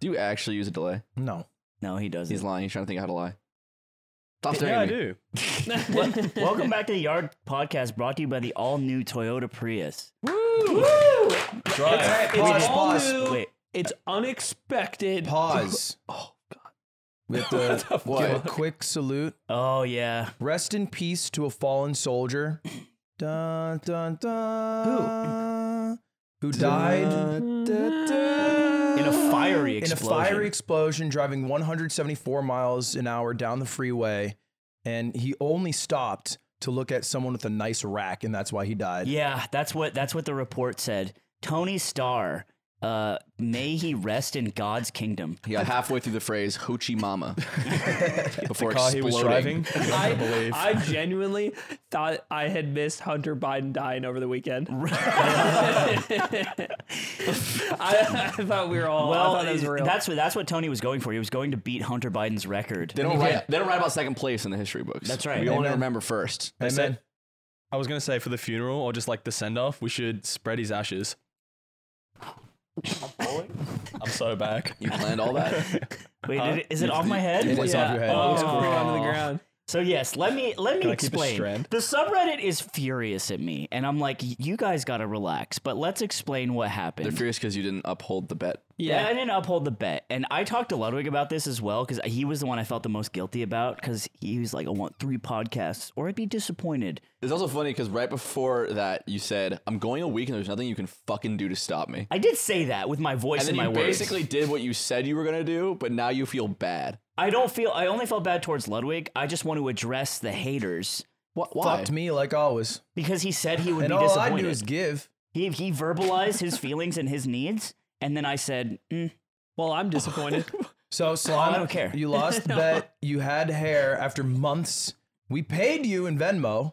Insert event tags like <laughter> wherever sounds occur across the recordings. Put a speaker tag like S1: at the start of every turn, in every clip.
S1: Do you actually use a delay?
S2: No.
S3: No, he doesn't.
S1: He's lying. He's trying to think of how to lie. Stop staring
S2: Yeah, I
S1: at me.
S2: do.
S3: <laughs> Wel- Welcome back to the Yard Podcast, brought to you by the all-new Toyota Prius.
S2: Drive.
S4: It's
S2: Pause.
S4: all
S2: Pause.
S4: new.
S3: Wait,
S4: It's unexpected.
S2: Pause. <laughs> Oh God. We
S4: <laughs>
S2: have to give a quick salute.
S3: oh yeah,
S2: Rest in peace to a fallen <laughs> soldier. Dun dun dun. Who died
S3: in a fiery
S2: in a
S3: explosion.
S2: fiery explosion driving 174 miles an hour down the freeway, and he only stopped to look at someone with a nice rack, and that's why he died.
S3: Yeah, that's what that's what the report said. Tony Starr, uh, may he rest in God's kingdom.
S1: Yeah, halfway through the phrase "Ho Chi
S2: <laughs>
S1: Mama" <laughs> before
S2: Car he
S1: exploding.
S2: was driving.
S4: <laughs> I, I genuinely thought I had missed Hunter Biden dying over the weekend. I, I thought we were all. I
S3: Well,
S4: thought that was real.
S3: that's what that's what Tony was going for. He was going to beat Hunter Biden's record.
S1: They don't write. They don't write about second place in the history books.
S3: That's right.
S1: We only
S2: Amen.
S1: remember first.
S5: I
S2: Amen.
S5: said, I was gonna say for the funeral or just like the send off, we should spread his
S2: <laughs>
S5: ashes. I'm so back.
S1: You planned all that.
S2: <laughs>
S3: Wait, did it, is it off my head?
S2: It is off your head.
S4: Oh,
S3: Oh.
S4: onto the ground.
S3: So yes, let me let me
S5: Can I keep a
S3: explain.
S5: strand?
S3: The subreddit is furious at me, and I'm like, you guys gotta relax. But let's explain what happened.
S1: They're furious because you didn't uphold the bet.
S3: Yeah. I didn't uphold the bet. And I talked to Ludwig about this as well because he was the one I felt the most guilty about because he was like, I want three podcasts or I'd be disappointed.
S1: It's also funny because right before that, you said, "I'm going a week and there's nothing you can fucking do to stop me."
S3: I did say that with my voice
S1: And
S3: and,
S1: then
S3: my
S1: you
S3: words.
S1: basically did what you said you were gonna do, but now you feel bad.
S3: I don't feel, I only felt bad towards Ludwig. I just want to address the haters
S1: What? Why?
S2: Fucked me like always.
S3: because he said he would
S2: And
S3: be
S2: all I
S3: disappointed.
S2: do is give.
S3: he, he verbalized his feelings and his needs. And then I said, mm,
S4: Well, I'm disappointed.
S2: So Solana,
S3: don't care.
S2: <laughs> you lost the bet. You had hair after months. We paid you in Venmo.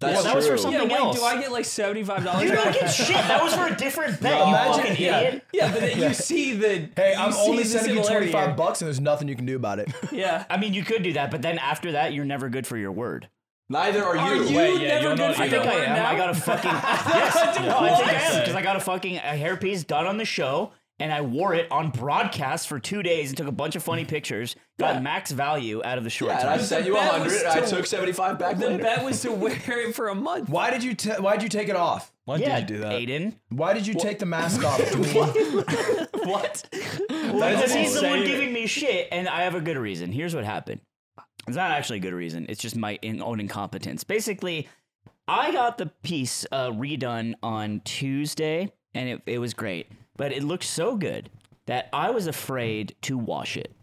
S1: That's
S3: Well, that was for
S1: true.
S3: some-
S4: yeah,
S3: Something
S4: wait,
S3: else.
S4: do I get like seventy-five dollars?
S3: You don't get shit. That was for a different bet, you
S2: Imagine-
S3: fucking
S2: yeah.
S3: idiot.
S4: Yeah, but then you see the.
S2: Hey,
S4: you
S2: I'm
S4: see
S2: only
S4: the
S2: sending you
S4: similarity
S2: 25 bucks, and there's nothing you can do about <laughs> it.
S4: here. Yeah.
S3: I mean, you could do that, but then after that, you're never good for your word.
S1: Neither are you.
S4: Are you
S5: Wait, yeah,
S4: never
S5: you're
S4: good
S5: not
S4: for
S2: <laughs>
S3: I
S5: either.
S4: your
S3: think I
S4: word
S3: am.
S4: now?
S3: I got a <laughs> fucking
S4: <laughs>
S3: yes. No, I think I am
S4: What?
S3: because I got a fucking a hairpiece done on the show, and I wore it on broadcast for two days and took a bunch of funny pictures. Got max value out of the short
S1: Yeah, and I
S3: time.
S1: sent
S4: the
S1: you
S4: bet
S1: 100.
S4: was
S1: and I
S4: to-
S1: took 75
S2: <laughs>
S1: back
S4: The
S1: later.
S4: bet was to wear it for a month.
S2: Why did you? T- why did you take it off?
S5: Why
S3: yeah,
S5: did you do that?
S3: Aiden.
S2: Why did you take the mask off? Dwayne?
S4: What?
S3: Because he's the one
S4: insane.
S3: giving me shit, and I have a good reason. Here's what happened. It's not actually a good reason. It's just my in- own incompetence. Basically, I got the piece uh, redone on Tuesday, and it, it was great. But it looked so good that I was afraid to wash it.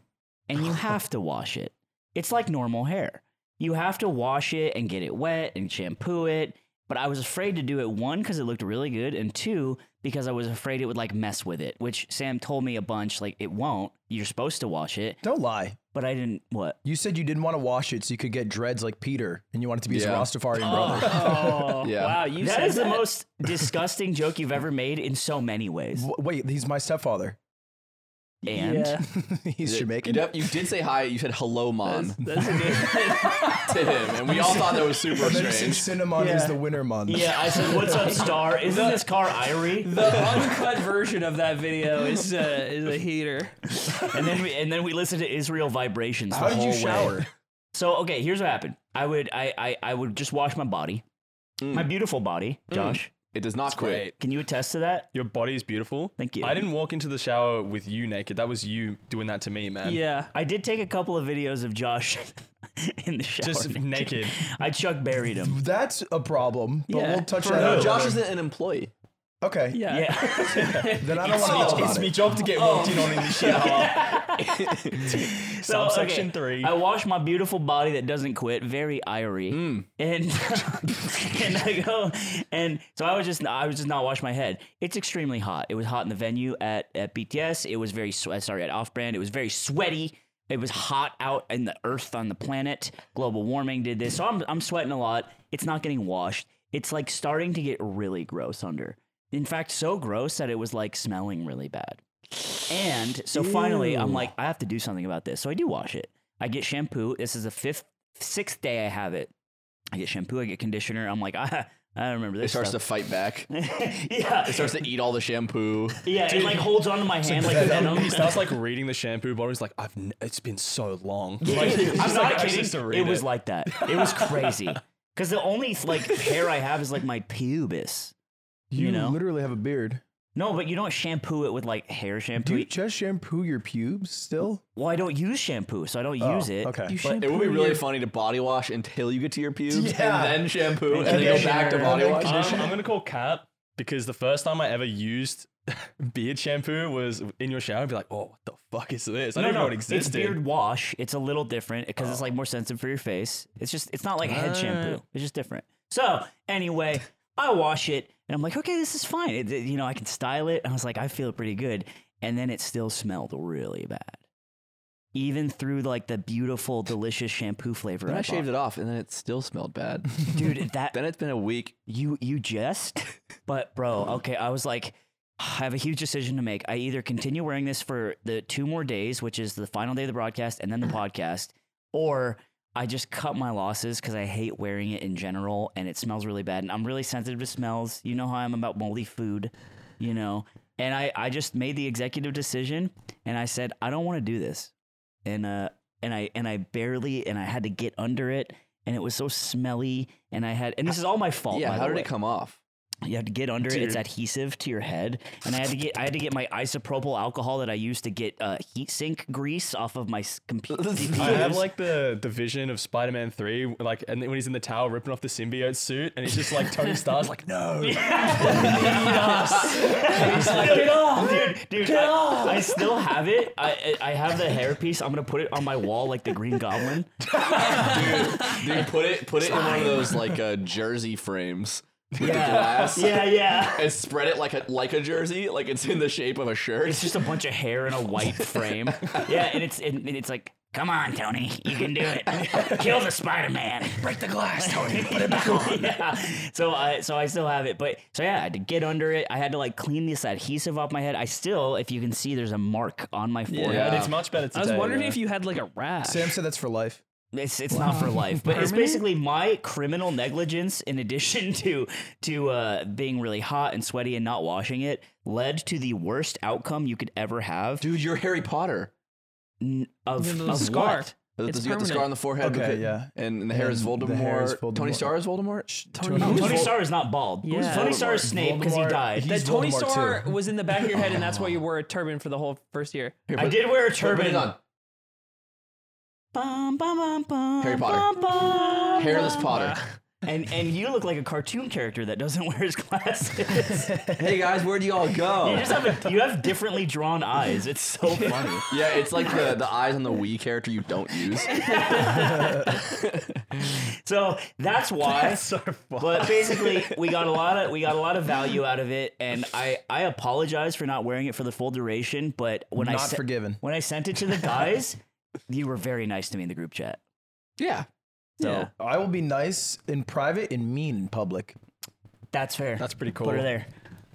S3: And you have to wash it. It's like normal hair. You have to wash it and get it wet and shampoo it. But I was afraid to do it one because it looked really good, and two because I was afraid it would like mess with it. Which Sam told me a bunch, like it won't. You're supposed to wash it,
S2: Don't lie.
S3: but I didn't.
S2: <laughs>
S3: What?
S2: You said you didn't want to wash it so you could get dreads like Peter, and you wanted to be
S1: Yeah.
S2: his Rastafarian <laughs> brother.
S4: Oh,
S3: <laughs>
S1: Yeah.
S4: wow. You
S3: that
S4: said
S3: is the most disgusting joke you've ever made in so many ways.
S2: W- Wait, he's my stepfather. <laughs>
S3: And
S4: Yeah.
S2: he's
S1: You,
S2: Jamaican.
S1: def- you did say hi. You said hello, mom,
S4: That's ridiculous.
S1: to him, and we all thought that was super
S2: Medicine
S1: strange.
S2: Cinnamon is
S4: Yeah.
S2: the winner month.
S3: yeah, I said, "What's <laughs> up, Star? Isn't this car
S2: <laughs>
S3: Irie?"
S4: the uncut version of that video is uh, is a heater.
S3: And then we, and then we listened to Israel Vibrations.
S2: How
S3: the
S2: did you
S3: whole way.
S2: shower?
S3: So okay, here's what happened. I would I I, I would just wash my body, my beautiful body. Josh,
S1: It does not quit.
S5: Great.
S3: can you attest to that?
S5: Your body is beautiful.
S3: Thank you.
S5: I didn't walk into the shower with you naked. That was you doing that to me, man.
S4: Yeah.
S3: I did take a couple of videos of Josh <laughs> in the shower. <laughs>
S5: Just naked.
S3: I Chuck buried
S5: <laughs>
S3: him.
S2: That's a problem, but
S4: Yeah.
S2: we'll touch
S4: For
S2: that
S1: No,
S2: on.
S1: Oh, Josh isn't an employee.
S2: Okay,
S4: Yeah.
S3: Yeah.
S2: then I don't want to know about
S5: It's
S2: it. Oh.
S5: me job to get walked in on in the shower.
S3: So, okay,
S5: Subsection three.
S3: I wash my beautiful body that doesn't quit, very irie, and <laughs> and I go and so I was just I was just not washing my head. It's extremely hot. It was hot in the venue at at BTS. It was very swe- sorry at Off Brand. It was very sweaty. It was hot out in the earth on the planet. Global warming did this, so I'm I'm sweating a lot. It's not getting washed. It's like starting to get really gross under. In fact, so gross that it was like smelling really bad. And so finally, I'm like, I have to do something about this. So I do wash it. I get shampoo. This is the fifth, sixth day I have it. I get shampoo. I get conditioner. I'm like, <laughs> ah, I don't remember
S1: It
S3: this.
S1: starts to
S3: stuff.
S1: fight back. It
S3: <laughs> yeah,
S1: starts to eat all the shampoo.
S3: yeah. It like holds onto my hand like venom. <laughs>
S5: He starts like reading the shampoo bottle. He's like, I've n- it's been so long. Like,
S3: It-
S5: he's
S3: I'm
S5: just
S3: not
S5: like, "I
S3: kidding.
S5: just to
S3: it
S5: read
S3: was like that. It was crazy. <laughs> Because the only like hair I have is like my pubis. You know?
S2: literally have a beard.
S3: No, but you don't shampoo it with like hair shampoo.
S2: Do you just shampoo your pubes still?
S3: well, I don't use shampoo, so I don't use
S2: Oh,
S3: it.
S2: okay.
S4: You
S1: But it would be really funny to body wash until you get to your pubes
S2: Yeah.
S1: and then shampoo and then go back to
S3: Conditioner.
S1: body wash.
S5: Um, I'm gonna call Cap because the first time I ever used beard shampoo was in your shower. I'd be like, oh, what the fuck is this? I
S3: No,
S5: didn't
S3: no,
S5: know it
S3: it's
S5: existed.
S3: beard wash. It's a little different because it's like
S1: Oh.
S3: more sensitive for your face. It's just, it's not like head shampoo. It's just different. So anyway, I wash it and I'm like, okay, this is fine. It, it- you know, I can style it. And I was like, I feel pretty good. And then it still smelled really bad, even through like the beautiful, delicious shampoo flavor.
S1: Then
S3: I,
S1: I shaved
S3: bought.
S1: it off and then it still smelled bad.
S3: dude.
S1: <laughs>
S3: That
S1: then it's been a week.
S3: you you jest but bro okay i was like i have a huge decision to make i either continue wearing this for the two more days which is the final day of the broadcast and then the podcast or i just cut my losses because i hate wearing it in general and it smells really bad and i'm really sensitive to smells you know how i'm about moldy food you know and i, I just made the executive decision and i said i don't want to do this and uh and I and I barely and I had to get under it and it was so smelly and I had and this is all my fault.
S1: yeah,
S3: Oh, by
S1: how
S3: the
S1: did
S3: way.
S1: it come off?
S3: You had to get under it. It's adhesive to your head, and I had to get I had to get my isopropyl alcohol that I used to get uh, heat sink grease off of my computer. <laughs>
S5: I have like the, the vision of Spider Man 3, like, and when he's in the tower ripping off the symbiote suit, and he's just
S3: <laughs>
S5: like, Tony Stark's like, no.
S3: get off, dude, dude. I, I still have it. I I I have the hairpiece. I'm gonna put it on my wall like the Green Goblin.
S1: Dude, put it put it in one of those like uh, jersey frames with the glass
S3: <laughs> Yeah, yeah.
S1: and spread it like a like a jersey, like it's in the shape of a
S3: It's
S1: shirt.
S3: just a bunch of hair in a white frame. Yeah, and it's and, and it's like, come on, Tony, you can do it. Kill the Spider Man. Break the glass, Tony. Put it back on. <laughs> yeah. So I so I still have it, but so yeah, I had to get under it. I had to like clean this adhesive off my head. I still, if you can see, there's a mark on my forehead.
S5: But it's much better today.
S4: I was wondering
S5: yeah.
S4: if you had like a rash.
S2: Sam said that's for life.
S3: It's it's not for life, but it's basically my criminal negligence in addition <laughs> to to uh, being really hot and sweaty and not washing it led to the worst outcome you could ever have
S1: Dude, you're Harry Potter.
S3: n- of,
S4: The
S3: of
S4: little scar.
S3: what?
S4: It's
S1: you got the scar
S4: permanent.
S1: on the forehead. with
S2: Okay,
S1: it,
S2: yeah.
S1: And, and the hair is
S2: And
S1: Voldemort.
S2: the hair is
S1: Tony
S2: Voldemort.
S1: Star is Voldemort.
S2: Tony-
S1: Who's
S3: Tony
S1: Vol-
S3: Starr is not bald.
S4: Yeah.
S3: Tony Starr is
S1: Voldemort?
S3: Snape because he
S2: Voldemort-
S3: died.
S2: he-
S4: That
S2: He's
S4: Tony
S2: Voldemort
S4: Star
S2: too.
S4: was in the back of your head, and that's why you wore a turban for the whole first year.
S1: Here,
S3: I
S1: put-
S3: did wear a
S1: put it
S3: turban.
S1: on.
S3: Bum, bum, bum, bum,
S1: Harry Potter.
S3: bum, bum,
S1: Hairless
S3: bum. <laughs>
S1: Potter.
S3: And and you look like a cartoon character that doesn't <laughs> wear his glasses.
S1: hey guys, where'd you all go?
S3: <laughs> you just have a, you have differently drawn eyes. It's so <laughs> funny.
S1: yeah, it's like the, the eyes on the Wii character you don't use.
S3: So that's why. But basically, we got a lot of we got a lot of value out of it, and I I apologize for not wearing it for the full duration. But when I
S2: Not
S3: se-
S2: forgiven.
S3: when I sent it to the guys, you were very nice to me in the group chat.
S1: yeah.
S3: So
S1: Yeah.
S2: I will be nice in private and mean in public.
S3: that's fair.
S5: That's pretty cool.
S3: Put her there.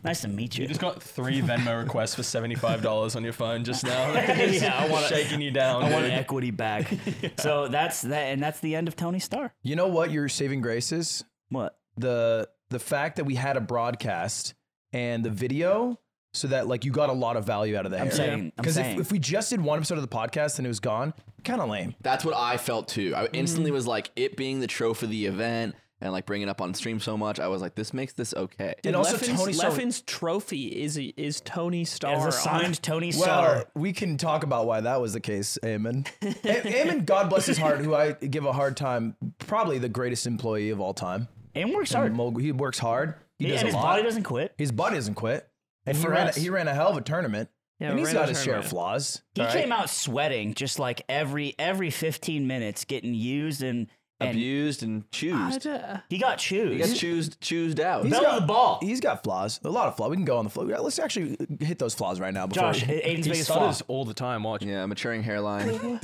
S3: Nice to meet you. <laughs>
S5: You just got three Venmo requests for $75 on your phone just
S3: <laughs>
S5: now. yeah, I want shaking you down.
S3: I want
S5: dude.
S3: equity back. <laughs> So that's that, and that's the end of Tony Starr.
S2: You know what your saving grace is?
S3: What?
S2: The the fact that we had a broadcast and the video so that like you got a lot of value out of the hair.
S3: saying- I'm
S2: Because if,
S3: saying.
S2: if we just did one episode of the podcast and it was gone, kind of lame.
S1: That's what I felt too. I instantly
S3: Mm.
S1: was like, it being the trophy of the event and like bringing it up on stream so much, I was like, this makes this okay.
S2: And also
S4: Leffen's,
S2: Tony Starr.
S4: Leffen's trophy is is Tony Star.
S3: As a signed Tony
S2: Well,
S3: Starr.
S2: we can talk about why that was the case,
S3: <laughs>
S2: Amen. A- Amen, God bless his heart, who I give a hard time, probably the greatest employee of all time.
S3: and works hard.
S2: Mul- He works hard. He
S3: and
S2: does
S3: his
S2: a lot.
S3: body doesn't quit.
S2: his body doesn't quit. And he
S3: for
S2: ran,
S3: us.
S2: he ran a hell of a tournament.
S4: Yeah,
S2: and
S4: we
S2: he's
S4: ran a
S2: got his share of
S4: tournament.
S2: flaws.
S3: He came out sweating just like every every 15 minutes getting used and, and
S1: Abused and choosed.
S3: he got chewed.
S1: You guys choosed choosed out.
S3: Belly of the ball.
S2: He's got flaws. A lot of flaws. We can go on the floor. Let's actually hit those flaws right now. Before
S3: Josh,
S2: we-
S3: Aiden's
S5: He
S3: biggest flaw.
S5: stutters
S2: <laughs>
S5: all the time. Watch.
S1: Yeah, maturing hairline.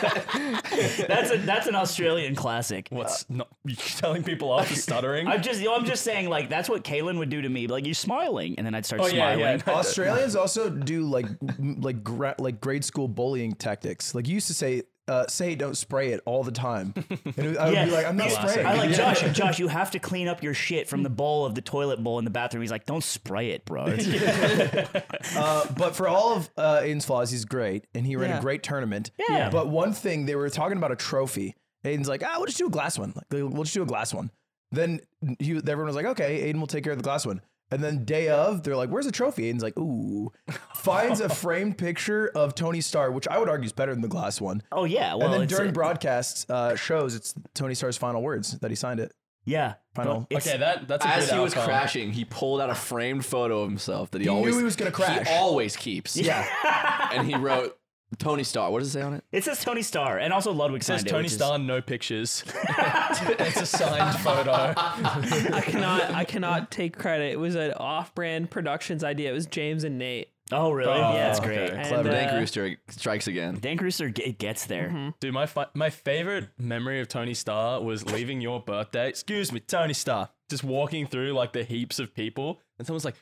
S3: That's a, that's an Australian classic.
S5: What's not <laughs> you telling people off for stuttering?
S3: I'm just I'm just saying like that's what Kalen would do to me. Like you're smiling, and then I'd start
S5: Oh, yeah,
S3: smiling.
S5: yeah.
S2: Australians also do like m- like gra- like grade school bullying tactics. Like you used to say uh, say don't spray it all the time. And it- I would be like, I'm not
S3: Classic.
S2: spraying.
S3: I like
S2: Yeah.
S3: Josh.
S2: <laughs>
S3: Josh, you have to clean up your shit from the bowl of the toilet bowl in the bathroom. He's like, don't spray it, bro.
S2: <laughs> Uh, but for all of uh, Aiden's flaws, he's great, and he ran
S4: Yeah.
S2: a great tournament.
S3: Yeah.
S2: But one thing they were talking about a trophy. Aiden's like, ah, we'll just do a glass one. Like, we'll just do a glass one. Then he, everyone was like, okay, Aiden will take care of the glass one. And then day of, they're like, where's the trophy? Aiden's like, ooh, finds
S3: <laughs>
S2: a framed picture of Tony Starr, which I would argue is better than the glass one.
S3: oh yeah. Well,
S2: And then
S3: it's-
S2: during broadcasts, uh, shows it's Tony Starr's final words that he signed it.
S3: yeah.
S2: Final-
S3: It's-
S5: Okay, that that's a
S1: As
S5: good
S1: he was
S5: outcome.
S1: crashing, he pulled out a framed photo of himself that he,
S2: He knew
S1: always
S2: he was gonna crash.
S1: He always keeps. Yeah. <laughs> and he wrote Tony Starr. What does it say on it?
S3: It says Tony Starr and also Ludwig
S5: It says
S3: signed it,
S5: Tony
S3: which is-
S5: Starr,
S3: <laughs>
S5: no pictures. it's a signed photo.
S4: I cannot. I cannot take credit. It was an off-brand productions idea. It was James and Nate.
S3: Oh really? yeah, that's great.
S4: And,
S1: Clever.
S4: uh,
S1: Dank Rooster strikes again.
S3: Dan Rooster g- it gets there.
S5: Dude, my fi- my favorite memory of Tony Starr was leaving your birthday. Excuse me, Tony Starr. Just walking through like the heaps of people, and someone's like,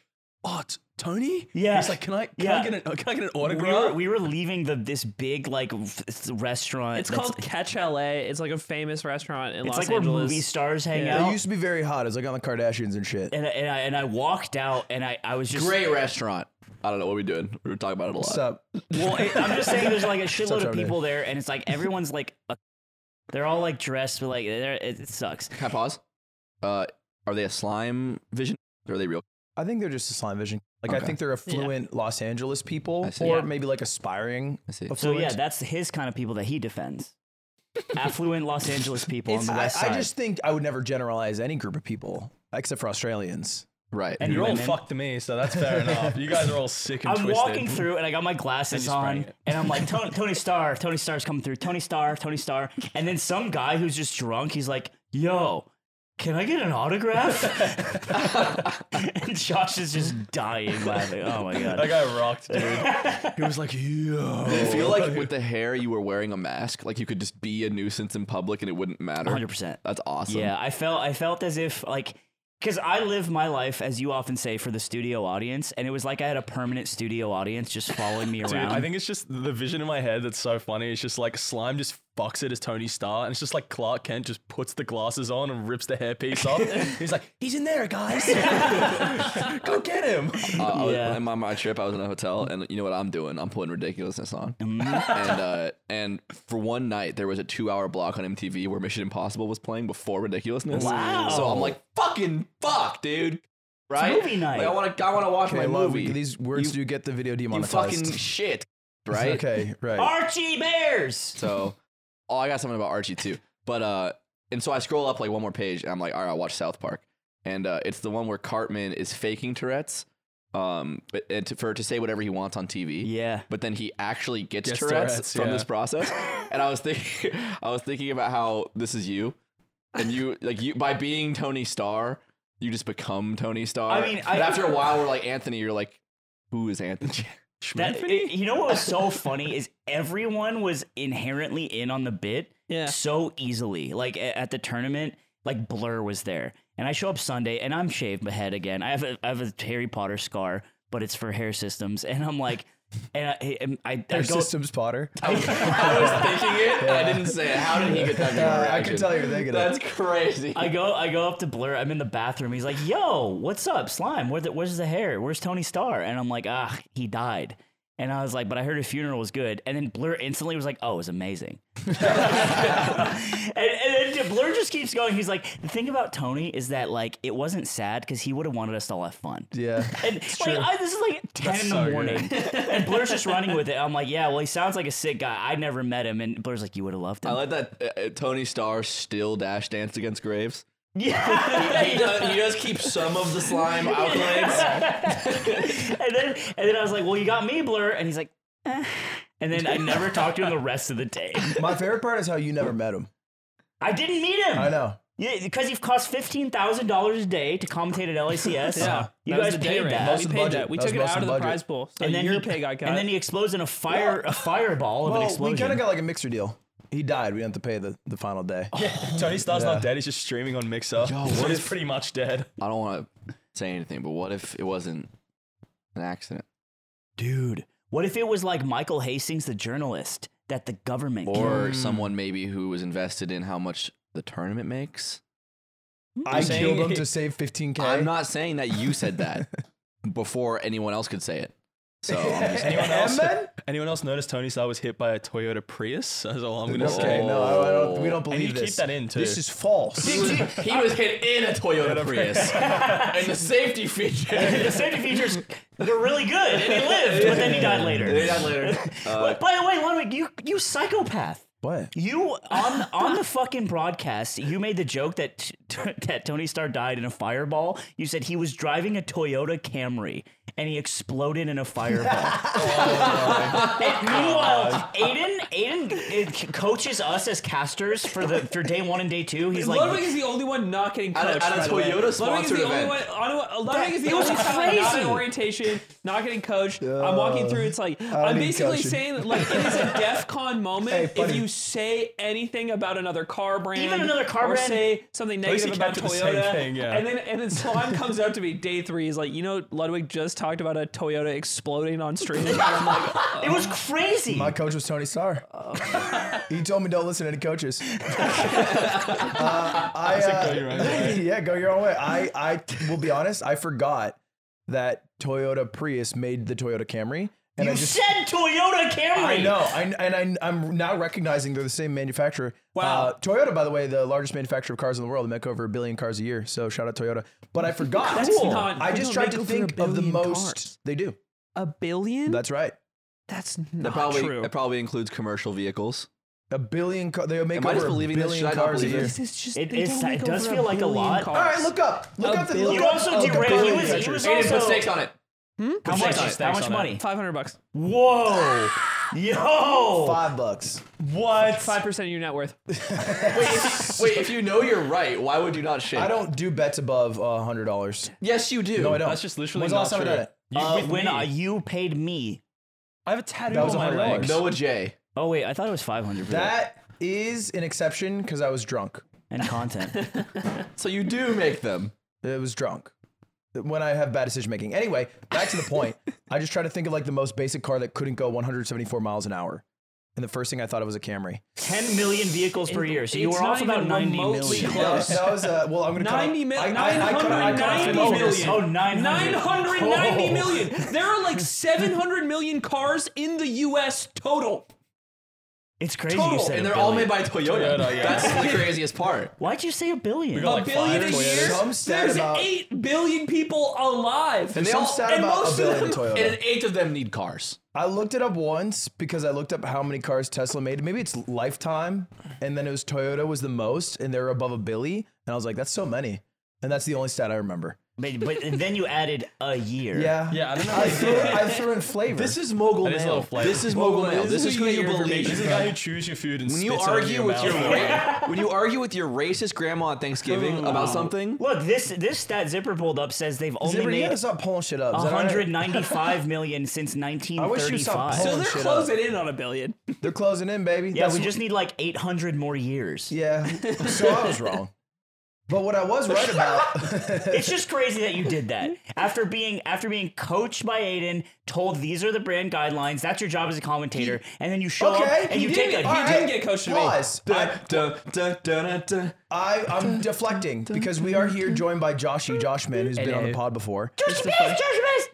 S5: "Oh, t- Tony."
S3: Yeah.
S5: He's like, "Can I? Can
S3: Yeah.
S5: I get an? Can I get an
S3: We were,
S5: autograph?"
S3: we were leaving the this big like f- s- restaurant.
S4: It's
S3: that's-
S4: called Catch LA. It's like a famous restaurant in
S3: It's
S4: Los
S3: like where
S4: Angeles.
S3: movie stars hang
S2: It
S3: out.
S2: used to be very hot. It was like on the Kardashians and shit.
S3: and I, and I and I walked out and I I was just
S1: Great restaurant. I don't know what we're doing. We were talking about it a lot.
S2: What's up?
S3: Well, it, I'm just saying, there's like a shitload of
S2: Charmander.
S3: people there, and it's like everyone's like, a, <laughs> they're all like dressed, but like they're- it, it sucks.
S1: Can I pause? Uh, are they a slime vision? Or are they real?
S2: I think they're just a slime vision. Like I
S1: Okay.
S2: think they're affluent Los Angeles people,
S1: I see.
S2: or
S1: Yeah.
S2: maybe like aspiring.
S1: I see.
S3: So yeah,
S2: affluent.
S3: that's his kind of people that he defends. Affluent Los Angeles people on
S2: It's-
S3: the
S2: I,
S3: west
S2: I
S3: side.
S2: just think I would never generalize any group of people except for Australians.
S1: Right.
S3: And
S5: You're all
S3: women.
S5: fucked to me, so that's fair enough. You guys are all sick and
S3: I'm
S5: twisted.
S3: walking through, and I got my glasses
S5: And you sprang
S3: on,
S5: it.
S3: and I'm like, Tony, Tony Star, Tony Star's coming through, Tony Star, Tony Star, and then some guy who's just drunk, he's like, "Yo." Can I get an autograph? <laughs> and Josh is just dying laughing. Oh my god!
S5: That guy rocked, dude. he was like,
S1: I
S5: "Yo."
S1: feel like with the hair, you were wearing a mask. Like you could just be a nuisance in public and it wouldn't matter.
S3: 100%.
S1: That's awesome.
S3: Yeah, I felt I felt as if like because I live my life as you often say for the studio audience, and it was like I had a permanent studio audience just following me
S5: Dude,
S3: around.
S5: I think it's just the vision in my head that's so funny. It's just like slime just fucks it as Tony Starr, and it's just like Clark Kent just puts the glasses on and rips the hairpiece off. He's like, "He's in there, guys! Go get him!"
S1: Uh, I was-
S3: Yeah.
S1: on my, my trip, I was in a hotel, and you know what I'm doing? I'm putting ridiculousness on. and
S3: Mm-hmm. <laughs>
S1: uh, and for one night, there was a two-hour block on MTV where Mission Impossible was playing before Ridiculousness.
S3: Wow.
S1: So I'm like, fucking fuck, dude. Right?
S3: movie night.
S1: Like, I want to. I want to watch
S2: Okay,
S1: my
S2: love
S1: movie.
S2: These words
S1: you,
S2: do get the video
S1: you
S2: demonetized. <laughs>
S1: fucking shit. Right.
S2: Okay, right.
S3: Archie Bears.
S1: So, oh, I got something about Archie too. But uh, and so I scroll up like one more page, and I'm like, all right, I'll watch South Park, and uh, it's the one where Cartman is faking Tourette's, um, but and to, for to say whatever he wants on TV.
S3: Yeah.
S1: But then he actually gets
S5: Gets
S1: Tourette's,
S5: Tourette's,
S1: from
S5: yeah.
S1: this <laughs> process, and I was thinking, I was thinking about how this is you, and you like you by being Tony Starr, you just become Tony Starr.
S3: I mean, I-
S1: and after a while, we're like Anthony. You're like, who is Anthony? <laughs>
S3: That, it- you know what was so funny is everyone was inherently in on the bit
S4: Yeah.
S3: so easily. Like a- at the tournament, like Blur was there, and I show up Sunday and I'm shaved my head again. I have a, I have a Harry Potter scar, but it's for hair systems, and I'm like, and I, and I, I
S2: Our
S3: go,
S2: systems Potter.
S1: I was thinking it. I didn't say it. How did he get that?
S2: Yeah, I can tell you're thinking it.
S1: That's crazy.
S3: I go, I go up to Blur. I'm in the bathroom. He's like, "Yo, what's up, Slime? Where the, where's the hair? Where's Tony Starr?" And I'm like, "Ah, he died." And I was like, "But I heard his funeral was good." And then Blur instantly was like, "Oh, it was amazing." <laughs> and, and then Blur just keeps going. He's like, "The thing about Tony is that like it wasn't sad because he would have wanted us to all have fun."
S2: <laughs> yeah.
S3: And like, I, this is like 10 in the
S5: so good.
S3: morning. and Blur's just running with it. I'm like, yeah, well, he sounds like a sick guy. I never met him. And Blur's like, you would have loved
S5: Oh.
S3: him.
S1: I like that uh, uh, Tony Starr still dash danced against Graves.
S3: <laughs> yeah.
S1: He does, he does keep some of the slime outlays.
S3: and then and then I was like, "Well, you got me, Blur," and
S4: <laughs>
S3: he's like, "Eh." and then I never talked to him the rest of the day.
S2: My favorite part is how you never met him.
S3: I didn't meet him.
S2: I know.
S3: Yeah, because he cost fifteen thousand dollars a day to commentate at LACS.
S4: Yeah,
S3: you
S4: that was
S3: guys
S4: the day
S3: paid
S4: rate.
S3: that.
S4: We
S2: of the
S4: paid
S2: budget.
S4: that. We
S2: That was
S4: took it
S2: most
S4: out
S2: of the
S4: of the
S2: budget.
S4: prize pool. So
S3: And then
S4: your
S3: he,
S4: pay got cut.
S3: and then he explodes in a fire a fireball of an
S2: Well, we
S3: explosion.
S2: kind of got like a mixer deal. He died. We didn't have to pay the, the final day.
S5: Oh, Tony Starr's not dead. He's just streaming on Mixer.
S1: Yo,
S5: so
S1: what
S5: he's
S1: if-
S5: pretty much dead.
S1: I don't want to say anything, but what if it wasn't an accident?
S3: Dude, what if it was like Michael Hastings, the journalist? that the government can-
S1: or someone maybe who was invested in how much the tournament makes.
S2: I
S5: saying-
S2: killed him to save 15k.
S1: I'm not saying that you said that before anyone else could say it. So I'm
S5: <laughs>
S1: just- <laughs>
S5: Anyone else,
S2: Amen?
S5: anyone else notice Tony Stark was hit by a Toyota Prius? That's all I'm going to
S2: Okay,
S5: say.
S2: no, I I don't, we don't
S5: And
S2: believe
S5: you
S2: this.
S5: keep that in too.
S2: This is false.
S1: he was hit in a Toyota Prius, and the safety feature.
S4: <laughs>
S3: the safety features were really good, and he lived, but then he died
S2: <laughs>
S3: later.
S1: <laughs>
S3: But By the way, Ludwig, you you psychopath.
S2: what?
S3: You on
S2: <laughs>
S3: on the fucking broadcast, you made the joke that <laughs> t- t- that Tony Starr died in a fireball. You said he was driving a Toyota Camry and he exploded in
S2: <laughs>
S3: a fireball. <laughs>
S2: Oh,
S3: And meanwhile, Aiden Aiden uh, c- coaches us as casters for the for day one and day two. He's like,
S4: Ludwig is the only one not getting
S1: At a-
S4: coached.
S1: at a
S4: by the way.
S1: Toyota-sponsored
S4: Ludwig is the
S1: event.
S4: only one. on- Ludwig is the
S3: That-
S4: only
S3: that was
S4: one not in
S3: crazy.
S4: orientation, not getting coached. I'm walking through. It's like
S2: don't
S4: I'm
S2: need
S4: basically
S2: coaching.
S4: saying that, like it is a DEF CON moment
S2: Hey,
S4: if
S2: buddy.
S4: you say anything about another car brand,
S3: Even another car
S4: or
S3: brand.
S4: say something
S5: least
S4: negative
S5: he
S4: about
S5: kept it the same
S4: Toyota.
S5: thing, yeah.
S4: And then and then Slime comes out to me day three. He's like, you know, Ludwig just talked about a Toyota exploding on stream. And I'm like,
S3: it was crazy.
S2: My coach was Tony Starr. he told me don't listen to any coaches. Uh, I,
S5: said,
S2: uh,
S5: "Go your own way."
S2: <laughs> yeah, go your own way. I, I will be honest, I forgot that Toyota Prius made the Toyota Camry. And
S3: you
S2: I just
S3: said Toyota Camry.
S2: I know, I, and I, I'm now recognizing they're the same manufacturer.
S4: Wow.
S2: Uh, Toyota, by the way, the largest manufacturer of cars in the world. They make over a billion cars a year. So shout out Toyota. But I forgot.
S4: That's not-
S2: I
S4: they
S2: just
S4: don't
S2: tried to
S4: make
S2: think
S4: over a
S2: of the
S4: billion
S2: most.
S4: cars.
S2: They do.
S4: a billion?
S2: That's right.
S4: That's
S1: That
S4: not
S1: probably
S4: true.
S1: that probably includes commercial vehicles.
S2: A billion. Car- they make
S1: Am I
S2: over
S1: just
S2: a
S1: believing this?
S2: billion
S1: Should I not
S2: cars a
S1: believe
S2: year.
S1: this?
S4: This is just.
S3: It
S4: they
S3: is-
S4: don't make
S3: it does
S4: over
S3: feel like a
S4: billion
S3: lot.
S4: cars.
S2: All right, look up. Look
S4: A
S2: up the.
S4: billion.
S2: Look
S3: You
S2: up,
S3: also
S2: look up
S3: derailed-
S2: car
S3: he was- he
S2: manufacturers.
S3: was
S1: Aiden,
S3: Also-
S1: put stakes on it.
S3: How
S5: Stakes
S3: much?
S5: on it,
S3: How
S5: stakes
S3: much
S5: on it.
S3: money?
S4: Five hundred bucks.
S2: <laughs>
S3: Whoa! Yo!
S2: Five bucks.
S5: what?
S4: Five percent of your net worth.
S1: Wait, if you know you're right, why would you not shake?
S2: I don't do bets above uh, hundred dollars.
S1: Yes, you do.
S2: No, I don't.
S5: That's just literally
S2: When's the
S5: not
S2: last time I
S5: true.
S2: done it?
S5: You-
S3: Uh,
S5: with
S3: when
S5: me.
S3: uh, you paid me.
S5: I have a tattoo
S2: That was
S5: on my
S2: $100.
S5: legs.
S1: Noah J.
S3: Oh wait, I thought it was five hundred for that
S2: That is an exception because I was drunk.
S3: and <laughs> content.
S1: So you do make them.
S2: It was drunk. When I have bad decision making. Anyway, back to the point. I just tried to think of like the most basic car that couldn't go 174 miles an hour. And the first thing I thought of was a Camry.
S3: 10 million vehicles per year. So you
S4: it's
S3: were
S4: not
S3: off about
S4: even
S3: 90
S4: remotely
S3: million.
S2: That was, that was uh, well, I'm gonna cut-
S4: 90 mil-
S2: I- I- I cut- I cut off
S4: 990
S2: the focus.
S4: million.
S3: Oh, 900.
S4: 990 <laughs>
S3: Oh.
S4: million. There are like 700 million cars in the U.S. total.
S3: It's crazy you
S4: Total,
S3: said
S1: And
S3: a
S1: they're all made
S3: billion.
S1: by Toyota.
S5: Toyota, yeah.
S1: That's the craziest part.
S3: Why'd you say a billion?
S5: got
S4: A
S5: Like
S4: billion a
S5: five Toyotas.
S4: year.
S2: Some stat
S4: There's
S2: about-
S4: eight billion people alive.
S1: And they
S2: Some
S1: all
S2: stat
S1: and
S2: about
S1: most
S2: a billion
S1: of them,
S2: Toyota.
S1: and an eighth of them need cars.
S2: I looked it up once because I looked up how many cars Tesla made. Maybe it's lifetime, and then it was Toyota was the most, and they're above a billy. And I was like, that's so many, and that's the only stat I remember.
S3: But, but and then you added a year.
S2: Yeah,
S5: Yeah, I don't know.
S2: I threw, I threw in flavor.
S1: is mogul
S5: That is a little flavor.
S1: This is mogul mail. This, is
S4: who
S1: who
S4: you
S1: you
S4: get your
S1: believe.
S4: information
S5: He's the guy who chews your food and
S1: when you
S5: spits it in
S1: argue
S5: your
S1: with your
S5: mouth.
S1: ra- when you argue with your racist grandma at Thanksgiving about something,
S3: Look, this this stat Zipper pulled up says they've only
S2: Zipper, you
S3: made
S2: gotta stop pulling shit up. Is that all right?
S3: 195 million since
S2: I wish you stopped
S3: 1935.
S2: pulling
S4: So they're
S2: shit
S4: closing
S2: up.
S4: in on a billion.
S2: They're closing in, baby.
S3: yeah,
S2: That's
S3: we
S2: what-
S3: just need like 800 more years.
S2: Yeah. So I was wrong. But what I was right about,
S3: It's just crazy that you did that. After being after being coached by Aiden, told these are the brand guidelines, that's your job as a commentator, and then you show
S2: Okay,
S3: up and
S2: he
S3: you
S4: did
S3: take
S4: it.
S3: a
S4: All
S3: huge
S4: right. didn't get coached to me.
S2: Pause. I,
S1: dun, dun, dun, dun, dun.
S2: I, I'm deflecting because we are here joined by Joshy Joshman, who's been on the pod before,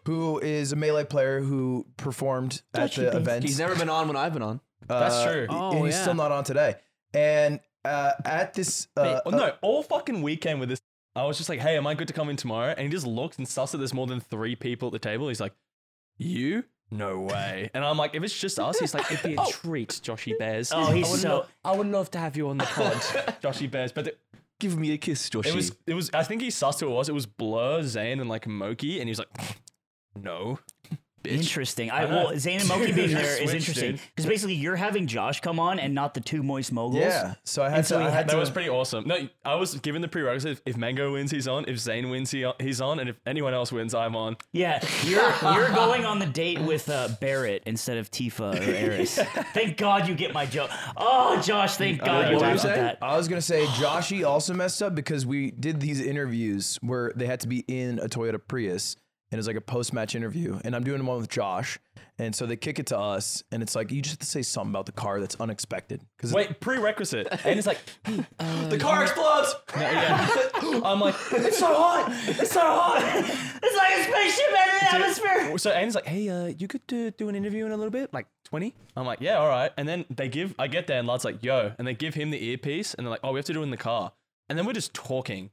S2: who is a melee player who performed at the event. uh,
S1: he's never been on when I've been on.
S5: That's true.
S2: and he's still not on today. And uh, at this, uh,
S5: Oh, no, all fucking weekend with this. I was just like, hey, am I good to come in tomorrow? And he just looked and sussed that there's more than three people at the table. He's like, you? No way. And I'm like, if it's just us, he's like, it'd be a treat, Joshy Bears.
S3: Oh, he's
S5: I would
S3: so-
S5: lo- I would love to have you on the pod, Joshy Bears. But the-
S1: Give me a kiss, Josh.
S5: it was, it was. I think he sussed who it was. It was Blur, Zane, and like Moki, and he was like, <sniffs> no.
S3: Interesting. I,
S5: know.
S3: well, Zane and Moki being
S5: You
S3: there is
S5: switched,
S3: interesting
S5: dude.
S3: because basically you're having Josh come on and not the two moist moguls.
S2: yeah. So I had
S3: And so
S2: to.
S3: he
S2: I had
S3: had
S5: That
S2: to uh,
S5: was pretty awesome. No, I was given the prerequisite. If Mango wins, he's on. If Zane wins, he, he's on. And if anyone else wins, I'm on.
S3: yeah. You're you're going on the date with uh, Barrett instead of Tifa or Eris. thank God you get my joke. Oh, Josh, thank God you
S1: what were you
S3: talked about
S1: saying?
S3: that.
S2: I was gonna say Joshy also messed up because we did these interviews where they had to be in a Toyota Prius, and it was like a post match interview. And I'm doing one with Josh, and so they kick it to us, and it's like you just have to say something about the car that's unexpected because
S5: Wait, prerequisite. And it's like, the car explodes. No, yeah. <laughs> I'm like, it's so hot. It's so hot.
S3: It's like a spaceship in an atmosphere.
S5: So Andy's like, hey, uh, you could uh, do an interview in a little bit, like 20. I'm like, yeah, all right. And then they give, I get there and Lad's like, yo. And they give him the earpiece and they're like, oh, we have to do it in the car. And then we're just talking.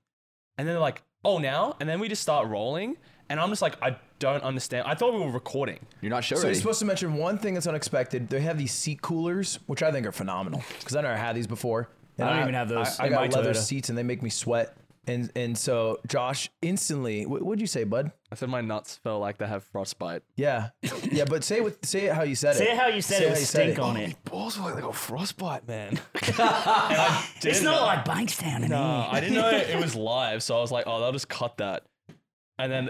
S5: And then they're like, oh, now? And then we just start rolling. And I'm just like, I don't understand. I thought we were recording.
S1: You're not sure.
S2: So you're
S1: already.
S2: supposed to mention one thing that's unexpected. They have these seat coolers, which I think are phenomenal because I never had these before. And
S3: I don't even have those
S2: I, I
S3: in my
S2: got leather
S3: Toyota.
S2: seats and they make me sweat. And and so Josh instantly, what would you say, bud?
S5: I said my nuts felt like they have frostbite.
S2: Yeah, yeah. But say it with say it how you said it.
S3: Say it how you said it
S2: how
S3: with
S2: you
S3: stink on it.
S5: Oh, Balls were like they got frostbite, man.
S3: <laughs>
S5: <laughs>
S3: It's not like Bankstown in
S5: Uh,
S3: here.
S5: I didn't know <laughs> it was live, so I was like, oh, they'll just cut that. And <laughs> then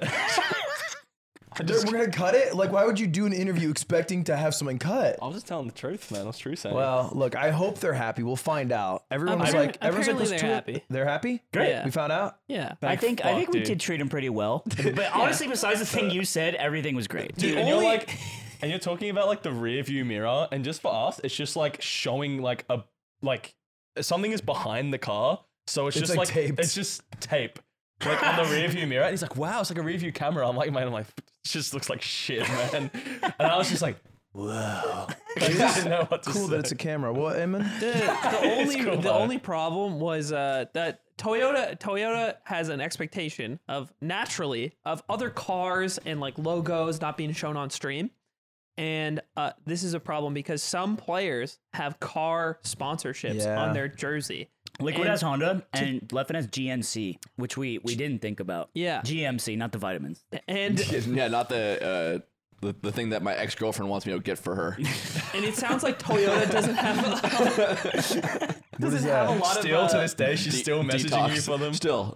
S2: Dude, We're gonna cut it. Like, why would you do an interview expecting to have something cut?
S5: I was just telling the truth, man. That's true saying.
S2: Well, look, I hope they're happy. We'll find out. Everyone was
S4: Apparent-
S2: like, everyone's like, "What's
S4: apparently they're
S2: to it?"
S4: happy.
S2: They're happy.
S3: <laughs> Great.
S4: Yeah.
S2: We found out.
S4: Yeah.
S3: I think I
S5: fuck,
S3: think we
S5: dude.
S3: did treat him pretty well. But honestly, besides the thing you said, everything was great.
S5: Dude,
S4: The
S5: and you're
S4: only- <laughs>
S5: like, and you're talking about like the rear view mirror, and just for us, it's just like showing like a like something is behind the car, so it's,
S2: It's,
S5: just
S2: like,
S5: like,
S2: taped.
S5: it's just tape. Like on the rear view mirror, and he's like, "Wow, it's like a rear view camera." I'm like, "Man, I'm like, it just looks like shit, man." And I was just like, "Whoa!" <laughs> Like, I didn't know what to
S2: Cool
S5: say.
S2: that it's a camera. What, Eamon?
S4: The,
S2: <laughs>
S4: the only
S5: cool,
S4: the
S5: though.
S4: only problem was uh, that Toyota Toyota has an expectation of naturally of other cars and like logos not being shown on stream, and uh, this is a problem because some players have car sponsorships
S2: Yeah.
S4: on their jersey.
S3: Liquid
S4: And-
S3: has Honda and Leffen has GNC, which we we didn't think about.
S4: Yeah.
S3: GMC, not the vitamins.
S4: And
S1: <laughs> yeah, not the uh, the the thing that my ex girlfriend wants me to get for her.
S4: and it sounds like Toyota
S2: <laughs>
S4: doesn't have
S2: What is
S4: <laughs> doesn't have a
S2: that?
S4: lot
S5: Still
S4: of
S5: to
S4: uh,
S5: this day, she's
S1: De-
S5: still messaging me
S1: detox.
S5: for them.
S1: Still,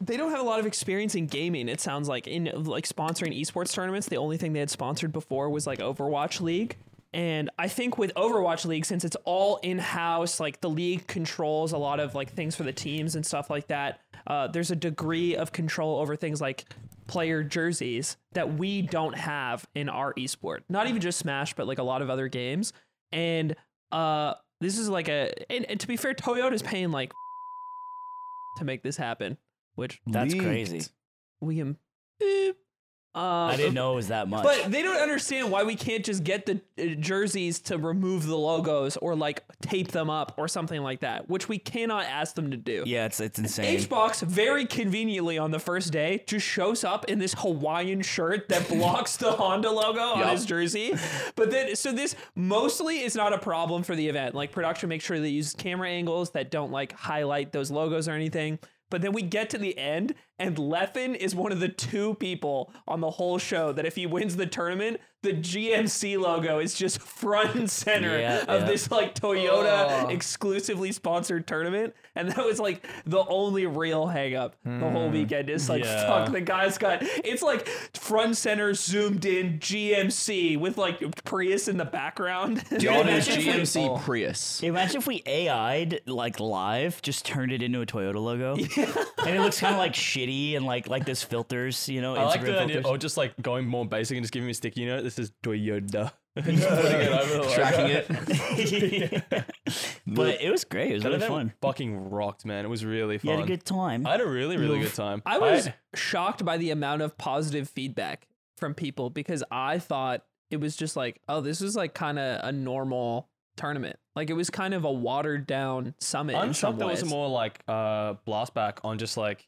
S4: they don't have a lot of experience in gaming. It sounds like in like sponsoring esports tournaments, the only thing they had sponsored before was like Overwatch League. And I think with Overwatch League, since it's all in house, like the league controls a lot of like things for the teams and stuff like that. Uh, there's a degree of control over things like player jerseys that we don't have in our esport. Not even just Smash, but like a lot of other games. And uh, this is like a and, and to be fair, Toyota's paying like to make this happen, which
S3: That's
S2: Leaked.
S3: crazy.
S4: William. Boop. Um,
S3: I didn't know it was that much.
S4: But they don't understand why we can't just get the uh, jerseys to remove the logos or like tape them up or something like that, which we cannot ask them to do.
S3: yeah, it's it's insane.
S4: HBox very conveniently on the first day just shows up in this Hawaiian
S3: <laughs>
S4: shirt that blocks the Honda logo on
S1: Yup.
S4: his jersey. But then, so this mostly is not a problem for the event. Like production makes sure they use camera angles that don't like highlight those logos or anything. But then we get to the end, and Leffen is one of the two people on the whole show that if he wins the tournament, the GMC logo is just front and center
S3: Yeah,
S4: of
S3: yeah.
S4: this this, like Toyota exclusively sponsored tournament, and that was like the only real hang up the whole weekend. It's like
S5: Hmm. Yeah.
S4: fuck, the guy's got it's like front center zoomed in GMC with like Prius in the background. <laughs>
S1: John is
S3: imagine if we-
S1: GMC Prius.
S3: Imagine if we AI'd like live, just turned it into a Toyota logo, and it looks kind of like shitty and like like those filters, you know.
S5: I like
S3: Instagram
S5: the idea,
S3: filters.
S5: or just like going more basic and just giving me a sticky note. This is Toyota. <laughs> Just putting it over the logo.
S1: Tracking it.
S3: <laughs> but it was great. It was
S5: That
S3: really
S5: event
S3: fun.
S5: Fucking rocked, man. It was really
S3: You
S5: fun.
S3: had a good time.
S5: I had a really, really good time.
S4: I was shocked by the amount of positive feedback from people because I thought it was just like, oh, this was like kind of a normal tournament. Like it was kind of a watered down summit.
S5: I'm
S4: in some
S5: shocked there was
S4: ways.
S5: more like uh, blast back on just like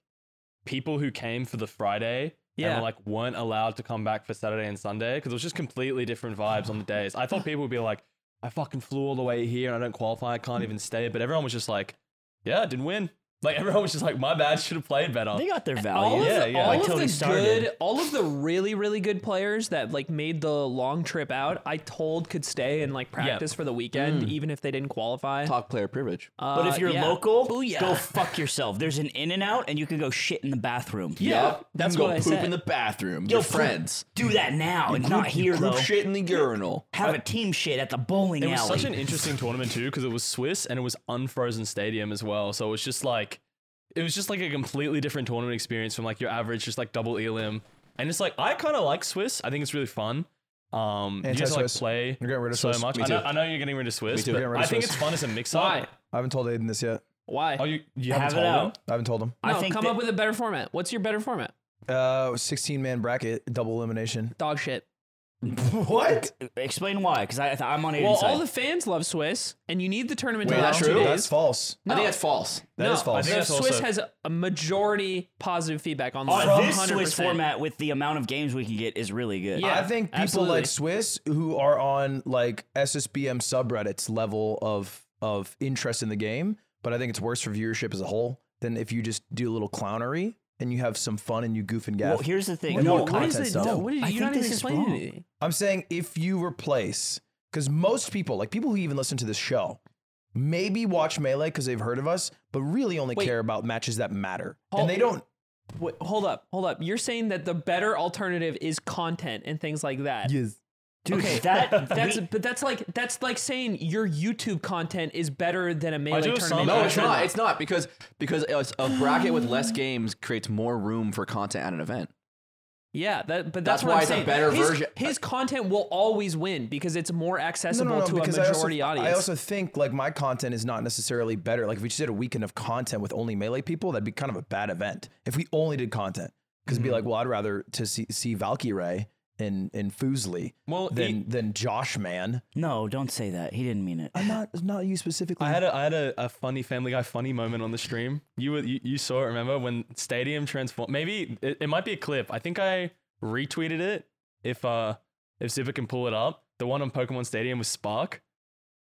S5: people who came for the Friday and
S4: Yeah.
S5: were, like weren't allowed to come back for Saturday and Sunday because it was just completely different vibes on the days. I thought people would be like, I fucking flew all the way here and I don't qualify. I can't even stay. But everyone was just like, yeah, I didn't win. Like <laughs> everyone was just like, my bad, should have played better.
S3: they got their
S4: all
S3: value.
S4: of
S5: Yeah,
S4: the,
S5: yeah.
S4: all
S5: Like
S4: of
S3: Tony
S4: the
S3: started.
S4: good, all of the really, really good players that like made the long trip out, I told could stay and like practice for the weekend,
S3: Mm.
S4: even if they didn't qualify.
S1: Talk player privilege.
S3: But if
S4: Uh,
S3: you're
S4: yeah.
S3: local,
S4: Booyah.
S3: go fuck yourself. There's an in and out, and you can go shit in the bathroom.
S4: Yeah,
S1: Yup.
S4: that's
S1: you can
S4: what
S1: go
S4: I
S1: poop
S4: said.
S1: in the bathroom.
S3: Yo,
S1: Your
S3: poop-
S1: friends.
S3: Do that now. It's not here
S1: Poop
S3: though.
S1: shit in the urinal.
S3: Have a team shit at the bowling
S5: It was
S3: alley.
S5: such an interesting tournament too because it was Swiss and it was unfrozen stadium as well. So it was just like it was just like a completely different tournament experience from like your average just like double elim And it's like I kind of like Swiss. I think it's really fun. Um, you just like
S2: Anti-Swiss.
S5: play
S2: You're getting rid of
S5: so
S2: Swiss.
S5: much.
S2: Me
S5: I, know,
S1: too.
S5: I know you're getting rid of Swiss,
S1: too.
S5: but
S2: Getting rid
S5: I
S2: of
S5: think
S2: Swiss.
S5: it's fun as a mix-up.
S4: Why?
S2: I haven't told Aiden this yet.
S4: Why?
S5: Oh, you, you
S3: Have
S5: haven't
S3: it
S5: told
S3: out.
S5: him?
S2: I haven't told him.
S3: I
S4: no,
S3: think
S4: come
S3: that-
S4: up with a better format. What's your better format?
S2: Uh, 16 man bracket, double elimination.
S4: Dog shit.
S2: what?
S3: Explain why, because I, I'm on Aiden's
S4: Well,
S3: side.
S4: all the fans love Swiss, and you need the tournament
S1: Wait,
S4: to
S1: that's
S4: last two
S1: true?
S4: days.
S2: That's false.
S1: I think
S4: No.
S1: that's false.
S2: That is
S4: no,
S2: false.
S5: I think
S4: the
S5: that's
S4: Swiss
S5: also-
S4: has a majority positive feedback on
S3: on
S4: this.
S3: Uh, this
S4: 100%.
S3: Swiss format with the amount of games we can get is really good.
S4: Yeah.
S2: I think people
S4: absolutely.
S2: like Swiss who are on like SSBM subreddits level of of interest in the game, but I think it's worse for viewership as a whole than if you just do a little clownery and you have some fun and you goof and gaff.
S3: Well, here's the thing.
S2: What
S3: No,
S2: more
S3: I-
S4: What is
S2: content
S4: it?
S2: stuff.
S4: No, what is,
S3: I
S4: you're
S3: think
S4: not
S3: this
S4: even
S3: is
S4: explaining
S3: wrong.
S4: anything.
S2: I'm saying if you replace, because most people, like people who even listen to this show, maybe watch Melee because they've heard of us, but really only
S4: Wait.
S2: care about matches that matter.
S4: Hold-
S2: and they don't.
S4: Wait, hold up, hold up. You're saying that the better alternative is content and things like that.
S2: Yes.
S3: dude, that
S2: <laughs>
S4: That's
S3: that's
S4: but that's like that's like saying your YouTube content is better than a melee
S5: do have
S4: tournament.
S5: some-
S1: No,
S5: Yeah,
S1: it's
S5: sure.
S1: not. It's not because because it's a bracket with less games creates more room for content at an event.
S4: Yeah, that, but
S1: That's
S4: that's, what
S1: why
S4: I'm
S1: it's a
S4: saying.
S1: better
S4: his,
S1: version.
S4: His content will always win because it's more
S2: No,
S4: accessible
S2: no, no,
S4: to a
S2: because I also,
S4: majority audience.
S2: I also think like my content is not necessarily better. Like if we just did a weekend of content with only melee people, that'd be kind of a bad event. If we only did content, because it'd be like, well, I'd rather to see see Valkyrie and and Foosley
S5: Well,
S2: than
S5: he-
S2: than Josh Man.
S3: no. Don't say that. He didn't mean it.
S2: I'm not not you specifically.
S5: I had a I had a, a funny Family Guy funny moment on the stream. You were you, you saw it. Remember when Stadium transformed? Maybe it, it might be a clip. I think I retweeted it. If uh if Zipper can pull it up, the one on Pokemon Stadium was Spark.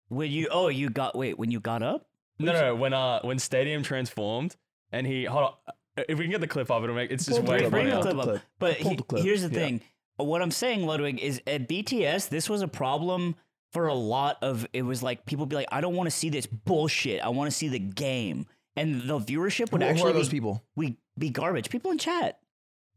S3: When you oh you got wait when you got up.
S5: No, no, when uh when Stadium transformed and he hold on. If we can get the clip up, it'll make it's just
S2: Pull the
S5: way
S2: clip
S3: Bring
S5: funnier.
S3: the
S2: Pull
S3: clip
S2: the
S3: up.
S2: clip.
S3: But
S2: Pull
S3: he-
S2: the clip.
S3: here's the
S2: Yeah.
S3: thing. What I'm saying, Ludwig, is at BTS this was a problem for a lot of. It was like people be like, I don't want to see this bullshit. I want to see the game, and the viewership would
S2: Who- who
S3: actually
S2: are those
S3: be,
S2: people?
S3: we be garbage. People in chat.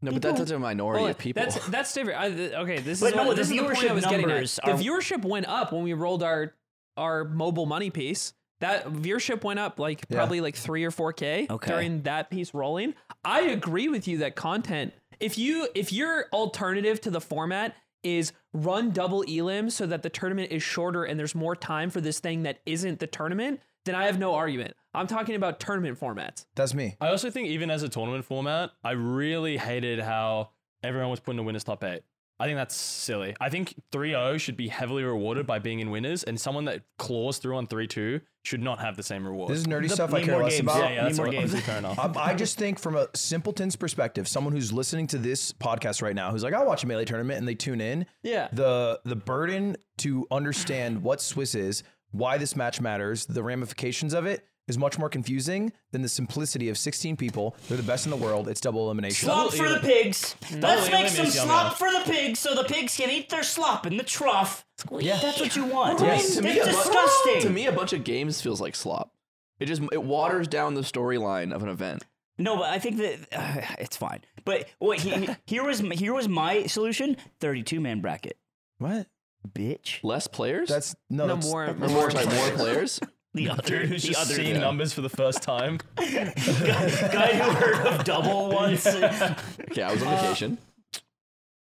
S1: No, but that's such a minority
S4: Well,
S1: of people.
S4: Oh,
S1: <laughs>
S4: That's that's different. I, th- okay, this
S3: But
S4: is
S3: no,
S4: what-
S3: the
S4: this is the point
S3: viewership
S4: I was getting at.
S3: numbers
S4: The
S3: are-
S4: viewership went up when we rolled our our mobile money piece. That viewership went up like probably like three or four k
S3: Okay.
S4: during that piece rolling. I agree with you that content. If you if your alternative to the format is run double elim so that the tournament is shorter and there's more time for this thing that isn't the tournament, then I have no argument. I'm talking about tournament formats.
S2: That's me.
S5: I also think even as a tournament format, I really hated how everyone was put in the winners top eight. I think that's silly. I think 3-0 should be heavily rewarded by being in winners, and someone that claws through on 3-2 should not have the same reward.
S2: This is nerdy
S3: The-
S2: stuff I
S3: need
S2: care
S3: more
S2: less
S3: games.
S2: about.
S5: yeah, yeah,
S3: Need
S5: that's
S3: more
S5: what-
S3: games.
S5: obviously fair
S2: <laughs>
S5: enough.
S2: I'm- Um, I just think from a simpleton's perspective, someone who's listening to this podcast right now, who's like, I watch a melee tournament and they tune in.
S4: Yeah.
S2: The the burden to understand what Swiss is, why this match matters, the ramifications of it is much more confusing than the simplicity of 16 people. They're the best in the world. It's double elimination.
S3: Slop for the pigs. Let's
S5: Double
S3: make
S5: elim
S3: some
S5: is yum
S3: slop
S5: yum.
S3: for the pigs so the pigs can eat their slop in the trough. That's what you want.
S2: Yes.
S1: To me,
S3: That's
S1: a bu-
S3: disgusting.
S1: to me, a bunch of games feels like slop. It just it waters down the storyline of an event.
S3: No, but I think that <sighs> uh, it's fine. But what he, <laughs> he- here was m- here was my solution: thirty-two man bracket,
S2: What?
S3: bitch.
S1: Less players.
S2: That's no,
S4: No
S2: that's,
S4: more.
S1: or
S4: more
S1: more, sorry, more players.
S3: <laughs> The other,
S5: Dude <laughs> who's
S3: the
S5: just
S3: other
S5: seeing
S3: guy,
S5: numbers for the first time.
S3: guy <laughs> who heard of double <laughs> once.
S1: Okay, I was on vacation.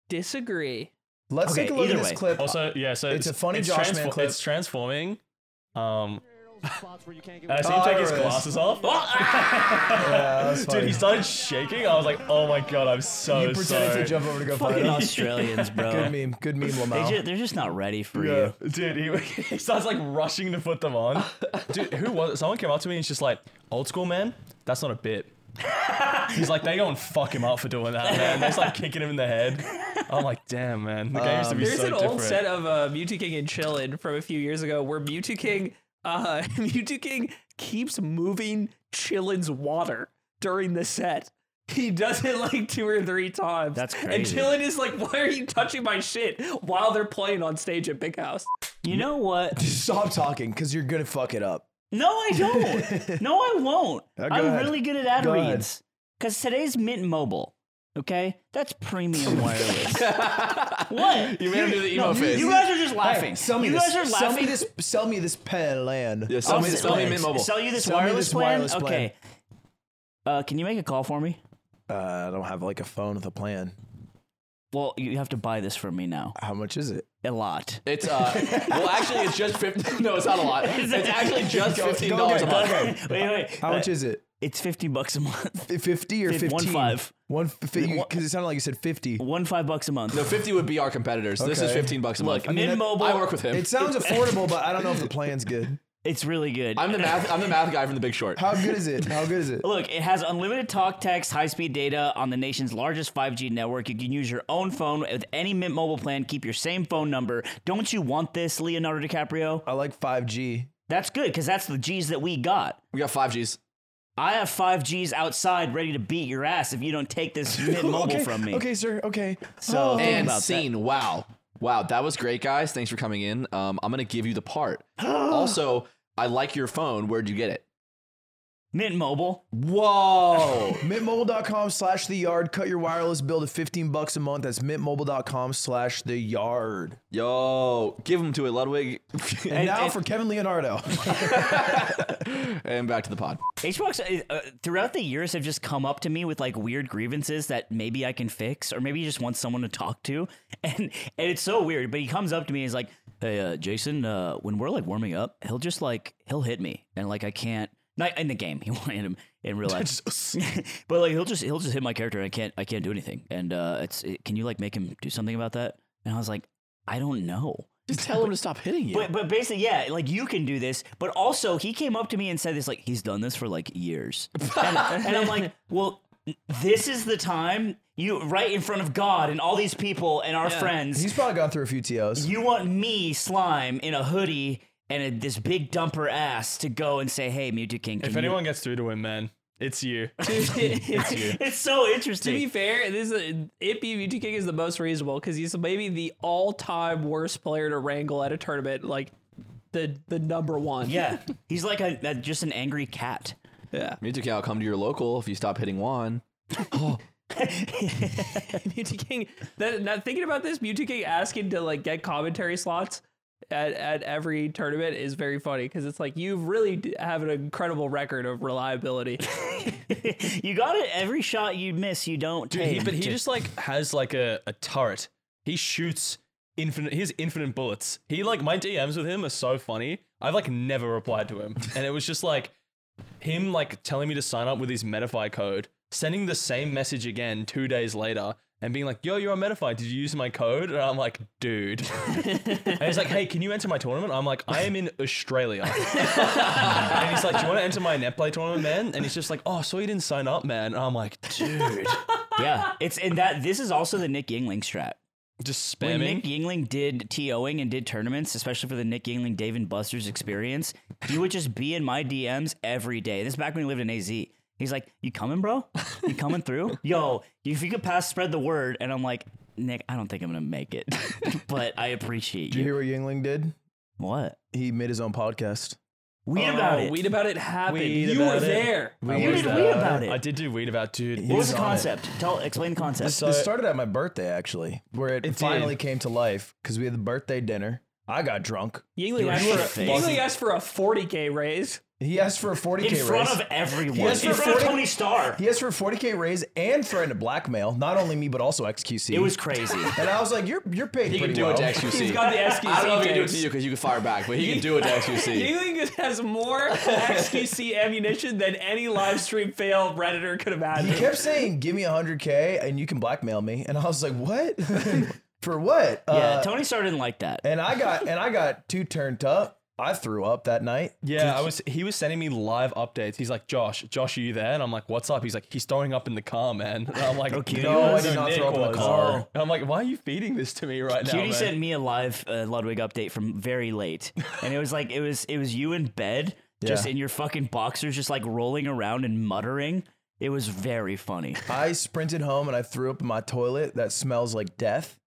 S4: disagree.
S2: Let's
S3: Okay,
S2: take a look
S3: either
S2: at this
S3: way.
S2: clip.
S5: Also, yeah, so
S2: It's a funny
S5: it's
S2: Josh Man clip.
S5: It's transforming. Uh, Um, and I see
S2: Oh,
S5: him take
S2: there
S5: his
S2: it is.
S5: glasses off. Oh,
S2: Yeah, that's
S5: Dude,
S2: funny.
S5: he started shaking. I was like, oh my god, I'm so
S2: you pretended
S5: sorry.
S2: to jump over to go find
S3: Fucking
S2: it.
S3: Australians,
S2: Good
S3: bro.
S2: meme. Good meme,
S3: They
S2: Lamau.
S3: ju- they're just not ready for
S5: Yeah,
S3: you.
S5: dude,
S4: <laughs>
S5: he, he <laughs> starts like rushing to put them on. Dude, who was? Someone came up to me and she's like, "Old school man, that's not
S4: <laughs>
S5: a bit." He's like, "They go and fuck him up for doing that, man." They're just like kicking him in the head. I'm like, "Damn, man, the game used to be
S4: There's
S5: so
S4: Um, an
S5: different."
S4: old set of uh, Mewtwo King and Chillin from a few years ago where Mewtwo King, uh, <laughs> Mewtwo King keeps moving Chillin's water during the set. He does it like two or three times.
S3: That's
S4: And
S3: crazy.
S4: Chillin is like, "Why are you touching my shit?" While they're playing on stage at
S3: <laughs>
S4: Big House. <laughs>
S3: You know what?
S2: Stop talking because you're going to fuck it up.
S3: No, <laughs> I don't. no, I won't.
S2: <laughs> Uh, go
S3: I'm
S2: ahead.
S3: really good at ad
S2: Go ahead.
S3: reads. Because today's Mint Mobile, okay? That's
S2: <laughs>
S3: premium <laughs> wireless. what?
S1: You made him do the emo
S3: No,
S1: face.
S3: You guys are just laughing.
S2: Sell me
S3: you
S2: this.
S3: guys are
S2: Sell me
S3: laughing.
S2: this. Sell me this plan.
S1: Yeah, sell me,
S3: I'll
S1: sell me
S3: sell-
S1: Mint Mobile.
S3: Sell you this
S2: Sell me
S3: wireless
S2: this
S3: plan?
S2: wireless plan.
S3: Okay. Uh, can you make a call for me?
S2: Uh, I don't have like a phone with a plan.
S3: Well, you have to buy this from me now.
S2: How much is it?
S3: A lot.
S1: It's uh, well, actually, it's just fifteen. <laughs> No, it's not a lot. It's actually just
S2: Go-
S1: fifteen
S2: go
S1: dollars
S2: get
S1: a
S2: it.
S1: month.
S2: Okay.
S3: <laughs> wait, wait. Uh,
S2: How much is it?
S3: It's fifty bucks a month. <laughs>
S2: F- Fifty or
S3: Fif-
S2: fifteen?
S3: one five.
S2: One because it sounded like you said fifty.
S3: One five bucks a month.
S1: No, fifty would be our competitors. This is
S2: Okay.
S1: fifteen bucks a
S3: Look,
S1: month.
S3: mid mobile.
S1: I work with him.
S2: It sounds affordable, but I don't know if the plan's good.
S3: It's really good.
S1: I'm the math. I'm the math guy from The Big Short.
S2: How good is it? How good is it?
S3: Look, it has unlimited talk, text, high speed data on the nation's largest 5G network. You can use your own phone with any Mint Mobile plan. Keep your same phone number. Don't you want this, Leonardo DiCaprio?
S2: I like five G.
S3: That's good because that's the G's that we got.
S1: We got five Gs.
S3: I have 5G's outside ready to beat your ass if you don't take
S2: <laughs>
S3: this Mint Mobile
S2: okay,
S3: from me.
S2: Okay, sir. Okay.
S3: So-
S2: Oh.
S3: Think
S1: and
S3: about that.
S1: scene. Wow, wow, that was great, guys. Thanks for coming in. Um, I'm gonna give you the <gasps> part. also, I like your phone. Where'd you get it?
S3: Mint Mobile.
S1: Whoa.
S2: mintmobile.com slash the yard. Cut your wireless bill to 15 bucks a month. That's mintmobile.com slash the yard.
S1: <laughs> Yo, give them to it, Ludwig. <laughs>
S2: And, now
S3: and-
S2: for Kevin
S3: <laughs>
S2: Leonardo.
S1: and back to the pod.
S3: Hbox uh, uh, throughout the years have just come up to me with like weird grievances that maybe I can fix or maybe he just wants someone to talk to, <laughs> and and it's so weird. But he comes up to me and he's like, "Hey, uh, Jason, uh, when we're like warming up, he'll just like he'll hit me, and like I can't." Not in the game, <laughs> he won't hit him in real life. <laughs> but like he'll just he'll just hit my character, and I can't I can't do anything. And uh, it's it, can you like make him do something about that? And I was like, I don't know.
S1: Just tell him to stop hitting you.
S3: But but basically, yeah, like you can do this. But also, he came up to me and said this, like he's done this for like
S5: <laughs>
S3: years, and, and I'm like, well, this is the time you right in front of God and all these people and our friends.
S2: He's probably gone through a few TOs.
S3: you want me, slime, in a hoodie and a, this big dumper ass to go and say, hey, Mewtwo King, can
S5: If
S3: you-
S5: anyone gets through to him, man, it's you.
S3: it's so
S4: To
S3: interesting.
S4: be fair, this is, it be VT King is the most reasonable because he's maybe the all-time worst player to wrangle at a tournament, like the the number one.
S3: <laughs> yeah, he's like a, a just an angry cat. <laughs>
S4: yeah.
S1: Music, I'll come to your local if you stop hitting Juan.
S4: <laughs> Mewtwo King. That, now thinking about this, Mewtwo King asking to like get commentary slots at, at every tournament is very funny because it's like you really d- have an incredible record of reliability.
S3: you got it. Every shot you miss, you don't
S5: Dude,
S3: take.
S5: he, but he just like has like a, a turret. He shoots infinite. He has infinite bullets. He like my DMs with him are so funny. I've like never replied to him, and it was just like him like telling me to sign up with his Metafy code, sending the same message again two days later, and being like, "Yo, you're on Metafy. Did you use my code?" And I'm like, "Dude," and he's like, "Hey, can you enter my tournament?" I'm like, "I am in Australia." and he's like, "Do you want to enter my netplay tournament, man?" And he's just like, "Oh, so you didn't sign up, man." And I'm like, "Dude."
S3: yeah. It's and that this is also the Nick Yingling strat.
S5: just
S3: When
S5: spamming.
S3: Nick Yingling did TOing and did tournaments, especially for the Nick Yingling Dave and Buster's experience, he would just be in my DMs every day. This is back when he lived in AZ. He's like, You coming, bro? You
S2: <laughs>
S3: coming through? Yo, if you could pass, spread the word. And I'm like, Nick, I don't think I'm going to make it, <laughs> but I appreciate
S2: Do you
S3: you.
S2: hear what Yingling did?
S3: What?
S2: He made his own podcast.
S3: Weed about
S4: Oh,
S3: it.
S4: Weed about it happened.
S5: Weed
S4: you
S5: about
S4: were
S5: it.
S4: there.
S3: you did weed about it.
S5: I did do weed about dude.
S3: what was
S2: He's on
S3: the
S2: it.
S3: concept? Tell, explain the concept.
S5: So-
S2: this started at my birthday, actually, where it,
S5: It
S2: finally
S5: did.
S2: came to life because we had the birthday dinner. I got drunk.
S4: Yingling
S3: were
S4: asked, for a,
S3: shit-faced.
S4: Yingling asked for a 40k raise.
S2: He asked for a 40K
S3: in front
S2: raise.
S3: of everyone.
S2: Yes,
S3: in
S2: for
S3: front of
S2: 40
S3: Tony Starr.
S2: he asked for a 40K raise and threatened to blackmail, not only me, but also XQC.
S3: It was crazy.
S2: And I was like, you're, you're paid
S1: He can
S2: pretty
S1: do
S2: well.
S1: it to XQC.
S4: He's got the
S1: I don't know if
S4: SQC
S1: he can do it
S4: tapes.
S1: to you because you can fire back, but he can <laughs> do it to XQC.
S4: Yingling has more XQC ammunition than any live stream fail redditor could
S2: He
S4: imagine.
S2: kept saying, "Give me 100k and you can blackmail me," and I was like, "What? <laughs> For what?" <laughs>
S3: yeah,
S2: Uh,
S3: Tony Starr didn't like that.
S2: and I got and I got too turned up. I threw up that night.
S5: Yeah, I was. He was sending me live updates. He's like, "Josh, Josh, are you there?" And I'm like, "What's up?" He's like, "He's throwing up in the car, man." And <laughs> I'm like,
S3: Okay.
S5: "Dude,
S2: No, I
S5: that's
S2: did not
S5: Nick
S2: throw up in the
S5: was." Oh.
S2: car.
S5: And I'm like, "Why are you feeding this to me <laughs> right now?"
S3: Cutie
S5: man?"
S3: sent me a live uh, Ludwig update from very late, and it was like it was it was you in bed, just
S2: Yeah.
S3: in your fucking boxers, just like rolling around and muttering. It was very funny.
S2: I sprinted home and I threw up in my toilet that smells like
S5: <laughs>
S2: death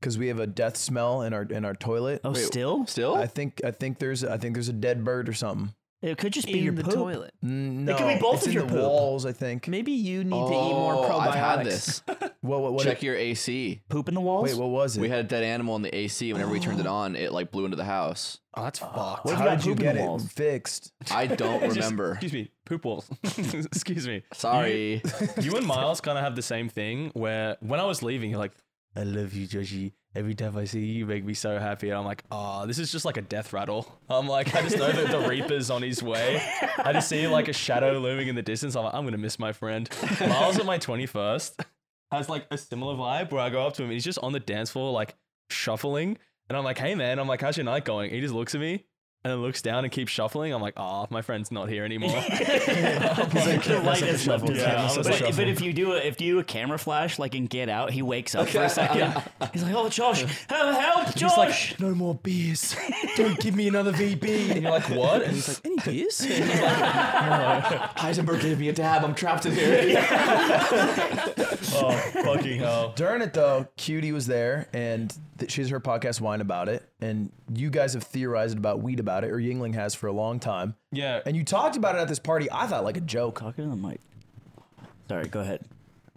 S2: because we have a death smell in our in our toilet.
S3: Oh, still,
S1: Still?
S2: I think I think there's I think there's a dead bird or something.
S3: it could just be your poop.
S2: Mm, No,
S3: could be both
S2: it's
S3: of
S2: in
S3: your
S2: the
S3: poop.
S2: walls. I think.
S4: Maybe you need to eat more
S1: Oh,
S4: probiotics.
S1: I've had this.
S2: What? What?
S1: <laughs>
S2: what
S1: Check your AC.
S3: Poop in the walls.
S2: wait, what was it?
S1: We had a dead animal in the AC. Whenever we <gasps> turned it on, it like blew into the house.
S5: Oh, that's fucked.
S3: What if
S2: How
S3: you got
S2: did you
S3: poop in the
S2: get it
S3: walls?
S2: fixed?
S1: I <laughs> don't
S5: Just-
S1: remember.
S5: excuse me, poop walls. <laughs> excuse me.
S1: Sorry. <laughs>
S5: <laughs> You and Miles kind of have the same thing where when I was leaving, you're like, I love you, Joji. Every time I see you, you make me so happy. And I'm like, ah, this is just like a death rattle. I'm like, I just know that the Reaper's on his way. I just see like a shadow looming in the distance. I'm like, I'm gonna miss my friend. Miles at my 21st has like a similar vibe where I go up to him and he's just on the dance floor, like shuffling. And I'm like, hey man, I'm like, how's your night going? He just looks at me and then looks down and keeps shuffling. I'm like, ah, my friend's not here anymore. <laughs>
S3: the light is left
S5: shuffle.
S3: his
S5: Yeah,
S3: house.
S5: I'm
S3: but,
S5: like shuffle.
S3: but if you do a, if you do a camera flash like in Get Out, he wakes up for a second. He's like, "Oh, Josh, help, help Josh!"
S5: no more beers. Don't give me another VB. And you're like, what? And he's like, any beers?
S1: Heisenberg gave me a dab. I'm trapped in here.
S5: oh, fucking <laughs> hell.
S2: <laughs> During it though, Cutie was there, and th- she's her podcast Wine about it, and you guys have theorized about weed about it, or Yingling has for a long time,
S5: Yeah.
S2: and you talked about it at this party. I thought like a joke.
S3: Talking to the mic. Sorry, go ahead.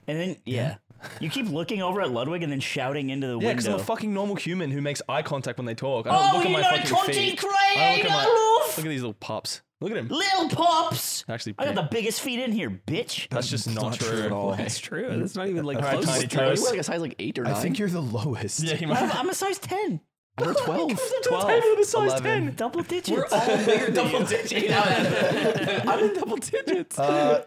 S3: And then yeah, you keep looking over at Ludwig and then shouting into the
S5: Yeah, because I'm
S3: window.
S5: a fucking normal human who makes eye contact when they talk. I don't
S2: Oh,
S5: look at my fucking feet. I don't look, at my- look at these little pops. Look at him.
S3: Little pops.
S5: Actually,
S3: I got
S5: pretty-
S3: the biggest feet in here, bitch.
S5: <laughs> That's just not, true. <laughs>
S4: That's true. That's not even like
S5: All right,
S4: close.
S5: tiny
S4: to
S1: Are you
S5: toes.
S1: like a size like eight or
S2: I
S1: nine?
S2: think you're the lowest.
S5: Yeah, he
S3: I'm,
S5: might.
S3: I'm a size ten.
S1: you're twelve.
S5: Twelve.
S3: Double digits.
S1: double
S4: <laughs>
S1: digits. <laughs> I'm in double digits.
S2: <laughs>
S5: <laughs>
S2: Uh,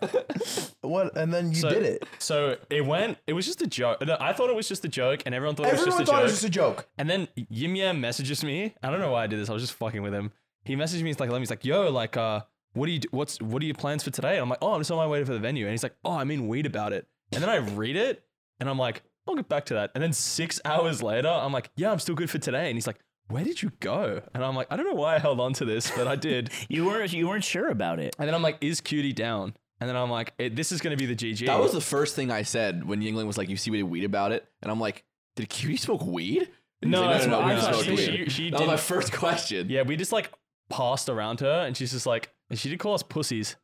S2: what? And then you
S5: So-
S2: did it.
S5: So it went. It was just a joke. No, I thought it was just a joke, and everyone thought
S2: Everyone
S5: it was just a
S2: thought
S5: joke.
S2: it was just a joke.
S5: And then Yim Yam messages me. I don't know why I did this. I was just fucking with him. He messaged me. He's like, "Let me." He's like, "Yo, like, uh, what do you do- what's what are your plans for today?" And I'm like, "Oh, I'm just on my way for the venue." And he's like, "Oh, I mean, weed about it." And then I read it, and I'm like, "I'll get back to that." And then six <laughs> hours later, I'm like, "Yeah, I'm still good for today." And he's like, "Where did you go?" And I'm like, "I don't know why I held on to this, but I did."
S3: You weren't you weren't sure about it.
S5: and then I'm like, "Is Cutie down?" And then I'm like, it, "This is gonna be the GG."
S1: That was the first thing I said when Yingling was like, "You see we did weed about it," and I'm like, "Did Cutie smoke weed?" And he's
S5: No,
S1: like,
S5: that's what
S1: we
S5: I
S1: just
S5: thought.
S1: smoked
S5: She-
S1: weed."
S5: she- she
S1: that was my
S5: didn't-
S1: first question.
S5: yeah. We just like passed around her, and she's just like, and she did call us pussies.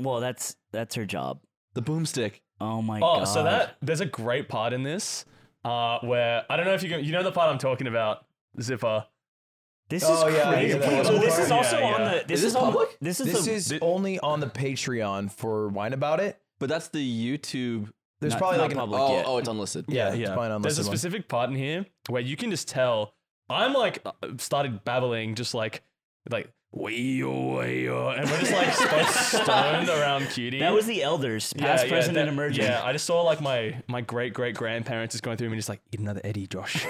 S3: Well, that's that's her job.
S1: The boomstick.
S3: Oh my
S5: Oh,
S3: god.
S5: so that there's a great part in this uh, where I don't know if you can, you know the part I'm talking about, Zipper.
S3: this is
S2: Oh, yeah, yeah,
S3: crazy.
S2: that
S3: so
S2: was
S3: this
S2: part-
S3: is also
S5: yeah,
S3: on
S5: yeah.
S3: the this
S1: Is this
S3: is pub-
S1: public?
S3: This is
S2: This is
S3: the
S2: only on the Patreon for Wine About It.
S1: But that's the YouTube.
S2: There's
S3: Not-
S2: probably
S3: not
S2: like an
S3: public.
S1: Oh,
S3: yet.
S1: oh, it's unlisted.
S2: Yeah, it's probably not
S5: There's a
S2: listed one.
S5: specific part in here where you can just tell. I'm like uh, started babbling, just like like wee-yo, wee-yo, oh," and we're
S3: <laughs>
S5: just like st- stoned around cutie.
S3: that was the elders,
S5: Yeah,
S3: past,
S5: yeah,
S3: present,
S5: that-
S3: and emerging.
S5: Yeah, I just saw like my my great great grandparents just going through me and just like eat another
S3: <laughs>
S5: Eddie, Josh.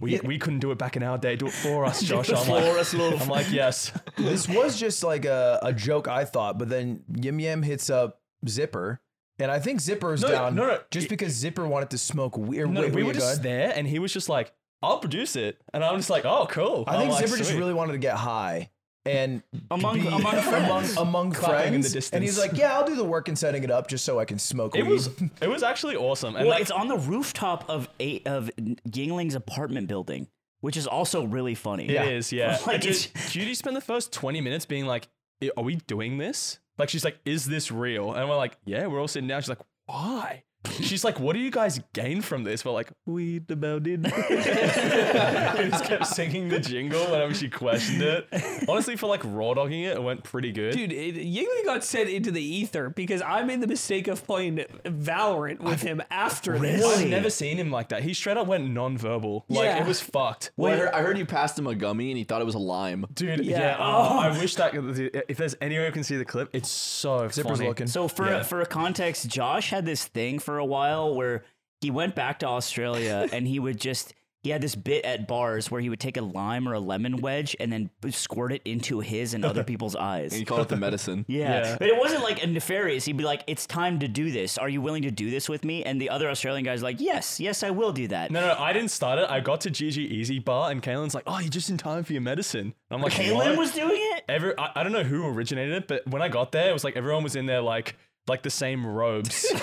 S5: we we couldn't do it back in our day. Do it for us, Josh. I'm like,
S1: us, love.
S5: I'm like yes.
S2: this was just like a, a joke I thought, but then Yim Yim hits up Zipper, and I think Zipper's
S5: No,
S2: down
S5: no, no.
S2: just because Zipper wanted to smoke weird.
S5: No,
S2: wait,
S5: we
S2: wait,
S5: were
S2: go ahead.
S5: just there, and he was just like, "I'll produce it," and I'm just like, "Oh, cool."
S2: I think
S5: I'm like,
S2: Zipper just
S5: "Sweet."
S2: really wanted to get high and
S3: Among-
S2: be-
S3: among
S2: <laughs>
S3: friends.
S2: among, among
S5: Clapping in the
S2: friends, and
S5: distance.
S2: he's like, "Yeah, I'll do the work and setting it up just so I can smoke."
S5: It
S2: weed. <laughs>
S5: was it was actually awesome, and
S3: Well,
S5: like,
S3: it's on the rooftop of a, of Yingling's apartment building, which is also really funny.
S5: it
S2: <laughs>
S5: is, yeah.
S3: Like,
S5: Like, just, Judy spent the first twenty minutes being like, "I- "Are we doing this?" Like, she's like, "Is this real?" And we're like, "Yeah." We're all sitting down. She's like, "Why?" She's like, "What do you guys gain from this?" We're like, "We about <laughs> it." We just kept singing the jingle whenever she questioned it. Honestly, for like raw dogging it, it went pretty good.
S4: Dude, it, Yingling got sent into the ether because I made the mistake of playing Valorant with him after this.
S5: I've never seen him like that. He straight up went nonverbal. Like
S4: Yeah.
S5: it was fucked.
S1: Well, I heard, I heard you passed him a gummy and he thought it was a lime.
S5: Dude,
S4: Yeah.
S5: yeah. uh, I wish that if there's any way you can see the clip, it's so
S2: Zipper's
S5: funny.
S2: looking.
S3: So for
S5: Yeah.
S3: for context, Josh had this thing for a while where he went back to Australia
S5: <laughs>
S3: and he would just he had this bit at bars where he would take a lime or a lemon wedge and then squirt it into his and
S5: <laughs>
S3: other people's eyes.
S1: He called it the medicine.
S3: Yeah.
S5: Yeah.
S3: But it wasn't like a nefarious. He'd be like, It's time to do this. Are you willing to do this with me? And the other Australian guy's like, Yes, yes, I will do that.
S5: No, no, I didn't start it. I got to GG Easy Bar, and Kaylin's like, "Oh, you're just in time for your medicine." And I'm like,
S3: Kaylin
S5: "What?"
S3: was doing it?
S5: Every, I, I don't know who originated it, but when I got there, it was like everyone was in there like like the same robes.
S1: Kay-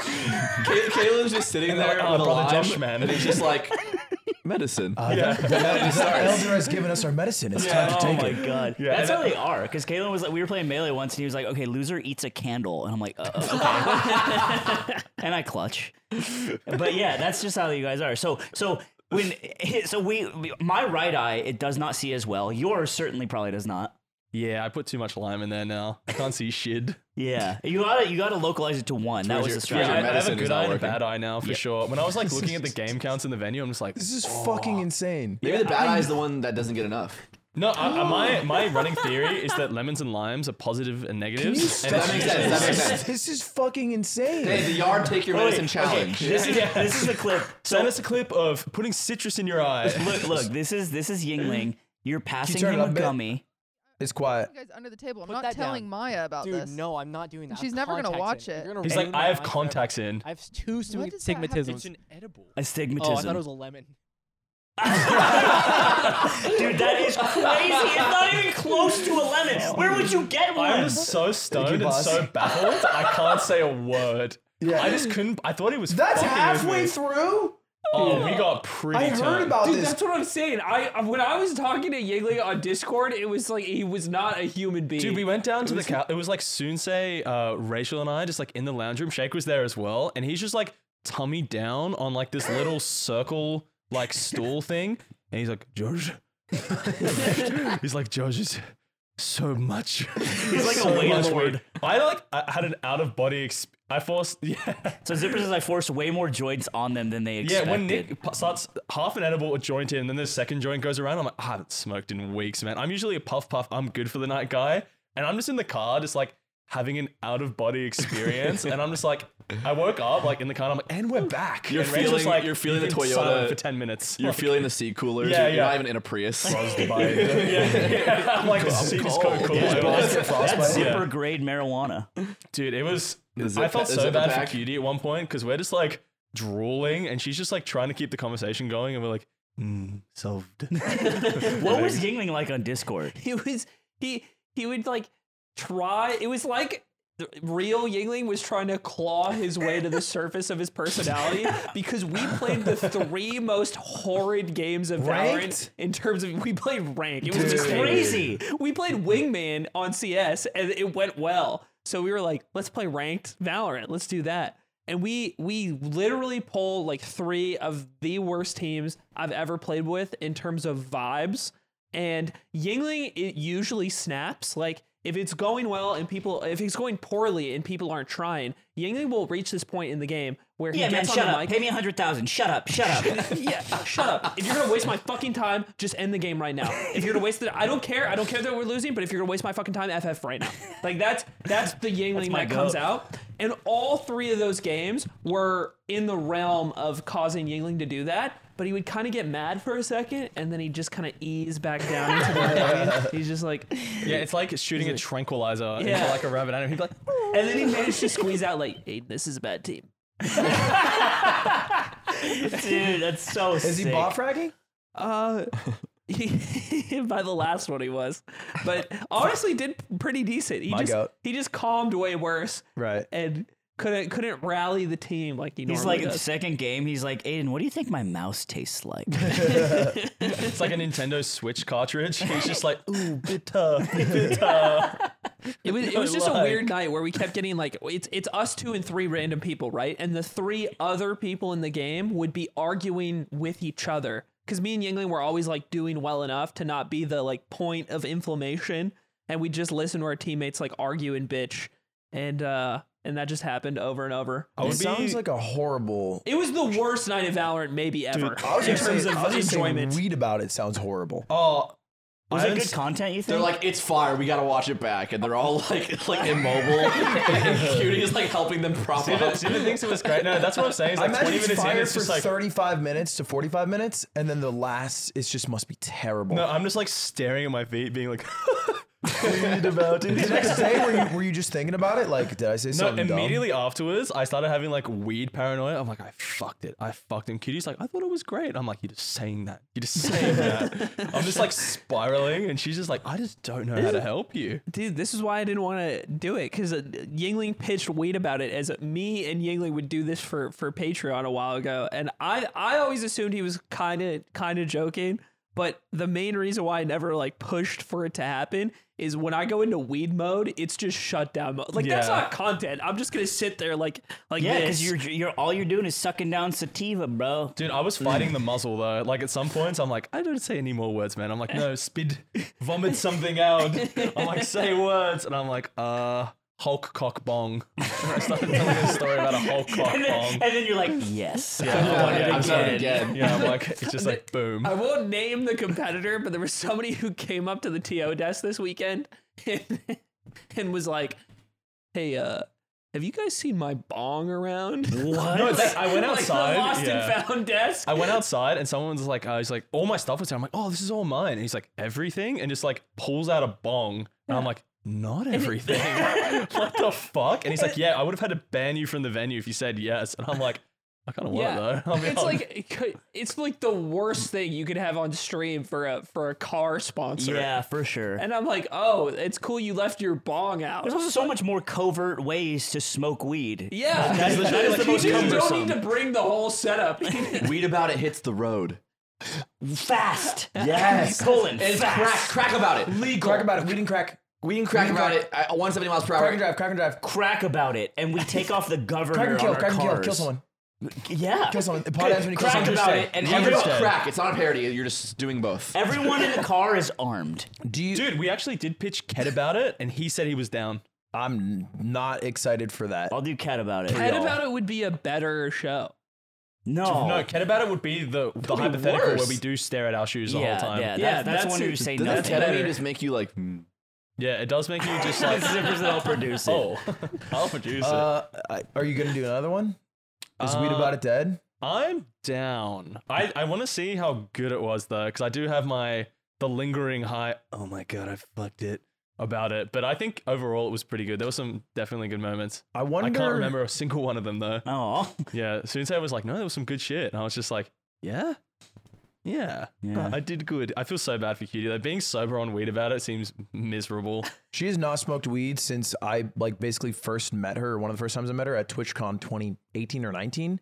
S1: Caitlin's just sitting
S5: And
S1: there
S5: they're like, "Oh,
S1: with a
S5: brother
S1: lime,
S5: Josh, man."
S1: and he's just like, medicine.
S2: <laughs>
S5: yeah.
S2: Elder has given us our medicine. It's time to
S3: Oh
S2: take
S3: my
S2: it.
S3: god.
S5: Yeah,
S3: That's
S5: and
S3: how they are. Because Kaylin was like, we were playing Melee once and he was like, okay, loser eats a candle. And I'm like, uh, uh,
S2: <laughs>
S3: okay. and I clutch. But yeah, that's just how you guys are. So, so. <laughs> When so we my right eye it does not see as well. Yours certainly probably does not.
S5: Yeah, I put too much lime in there now. I can't see shit.
S3: Yeah, you gotta you gotta localize it to one. That was the
S1: Yeah,
S5: Yeah,
S1: your
S5: I, I
S3: strategy.
S5: have a
S1: medicine is
S5: good
S1: not
S5: eye and a
S1: working.
S5: bad eye now for sure. When I was like looking at the game counts in the venue, I'm just like,
S2: This is fucking insane.
S1: Maybe the bad eye is the one that doesn't get enough.
S5: no. I, I-
S2: Oh.
S5: my my running theory is that lemons and limes are positive and negatives. and
S1: That makes sense. That makes
S2: This
S1: sense.
S2: is- This is fucking insane.
S1: Hey, the yard take <laughs> your medicine challenge.
S3: This is this is
S2: <laughs>
S3: the clip.
S5: Send
S3: So
S5: us a clip of putting citrus in your eye.
S3: look, look, this is this is Yingling. You're passing
S2: turn it
S3: him
S2: up
S3: a
S2: a bit?
S3: gummy.
S2: It's quiet.
S6: you guys under the table. I'm
S7: Put
S6: not
S7: that
S6: telling
S7: down.
S6: Maya about
S7: Dude,
S6: this.
S7: no, I'm not doing that. I
S6: She's
S7: have
S6: never gonna
S7: contacts
S6: watch
S7: in.
S6: it.
S7: You're gonna
S5: He's
S7: ruin
S5: like,
S7: my
S5: I have
S7: life forever."
S5: contacts in.
S7: I have two
S6: What does that have to
S7: stigmatisms.
S4: edible.
S7: Oh, I
S3: Astigmatism.
S7: thought it was a lemon.
S3: Dude, that is <laughs> crazy. It's not even close to a lemon. Where would you get one?
S5: I'm so stoned and
S2: boss.
S5: so baffled. I can't say a word.
S2: Yeah.
S5: I just couldn't. I thought he was.
S2: That's
S5: fucking with
S2: halfway
S5: me.
S2: through.
S5: Oh, we got pretty.
S2: I heard
S5: turned.
S2: about
S4: Dude,
S2: this.
S4: that's what I'm saying. I I- when I was talking to Yingling on Discord, it was like he was not a human being.
S5: Dude, we went down to the cow. It was like Sunsei, uh, Rachel, and I just like in the lounge room. Shake was there as well, and he's just like tummy down on like this little circle like <laughs> stool thing, and he's like <laughs> George. he's like George is so much. He's
S3: like a weight lord.
S5: I like I had an out of body. Exp- I forced. <laughs> Yeah.
S3: so Zipper says I forced way more joints on them than they expected.
S5: Yeah, when Nick <laughs> p- starts half an edible a joint in, and then the second joint goes around, I'm like, I haven't smoked in weeks, man. I'm usually a puff puff, I'm good for the night guy. And I'm just in the car, just like having an out of body experience. and I'm just like, I woke up like in the car, and I'm like, and we're back.
S1: You're
S5: and Rachel's
S1: feeling- you're feeling
S5: "You've
S1: the
S5: been
S1: Toyota-
S5: silent for 10 minutes.
S1: You're
S5: Like,
S1: feeling the seat coolers.
S5: Yeah,
S1: you're, you're
S5: yeah.
S1: not even in a Prius.
S5: buzzed
S1: <laughs>
S5: by it. yeah, <laughs> yeah. I'm like, the seat is so cool.
S3: That's
S5: Yeah.
S3: Zipper grade marijuana.
S5: Dude, it was.
S1: zip
S5: I
S1: pa-
S5: felt so
S1: zipper
S5: bad
S1: pack?
S5: for Cutie at one point because we're just like drooling, and she's just like trying to keep the conversation going, and we're like, mm, solved.
S3: What was Yingling like on Discord?
S4: <laughs> he was he he would like try it was like the real Yingling was trying to claw his way to the surface of his personality because we played the three most horrid games of
S2: Ranked?
S4: Valorant in terms of we played rank. It was
S3: It's
S4: just crazy.
S3: crazy.
S4: <laughs> We played Wingman on CS and it went well. So we were like, let's play ranked Valorant. Let's do that. And we we literally pull like three of the worst teams I've ever played with in terms of vibes. And Yingling it usually snaps. Like if it's going well and people if it's going poorly and people aren't trying, Yingling will reach this point in the game where he
S3: Yeah, man,
S4: gets on
S3: shut
S4: the
S3: up.
S4: mic
S3: Pay me a hundred thousand. Shut up. Shut
S4: <laughs>
S3: up.
S4: yeah, Uh, shut up. If you're gonna waste my fucking time, just end the game right now. If you're gonna waste the, I don't care. I don't care that we're losing. But if you're gonna waste my fucking time, FF right now. Like that's that's the Yingling
S3: my
S4: that comes
S3: goat.
S4: out. And all three of those games were in the realm of causing Yingling to do that. But he would kind of get mad for a second, and then he would just kind of ease back down into <laughs> the lane. He's just like,
S5: Yeah, it's like shooting a tranquilizer into
S4: Yeah.
S5: like a rabbit animal. He'd be like,
S4: and then he managed to squeeze out like, hey, this is a bad team.
S3: Dude, that's so
S2: Is he bot fragging?
S4: Uh, he, <laughs> by the last one he was, but honestly did pretty decent. He
S2: My
S4: just
S2: goat.
S4: he just calmed way worse
S2: Right.
S4: and couldn't couldn't rally the team like he
S3: He's
S4: normally
S3: like in the
S4: does.
S3: second game. He's like, Aiden, what do you think my mouse tastes like?
S5: it's like a Nintendo Switch cartridge. He's just like, ooh, bitter, bitter.
S4: It <laughs> was it was just a
S5: Like-
S4: weird night where we kept getting like it's it's us two and three random people right, and the three other people in the game would be arguing with each other because me and Yingling were always like doing well enough to not be the like point of inflammation, and we just listen to our teammates like argue and bitch, and uh and that just happened over and over.
S5: I would
S2: It
S5: be-
S2: sounds like a horrible.
S4: It was the worst night of Valorant maybe ever
S2: I was
S4: in
S2: gonna
S4: terms
S2: say- I was
S4: of
S2: gonna say
S4: enjoyment.
S2: Read about it sounds horrible.
S5: oh,
S3: Was
S5: I
S3: it good
S5: understand-
S3: content? You think?
S1: They're like, it's fire. We gotta watch it back, and they're all like, like immobile. and Cutie is like helping them prop
S5: See the,
S1: up.
S5: see the things that was great. No, that's what I'm saying. It's
S2: I
S5: like
S2: imagine
S5: 20
S2: it's
S5: minutes in,
S2: fire
S5: it's
S2: for
S5: just like,
S2: 35 minutes to 45 minutes, and then the last, it just must be terrible.
S5: no, I'm just like staring at my feet, being like, <laughs> read about it.
S2: The <laughs> next day, were you, were you just thinking about it? Like, did I say
S5: No,
S2: something dumb?
S5: immediately afterwards, I started having like weed paranoia. I'm like, I fucked it. I fucked him. Kitty's like, I thought it was great. I'm like, you're just saying that. You're just
S2: <laughs>
S5: saying that. I'm just like spiraling, and she's just like, I just don't know how to help you.
S4: Dude, this is why I didn't want to do it because Yingling pitched Wade about it as me and Yingling would do this for for Patreon a while ago, and I I always assumed he was kind of kind of joking, But the main reason why I never like pushed for it to happen is when I go into weed mode, it's just shutdown mode. Like that's
S5: Yeah.
S4: not content. I'm just gonna sit there like like
S3: Yeah,
S4: this.
S3: because you're you're all you're doing is sucking down sativa, bro.
S5: Dude, I was fighting the muzzle though. Like at some points, I'm like, I don't say any more words, man. I'm like, no, spit, vomit something out. I'm like, say words, and I'm like, uh, Hulk cock bong. <laughs> And I started telling a story about a Hulk cock
S3: And then,
S5: <laughs>
S3: and
S5: bong.
S3: then you're like, Um, yes.
S1: I'm sorry again.
S5: Yeah, I'm like, it's just like boom.
S4: I won't name the competitor, but there was somebody who came up to the TO desk this weekend <laughs> and, and was like, "Hey, uh, have you guys seen my bong around?"
S3: What?
S5: No, it's <laughs>
S4: <laughs>
S5: like, I went
S4: like
S5: outside.
S4: the lost
S5: yeah.
S4: and found desk.
S5: I went outside and someone was like, uh, he's like, all my stuff was there. I'm like, oh, this is all mine. And he's like, everything? And just like pulls out a bong. And I'm like, not everything.
S2: <laughs>
S5: <laughs> what the fuck? And he's like, yeah, I would have had to ban you from the venue if you said yes. And I'm like, I kind of want it though. <laughs> I'll be
S4: it's
S5: honest.
S4: like it could- it's like the worst thing you could have on stream for a for a car sponsor.
S3: yeah, for sure.
S4: And I'm like, oh, it's cool you left your bong out.
S3: There's also so much more covert ways to smoke weed.
S4: Yeah,
S3: That's literally
S4: Like,
S3: the
S4: <laughs> you
S3: most
S4: just
S5: cumbersome.
S4: don't need to bring the whole
S5: <laughs>
S4: setup.
S1: Weed about it hits the road.
S3: <laughs> Fast. Yes. Colon.
S1: It's crack,
S3: fast.
S1: crack about it.
S2: Legal. Crack about it. We didn't crack.
S1: We can crack
S2: Weed
S1: about
S2: about-
S1: it. at 170 miles per
S2: Crack and
S1: hour.
S2: drive. Crack and drive.
S3: Crack about it, and we take off the governor.
S2: Crack and kill.
S3: on our
S2: Crack and kill. Kill
S3: cars.
S2: someone.
S3: Yeah.
S2: Kill someone. The pod ends when you kill
S3: Crack
S2: someone.
S3: about it, and
S1: Every
S3: everyone,
S5: Understand.
S1: crack. It's not a parody. You're just doing both.
S3: everyone in the car is armed.
S2: Do you?
S5: Dude, we actually did pitch Ket about it, and he said he was down.
S2: I'm not excited for that.
S3: I'll do cat about it.
S4: Head about it would be a better show.
S3: No.
S5: No, Ket about it would be the, the hypothetical
S1: worse.
S5: where we do stare at our shoes the
S3: yeah,
S5: whole time.
S3: yeah,
S5: Yeah.
S4: Yeah,
S3: that's, that's
S4: that's
S3: one where
S4: it.
S3: you say
S1: Does that
S3: nothing.
S1: ketamine just make you like? mm,
S5: it does make you
S3: <laughs>
S5: just like,
S3: I'll produce it.
S5: oh, I'll produce it.
S2: Uh, I- are you gonna do another one? Is weed about it dead?
S5: I'm down. I, I want to see how good it was though, because I do have my the lingering high. Oh my god, I fucked it about it. But I think overall it was pretty good. There were some definitely good moments.
S2: I wonder.
S5: I can't remember a single one of them though.
S3: Oh, <laughs>
S5: Yeah, Sunsei was like, no, there was some good shit, and I was just like, yeah. Yeah,
S3: Yeah.
S5: I did good. I feel so bad for Cutie. though. being sober on weed about it seems miserable.
S2: She has not smoked weed since I like basically first met her. One of the first times I met her at TwitchCon 2018 or 19,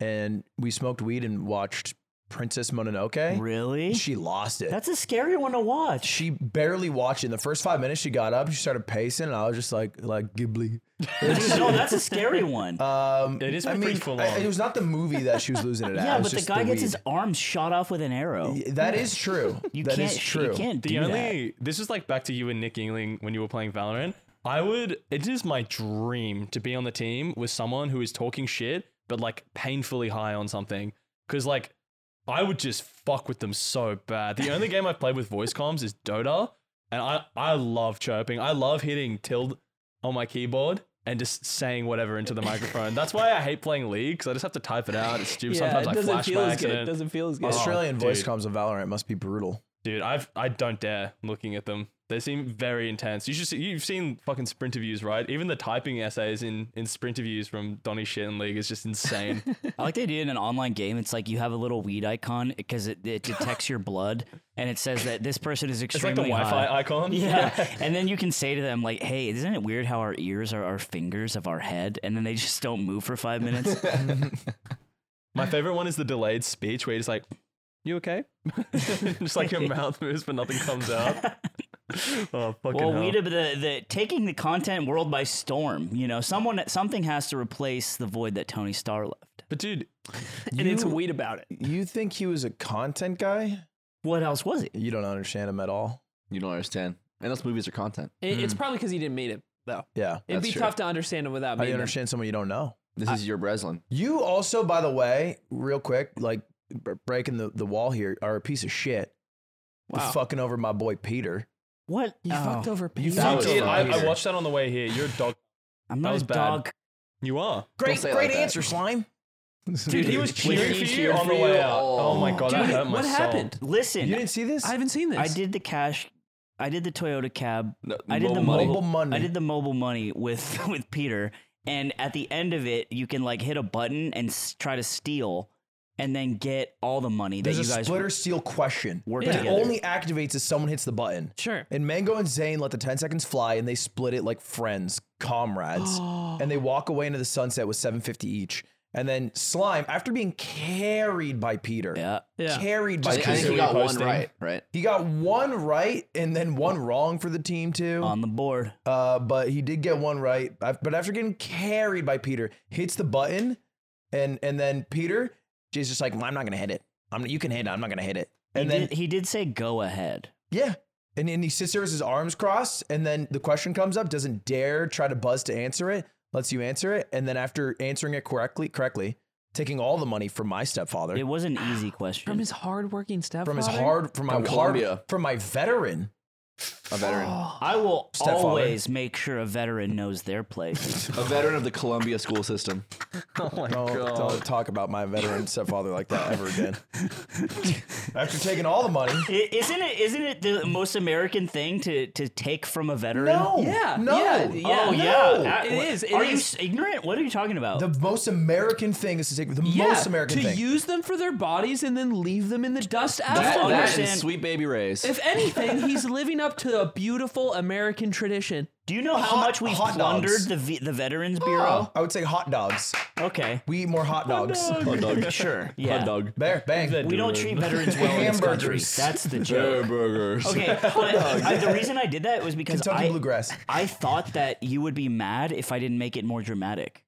S2: and we smoked weed and watched Princess Mononoke.
S3: really?
S2: She lost it.
S3: That's a scary one to watch.
S2: she barely watched it. In the first five minutes, she got up, she started pacing, and I was just like, like Ghibli.
S3: no, that's a scary one.
S2: Um,
S5: It is
S2: I
S5: pretty
S2: mean,
S5: full
S2: I-
S5: on.
S2: it was not the movie that she was losing
S3: <laughs>
S2: it at.
S3: yeah,
S2: it
S3: but
S2: was
S3: the
S2: just
S3: guy gets
S2: weed.
S3: his arm shot off with an
S2: Oh.
S3: arrow.
S2: That is true. That is
S3: <laughs> You can't.
S2: true.
S3: You can't do
S5: The
S3: that.
S5: only this is like back to you and Nick Engling when you were playing Valorant. I would it is my dream to be on the team with someone who is talking shit but like painfully high on something cuz like I would just fuck with them so bad. The only game I've played with voice comms is Dota and I I love chirping. I love hitting tilde on my keyboard and just saying whatever into the microphone. That's why I hate playing League cuz I just have to type it out. It's stupid. Sometimes
S4: it
S5: I
S4: doesn't
S5: flash
S4: feel
S5: by
S4: as good.
S5: accident.
S4: doesn't feel as good.
S5: Oh,
S2: Australian voice
S5: dude.
S2: comms on Valorant must be brutal.
S5: Dude, I've I don't dare looking at them. They seem very intense. You should see, you've seen fucking sprint reviews, right? Even the typing essays in in sprint reviews from Donny Shit and League is just insane.
S3: I like they did in an online game. It's like you have a little weed icon because it, it detects your blood and it says that this person is
S5: it's like the
S3: extremely
S5: Wi-Fi
S3: high. <laughs>
S5: icon.
S3: Yeah. and then you can say to them, like, hey, isn't it weird how our ears are our fingers of our head? And then they just don't move for five
S5: <laughs>
S3: minutes.
S5: <laughs> My favorite one is the delayed speech where you're just like, "You okay?" <laughs> just like your mouth moves but nothing comes out. oh fucking
S3: well,
S5: hell.
S3: we did the, the taking the content world by storm. You know, someone something has to replace the void that Tony Starr left.
S5: but dude,
S4: and it's weed about it.
S2: You think he was a content guy?
S3: What else was it?
S2: You don't understand him at all.
S1: You don't understand. And those movies are content.
S4: It- It's probably because he didn't meet him though.
S2: Yeah.
S4: It'd
S1: That's
S4: be
S1: true.
S4: tough to understand him without
S2: How do
S4: meeting
S2: you
S4: him.
S2: understand someone you don't know?
S1: This is your Breslin.
S2: You also, by the way, real quick, like b- breaking the, the wall here, are a piece of shit. You're
S4: Wow.
S2: Fucking over my boy Peter.
S3: What?
S4: You
S3: Oh,
S4: fucked over
S2: You
S4: Pete.
S2: fucked
S1: was
S5: dude,
S1: fun.
S5: I, I watched that on the way here. You're a dog.
S3: I'm
S5: That
S3: not
S5: was
S3: a
S5: bad.
S3: dog.
S5: You are.
S1: Great- say it great like that. answer,
S2: Slime.
S5: Dude, he was cheering
S1: he
S5: for you
S1: cheered
S5: on
S1: for
S5: the way
S1: you.
S5: out. Oh my god, that
S4: Dude,
S5: hurt my
S4: what
S5: soul.
S4: happened?
S3: Listen,
S2: You didn't see this?
S4: I haven't seen this.
S3: I did the cash. I did the Toyota cab.
S1: No,
S3: I did
S1: mobile
S3: the
S1: money.
S3: mobile,
S2: Mobile money.
S3: I did the mobile money with <laughs> with Peter. And at the end of it, you can like hit a button and s- try to steal, and then get all the money that
S2: There's
S3: you
S2: a
S3: guys
S2: splitter seal question.
S3: work
S4: Yeah.
S2: It
S3: together.
S2: only activates if someone hits the button.
S4: Sure.
S2: And Mango and Zane let the 10 seconds fly and they split it like friends, comrades. and they walk away into the sunset with 750 each. And then Slime, after being carried by Peter,
S3: Yeah.
S4: Yeah.
S2: carried
S1: I
S2: by
S1: think, I think
S2: Peter,
S1: he got one
S5: posting.
S1: right, right?
S2: he got one right and then one wrong for the team too.
S3: On the board.
S2: Uh, but he did get one right. I- But after getting carried by Peter, hits the button, and and then Peter is just like, "I'm not gonna hit it. I'm you can hit it. I'm not gonna hit it." And
S3: he,
S2: then
S3: did, he did say go ahead.
S2: yeah, and and he sits there with his arms crossed, and then the question comes up, doesn't dare try to buzz to answer it, lets you answer it, and then after answering it correctly, correctly, taking all the money from my stepfather,
S3: It was an easy question.
S4: From his hardworking stepfather.
S2: from his hard, from my
S1: From
S2: hard,
S1: Colombia.
S2: from my veteran.
S1: A veteran,
S3: I will
S2: Stepfather.
S3: always make sure a veteran knows their place.
S1: a veteran of the Columbia school system.
S5: Oh my
S2: Don't,
S5: god.
S2: don't talk about my veteran stepfather like that ever again. After taking all the money.
S3: I- isn't it? Isn't it the most American thing to to take from a veteran?
S2: No.
S4: Yeah,
S2: No.
S4: yeah, yeah.
S3: Oh
S4: No.
S3: yeah,
S4: It
S3: Uh, what-
S4: is, it
S3: are you
S4: is.
S3: s- ignorant? What are you talking about?
S2: The most American thing is to take the
S4: Yeah,
S2: most American
S4: to
S2: thing.
S4: use them for their bodies and then leave them in the dust
S1: That,
S4: afterwards.
S1: that and
S3: understand-
S1: sweet baby Ray's.
S4: If anything, he's living up to a beautiful American tradition.
S3: Do you know how
S2: hot-
S3: much we
S2: hot
S3: plundered
S2: dogs. Oh.
S3: the v- the Veterans Bureau?
S2: I would say hot dogs.
S3: Okay,
S2: We eat more hot dogs.
S1: hot dog,
S3: sure. Yeah,
S1: dog,
S2: There, bang.
S3: we don't treat veterans well in this country.
S2: Hamburgers.
S3: That's the joke.
S1: burgers.
S2: <laughs>
S3: Okay, but I, the reason I did that was because
S2: Kentucky
S3: I
S2: bluegrass.
S3: I thought that you would be mad if I didn't make it more dramatic.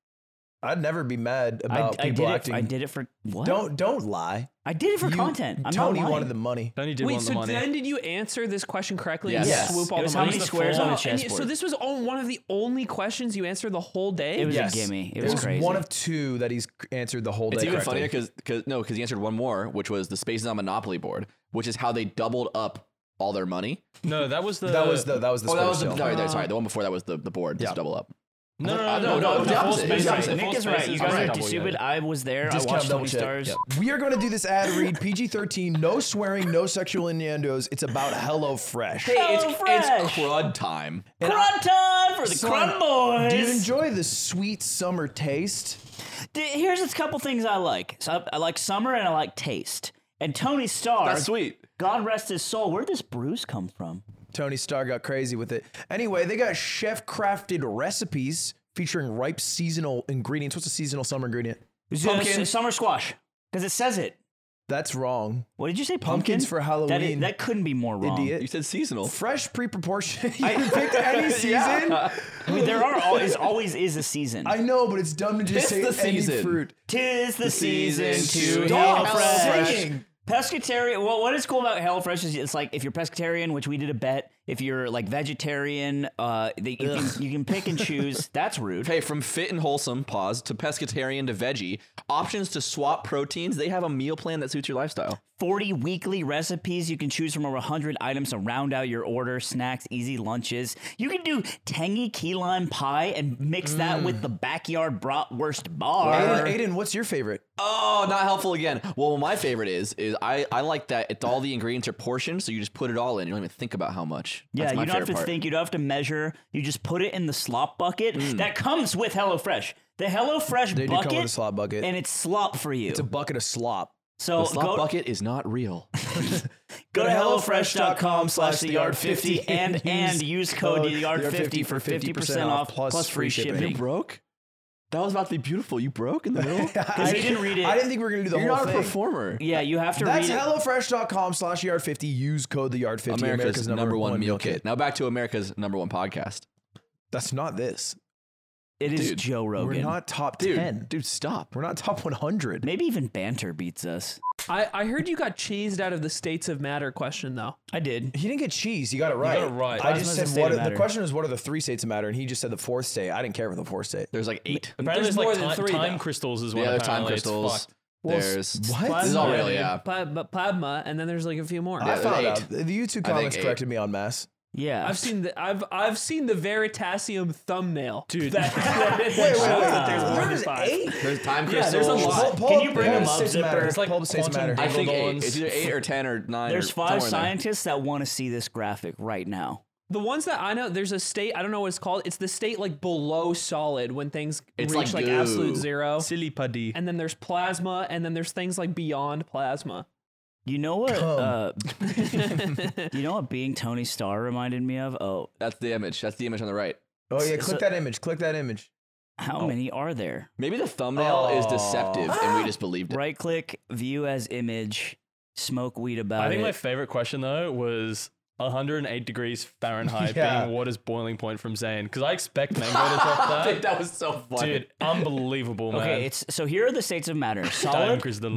S2: I'd never be mad
S3: I,
S2: about
S3: I did
S2: people
S3: it.
S2: acting.
S3: I did it for what?
S2: Don't don't lie.
S3: I did it for
S2: You-
S3: content. I'm
S2: Tony
S3: not lying.
S2: wanted the money.
S5: Tony did
S4: Wait,
S5: want
S4: so
S5: the money.
S4: then did you answer this question correctly and
S1: Yes.
S4: swoop all
S3: It was
S4: the
S3: how
S4: money?
S3: many squares on a
S4: Wow, and you-
S3: chessboard.
S4: So this was on one of the only questions you answered the whole day.
S3: It was
S2: Yes.
S3: a gimme. It
S2: It
S3: was,
S2: was
S3: crazy.
S2: one of two that he's answered the whole
S1: It's
S2: day.
S1: even funnier
S2: correctly.
S1: because no, because he answered one more, which was the spaces on Monopoly board, which is how they doubled up all their money.
S5: No, that was the
S2: That was the that was the
S1: Oh, that
S2: square
S1: was the,
S2: still.
S1: sorry, that- sorry, the one before that was the, the board. Just
S2: Yeah.
S1: double up.
S5: No,
S1: Uh,
S5: no,
S1: no,
S5: no,
S1: no, it was
S5: no. the
S1: the
S5: full
S1: opposite. It was
S5: space
S1: the
S5: is-
S1: opposite.
S5: the
S3: Nick
S5: full
S3: is
S5: space
S3: right. You
S5: is
S3: guys
S5: right.
S3: are too stupid. I was there. I
S2: Discount
S3: watched
S2: double
S3: Twenty
S2: check.
S3: Stars.
S2: Yep. We are going to do this ad read PG thirteen. No swearing. No sexual innuendos. It's about Hello Fresh.
S3: Hey,
S1: It's,
S3: it's,
S1: it's crud time.
S3: crud time for the
S2: Son,
S3: crud
S2: Do you
S3: boys.
S2: enjoy the sweet summer taste?
S3: D- Here's a couple things I like. So I, I like summer and I like taste. And Tony Starr,
S1: That's sweet.
S3: God rest his soul. Where'd this bruise come from?
S2: Tony Starr got crazy with it. Anyway, they got chef crafted recipes featuring ripe seasonal ingredients. What's a seasonal summer ingredient?
S3: Pumpkin. summer squash. Because it says it.
S2: That's wrong.
S3: What did you say?
S2: Pumpkins
S3: pumpkin?
S2: for
S3: That,
S2: Halloween.
S3: that couldn't be more wrong.
S2: Idiot.
S1: You said seasonal.
S2: Fresh pre proportioned. <laughs> you
S1: <laughs>
S2: can pick any season.
S3: I mean, there are always, always is a season.
S2: I know, but it's dumb to just
S1: It's
S2: say
S1: the
S2: any
S1: season.
S2: fruit.
S3: Tis the,
S1: season
S3: season, to
S1: to
S3: Hello
S1: eat
S3: Fresh.
S2: singing.
S3: Pescatarian. Well, what is cool about HelloFresh is it's like if you're pescatarian, which we did a bet. If you're like vegetarian, uh, they, you, can, you can pick and choose. That's rude.
S1: Hey, from fit and wholesome, pause, to pescatarian to veggie, options to swap proteins, they have a meal plan that suits your lifestyle.
S3: 40 weekly recipes. You can choose from over 100 items to round out your order, snacks, easy lunches. You can do tangy key lime pie and mix that with the backyard bratwurst bar.
S2: Aiden, Aiden, what's your favorite?
S1: Oh, not helpful again. Well, my favorite is is I, I like that it's all the ingredients are portioned, so you just put it all in. You don't even think about how much.
S3: Yeah,
S1: That's my
S3: you don't have
S1: favorite
S3: to
S1: part.
S3: think. You don't have to measure. You just put it in the slop bucket that comes with HelloFresh. The HelloFresh
S2: They do
S3: bucket,
S2: come with a slop bucket.
S3: and it's slop for you.
S2: it's a bucket of slop.
S3: so
S1: The slop
S3: go,
S1: bucket is not real.
S3: go to
S2: to
S3: hellofresh.com slash the yard
S2: hellofresh.com/theyard50
S3: fifty and and use code the yard fifty for fifty
S2: 50%
S3: percent off
S2: off
S3: plus, plus free shipping.
S1: broke? That was about to be beautiful. You broke in the middle?
S2: I,
S3: you didn't read it.
S2: I didn't think we were going to do the
S1: You're
S2: whole
S1: not a
S2: thing.
S1: performer.
S3: Yeah, you have to
S2: That's
S3: read. it.
S2: HelloFresh.com slash yard50. Use code the E yard50.
S1: America's, number, one, meal kit. Now back to America's number one podcast.
S2: That's not this.
S3: It is
S1: Dude,
S3: Joe Rogan.
S2: We're not top
S1: Dude,
S2: 10.
S1: dude, stop.
S2: We're not top 100.
S3: Maybe even banter beats us.
S4: I, I heard you got cheesed out of the states of matter question though.
S3: I did.
S2: He didn't get cheese. You got it right.
S5: got it right.
S2: I
S3: Plasma's
S2: just
S3: a
S2: said
S3: state
S2: what are,
S3: of
S2: the
S3: matter.
S2: question is what are the three states that matter, and he just said the fourth state. I didn't care about the fourth state.
S1: There's like eight.
S5: Apparently,
S4: There's
S5: there's like
S4: more than
S5: time,
S4: three,
S5: time
S4: though.
S5: crystals as well.
S1: Yeah, there's time
S5: apparently. It's
S1: crystals.
S5: fucked.
S1: There's
S2: what?
S1: This is all
S4: Plasma,
S1: real,
S4: dude.
S1: yeah.
S4: Pla- but plasma, and then there's like a few more.
S2: I
S1: Yeah, eight.
S2: found out. The YouTube comments
S1: eight.
S2: corrected me on mass.
S3: Yeah.
S4: I've seen the I've I've seen the Veritasium thumbnail.
S5: Dude.
S4: that, that shows that there's more than five.
S1: There's time
S4: Yeah,
S1: crystals.
S4: there's a lot.
S3: Can you bring 'em up,
S2: States
S3: Zipper?
S2: matter.
S3: It's
S5: like
S2: Pulp states
S5: quantum
S2: matter.
S1: I
S5: Google
S1: think eight,
S5: ones.
S1: it's either eight or ten or nine.
S3: There's
S1: or
S3: five
S1: somewhere in there.
S3: scientists that want to see this graphic right now.
S4: The ones that I know, there's a state I don't know what it's called. It's the state like below solid when things
S1: It's like
S4: reach like,
S1: goo.
S4: absolute zero.
S5: Silly putty.
S4: And then there's plasma, and then there's things like beyond plasma.
S3: You know what?
S5: <laughs>
S3: Uh, you know what being Tony Starr reminded me of? Oh,
S1: That's the image. That's the image on the right.
S2: Oh yeah,
S3: So-
S2: click that image. Click that image.
S3: How
S5: Oh.
S3: many are there?
S1: Maybe the thumbnail is deceptive and we just believed it.
S3: Right click, view as image, smoke weed about
S5: I think
S3: it.
S5: my favorite question though was 108 degrees Fahrenheit
S2: Yeah.
S5: being water's boiling point from Zane because I expect Mango to drop
S1: Dude, <laughs>
S5: that.
S1: that was so funny.
S5: Dude, unbelievable, man.
S3: Okay, it's so here are the states of matter:
S5: uh, Time
S3: solid,
S5: crystal.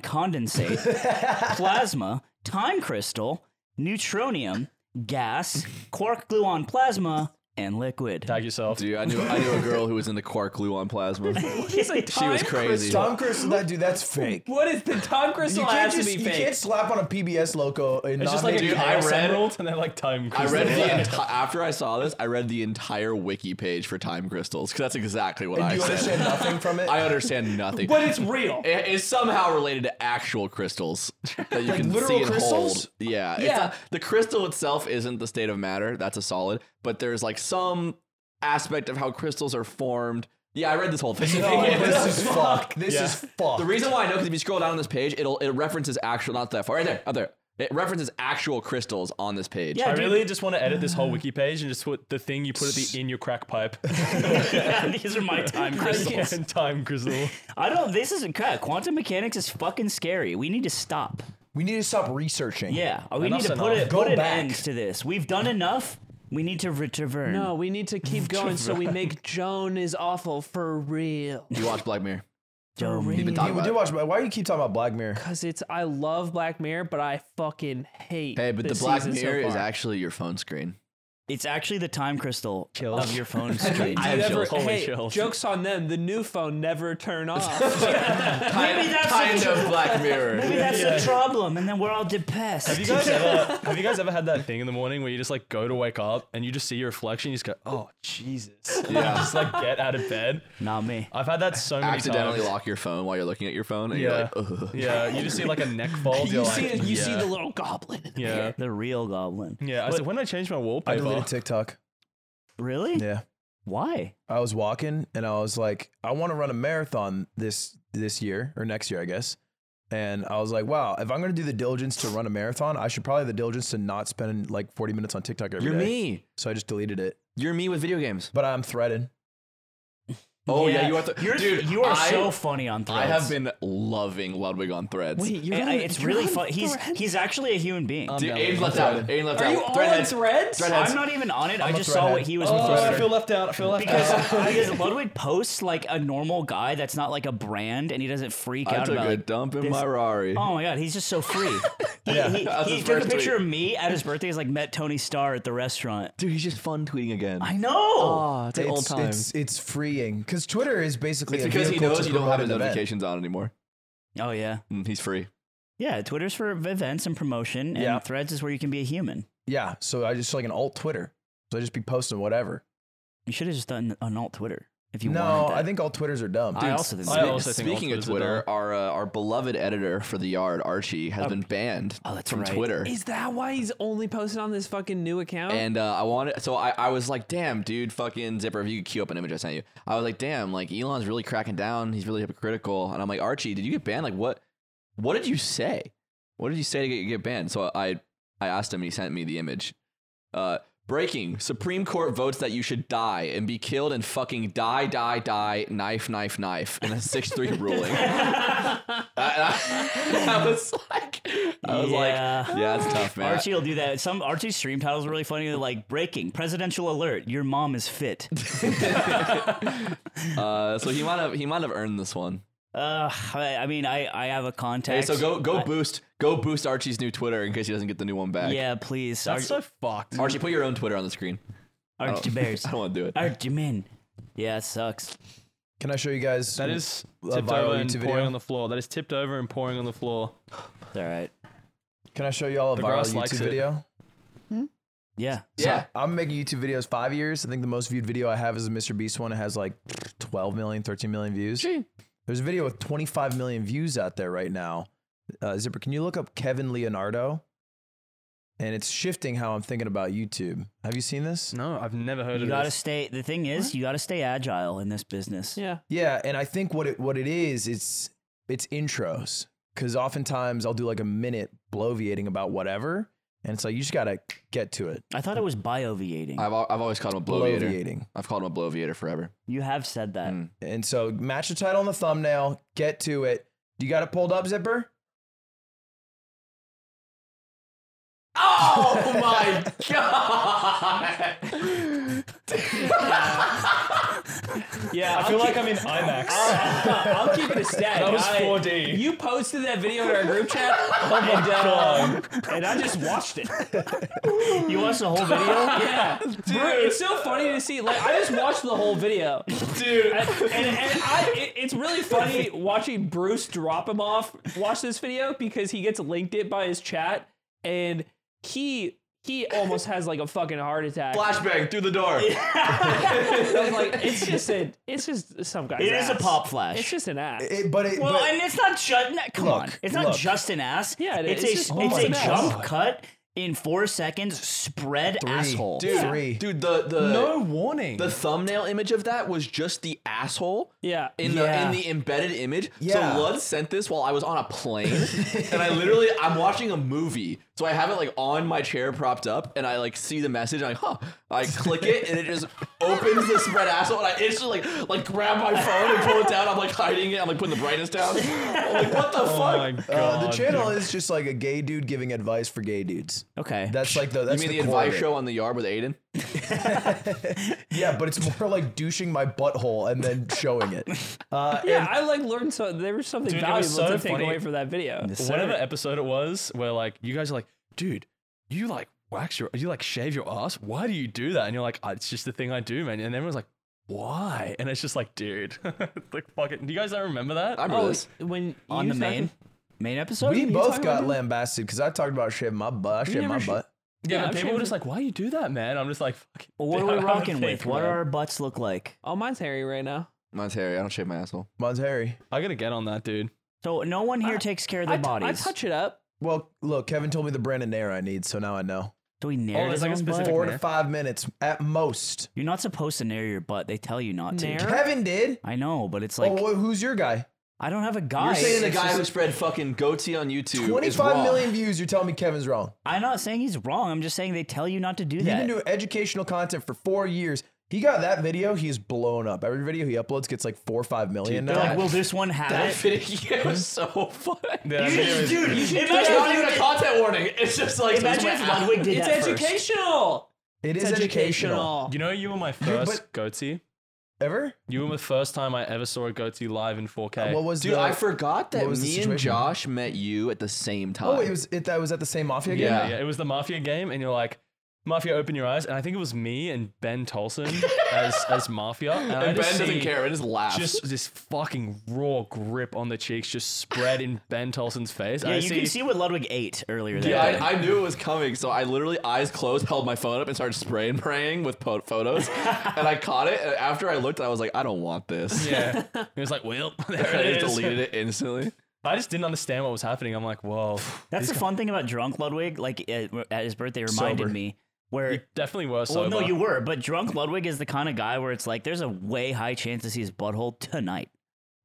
S2: <laughs>
S3: condensate, plasma, time crystal, neutronium, gas, quark gluon plasma, and liquid.
S5: Tag yourself.
S1: Dude, I knew I knew a girl who was into quark gluon plasma.
S4: He's like,
S1: She was
S4: "Time
S1: crazy.
S2: Tom Crystal, that dude, that's fake.
S4: What is the time crystal
S2: You
S4: has
S2: can't
S4: to
S2: just
S4: be
S2: you
S4: fake?
S2: can't slap on a PBS logo and
S5: It's
S2: not
S5: just like
S2: make
S1: dude,
S5: a
S2: it.
S1: I
S5: chaos
S1: read-
S5: emerald and then like time
S1: I
S5: crystal.
S1: <laughs> read the entire after I saw this. I read the entire wiki page for time crystals because that's exactly what
S2: and
S1: I
S2: you
S1: said.
S2: understand nothing from it.
S1: I understand nothing.
S4: But
S1: <laughs>
S4: it's real.
S1: It is somehow related to actual crystals that you can
S2: literal
S1: see and hold.
S2: crystals?
S1: Yeah, it's
S4: Yeah.
S1: not- the crystal itself isn't the state of matter. That's a solid. But there's like some aspect of how crystals are formed. Yeah, I read this whole thing.
S2: <laughs>
S1: <laughs>
S2: No, this is fuck. This
S5: Yeah.
S2: is fuck.
S1: The reason why I know because if you scroll down on this page, it'll it references actual not that far right there up there. It references actual crystals on this page.
S5: I really just want to edit this whole wiki page and just put the thing you put at
S1: <laughs>
S5: the in your crack pipe. <laughs>
S3: <laughs> These are my time
S5: Yeah,
S3: crystals.
S5: and time crystal.
S3: I don't. This isn't good. Quantum mechanics is fucking scary. We need to stop.
S2: we need to stop researching.
S3: Yeah, we
S5: Enough's
S3: need to put,
S5: enough.
S3: it,
S2: Go
S3: put an
S2: back.
S3: end to this. We've done enough. We need to return.
S4: No, we need
S1: <laughs>
S4: to keep going so we make Joan is awful for real.
S1: You watch Black Mirror.
S3: Joan.
S4: For
S1: been
S4: real.
S1: talking-
S2: You do watch, but why do you keep talking about Black Mirror?
S4: Cause it's I love Black Mirror, but I fucking hate.
S1: Hey, but
S4: this
S1: the Black
S4: season so
S1: Mirror is
S4: far.
S1: actually your phone screen.
S3: It's actually the time crystal of your phone screen.
S1: I have
S4: Never,
S1: chills.
S5: Holy
S4: hey,
S5: chills.
S4: jokes on them. The new phone never turn off.
S3: Maybe that's
S1: kind
S3: a tr-
S1: of Black
S3: Maybe
S1: Mirror.
S3: that's the problem, and then we're all depressed.
S5: Have you guys ever have you guys ever had that thing in the morning where you just like go to wake up and you just see your reflection, you just go, oh Jesus. Yeah. just like get out of bed.
S3: Not me.
S5: I've had that so many
S1: Accidentally
S5: times.
S1: lock your phone while you're looking at your phone, and
S5: Yeah.
S1: you're like, Ugh.
S5: yeah. You just see like a neck fold.
S4: you
S5: you're
S4: see,
S5: like,
S4: it- you
S5: yeah.
S4: see the little goblin. in the mirror.
S5: Yeah.
S3: The real goblin.
S5: Yeah. I said, when I changed my
S2: I
S5: wallpaper.
S2: deleted TikTok.
S3: Really?
S2: Yeah.
S3: Why?
S2: I was walking and I was like, I want to run a marathon this this year or next year, I guess. And I was like, wow, if I'm gonna do the diligence to run a marathon, I should probably have the diligence to not spend like 40 minutes on TikTok every
S1: You're
S2: day.
S1: me.
S2: So I just deleted it.
S1: You're me with video games.
S2: But I'm threaded.
S1: Oh yeah, you are. Th-
S3: you're,
S1: dude,
S3: you are
S1: I,
S3: so funny on Threads.
S1: I have been loving Ludwig on Threads.
S4: <laughs> Wait, you're
S3: I- I-
S4: on-
S3: it's
S4: you're
S3: really
S4: on
S3: fun. He's
S4: Threads?
S3: he's actually a human being.
S1: dude,
S5: not
S1: Aiden
S5: on
S1: left out. Aiden left
S4: Are
S1: out.
S4: you all on
S1: Threadheads.
S4: threads?
S1: Um, Threadheads.
S3: I'm not even on it. i
S2: I'm a
S3: just saw what
S2: Threadhead.
S3: he was
S5: Oh,
S3: with.
S5: I feel left out. I feel
S1: <laughs>
S5: left
S3: Because, <laughs>
S5: out.
S3: because Ludwig posts like a normal guy that's not like a brand, and he doesn't freak
S1: I
S3: out
S1: took
S3: about
S1: a
S3: like,
S1: dump in
S3: this-
S1: my Rari.
S3: Oh my god, he's just so free.
S1: <laughs>
S3: He, he-
S1: that's
S3: he
S1: his
S3: took a
S1: first
S3: picture
S1: tweet.
S3: of me at his birthday. He's like met Tony Starr at the restaurant. Oh.
S1: Dude, he's just fun tweeting again.
S3: I know.
S1: Oh, it's like old
S2: it's,
S1: times.
S2: It's, it's freeing because Twitter is basically
S1: It's
S2: a
S1: because he
S2: vehicle
S1: knows
S2: to
S1: you don't have
S2: promote
S1: his
S2: an event.
S1: notifications on anymore.
S3: oh yeah,
S1: Mm, he's free.
S3: yeah. Twitter's for events and promotion, and
S2: Yeah.
S3: Threads is where you can be a human.
S2: Yeah, so I just like an alt Twitter. So I just be posting whatever.
S3: You should have just done an alt Twitter if you
S2: no,
S3: wanted. that.
S2: I think alt Twitters are dumb.
S3: I also think.
S5: I
S3: that-
S5: also think
S1: Speaking
S5: all
S1: of
S5: Twitter's a
S1: Twitter,
S5: dog.
S1: our uh, our beloved editor for the yard, Archie, has been banned
S3: Oh, that's
S1: from
S3: right.
S1: Twitter.
S4: Is that why he's only posted on this fucking new account? <laughs>
S1: And uh, I wanted, so I, I was like, damn, dude, fucking zipper. If you could queue up an image I sent you, I was like, damn, like Elon's really cracking down. He's really hypocritical. And I'm like, Archie, did you get banned? Like, what? What did you say? What did you say to get, get banned? So I, I asked him. He sent me the image. Uh, breaking: Supreme Court votes that you should die and be killed and fucking die, die, die, knife, knife, knife in a six-three ruling. I, I- I was like, I was
S3: Yeah.
S1: like, <laughs> yeah, it's tough, man.
S3: Archie will do that. Some Archie stream titles are really funny. They're like breaking presidential alert. Your mom is fit.
S1: <laughs> Uh, so he might have he might have earned this one.
S3: Uh, I, I mean, I, I have a
S1: Hey,
S3: contact.
S1: so go go boost go boost Archie's new Twitter in case he doesn't get the new one back.
S3: Yeah, please.
S5: That's
S3: Ar-
S5: <laughs> so fucked.
S1: Archie, put your own Twitter on the screen. Oh, <laughs>
S3: Archie Bears.
S1: I don't want to do it.
S3: Archie Men. Yeah, it sucks.
S2: Can I show you guys?
S5: That is
S2: A
S5: tipped
S2: viral
S5: over and
S2: YouTube
S5: pouring
S2: video?
S5: on the floor. That is tipped over and pouring on the floor.
S3: It's all right.
S2: Can I show you all a
S5: The
S2: viral
S5: grass
S2: YouTube
S5: likes it.
S2: video?
S3: Yeah.
S1: Yeah.
S2: I'm making YouTube videos five years. I think the most viewed video I have is a Mr. Beast one. It has like 12 million, 13 million views. There's a video with 25 million views out there right now. Uh, Zipper, can you look up Kevin Leonardo? And it's shifting how I'm thinking about YouTube. Have you seen this?
S5: No, I've never heard
S3: You
S5: of
S3: gotta
S5: this.
S3: stay. The thing is, you gotta stay agile in this business.
S4: yeah,
S2: Yeah, and I think what it what it is, it's it's intros. Cause oftentimes I'll do like a minute bloviating about whatever. And it's like you just gotta get to it.
S3: I thought it was bioviating.
S1: I've, al- I've always called him a bloviator.
S2: Bloviating.
S1: I've called him a bloviator forever.
S3: you have said that.
S2: And so match the title and the thumbnail, get to it. You got it pulled up, Zipper?
S1: Oh my
S5: <laughs>
S1: god!
S4: Yeah,
S5: I feel like I'm in IMAX.
S4: I'll keep it a stat.
S5: That was
S4: I-
S5: 4D.
S4: You posted that video in our group chat, and, uh, and I just watched <laughs> it.
S3: You watched the whole video?
S4: Yeah, Bro, it's so funny to see. Like, I just watched the whole video, dude, and, and, and I, it- it's really funny watching Bruce drop him off. Watch this video because he gets linked it by his chat, and he he almost has like a fucking heart attack.
S1: Flashbang through the door. <laughs>
S4: I was like, it's just a, it's just some guy's.
S3: It is a
S4: ass.
S3: pop
S4: It's
S3: flash.
S4: just an ass.
S2: It, but it,
S3: Well,
S2: but-
S3: and it's not just come on.
S2: Look,
S3: It's not
S2: look.
S3: just an ass.
S4: Yeah, it
S3: it's
S4: is.
S3: a
S4: It's just-
S3: it's
S4: oh
S3: a
S4: my
S3: jump
S4: God.
S3: cut in four seconds. Spread asshole.
S2: Dude, three.
S1: Dude, the the
S5: no warning.
S1: the thumbnail image of that was just the asshole.
S4: yeah,
S1: In the
S3: Yeah.
S1: in the embedded image,
S2: Yeah.
S1: so Lud sent this while I was on a plane, and I literally I'm watching a movie, so I have it like on my chair propped up, and I like see the message, and I huh, I click it, and it just opens the spread asshole, and I instantly like like grab my phone and pull it down. I'm like hiding it, I'm like putting the brightness down. I'm like what the
S5: oh
S1: fuck?
S5: my god.
S2: uh, the channel is just like a gay dude giving advice for gay dudes.
S3: Okay.
S2: That's like the that's
S1: you mean the,
S2: the, core of
S1: advice
S2: it.
S1: show on the yard with Aiden?
S2: Yeah, but it's more like douching my butthole and then showing it.
S4: yeah. I like learned so there was something
S5: Dude, it
S4: valuable
S5: was so
S4: to take
S5: funny.
S4: away from that video.
S5: whatever episode it was where like you guys are like, dude, you like wax your, you like shave your ass. Why do you do that? And you're like, "Ah, it's just the thing I do, man. And everyone's like, why? And it's just like, dude, <laughs> like fuck it. Do you guys not remember that?
S1: I remember
S4: Oh,
S1: this.
S4: when
S3: on
S4: you
S3: the main
S4: fucking-
S3: main episode.
S2: We
S3: You
S2: both
S3: talking
S2: got
S3: about
S2: lambasted because I talked about shaving my butt. I shaved
S4: never
S2: my
S4: sh-
S2: butt.
S5: yeah,
S4: Yeah,
S5: but
S4: I'm
S5: people were
S4: shaving-
S5: just like, why you do that, man? I'm just like, fuck it.
S3: that? What
S5: dude,
S3: are
S5: I
S3: we
S5: don't
S3: rocking
S5: think,
S3: with? What do
S5: man.
S3: our butts look like?
S4: Oh, mine's hairy right now.
S1: Mine's hairy. I don't shave my asshole.
S2: Mine's hairy.
S5: I gotta get on that, dude.
S3: So no one here takes care of
S4: I
S3: their
S4: t- I
S3: bodies.
S4: touch it up.
S2: Well, look, Kevin told me the brand of Nair I need, so now I know.
S3: Do we nair
S5: Oh,
S3: his
S5: it's like a
S3: own butt?
S5: specific-
S2: Four
S5: Nair?
S2: to five minutes at most.
S3: You're not supposed to nair your butt. They tell you not to.
S4: Nair?
S2: Kevin did.
S3: <laughs> I know, but it's like
S2: oh, well, who's your guy?
S3: I don't have a guy.
S1: You're saying the
S3: It's
S1: guy
S3: just-
S1: who spread fucking goatee on YouTube is
S2: Twenty-five
S1: wrong.
S2: million views. You're telling me Kevin's wrong.
S3: I'm not saying he's wrong. I'm just saying they tell you not to do
S2: He's
S3: that.
S2: been doing educational content for four years. He got that video. He's blown up. Every video he uploads gets like four or five million
S3: They're
S2: now.
S3: like, will this one have
S1: That
S3: it?
S1: video was so funny.
S5: that video
S3: <laughs>
S5: is-
S1: dude, you should
S3: imagine
S1: not
S3: if
S1: even a content warning. It's just like
S3: Imagine if Ludwig did
S4: It's
S3: that first.
S4: educational.
S2: it is
S4: It's
S2: educational.
S4: educational.
S5: You know, you were my first
S2: but-
S5: goatee.
S2: Ever?
S5: You were the first time I ever saw a goatee live in 4K.
S2: Uh, What was
S1: Dude,
S2: the-
S1: I forgot that
S2: What was the
S1: me and
S2: situation?
S1: Josh met you at the same time.
S2: Oh, it was it that was at the same mafia game.
S1: Yeah.
S5: Yeah, it was the Mafia game, and you're like, Mafia, open your eyes. And I think it was me and Ben Tolson as, as Mafia. And, I
S1: and Ben
S5: just
S1: doesn't
S5: see
S1: care. It just laughs.
S5: Just this fucking raw grip on the cheeks just spread in Ben Tolson's face.
S3: Yeah,
S5: I
S3: you can see what Ludwig ate earlier. That
S1: yeah,
S3: day.
S1: I, I knew it was coming, so I literally eyes closed, held my phone up, and started spray and praying with po- photos. and I caught it. And after I looked, I was like, I don't want this.
S5: <laughs>
S1: <laughs>
S5: <laughs> Yeah. It was like, well, there
S1: I
S5: it
S1: just
S5: is.
S1: deleted it instantly.
S5: I just didn't understand what was happening. I'm like, <sighs> whoa.
S3: That's the fun thing about drunk Ludwig. Like uh, at his birthday, reminded
S2: Sober.
S3: me where.
S5: You definitely were
S3: well,
S5: sober.
S3: no, you were, but drunk Ludwig is the kind of guy where it's like there's a way high chance to see his butthole tonight.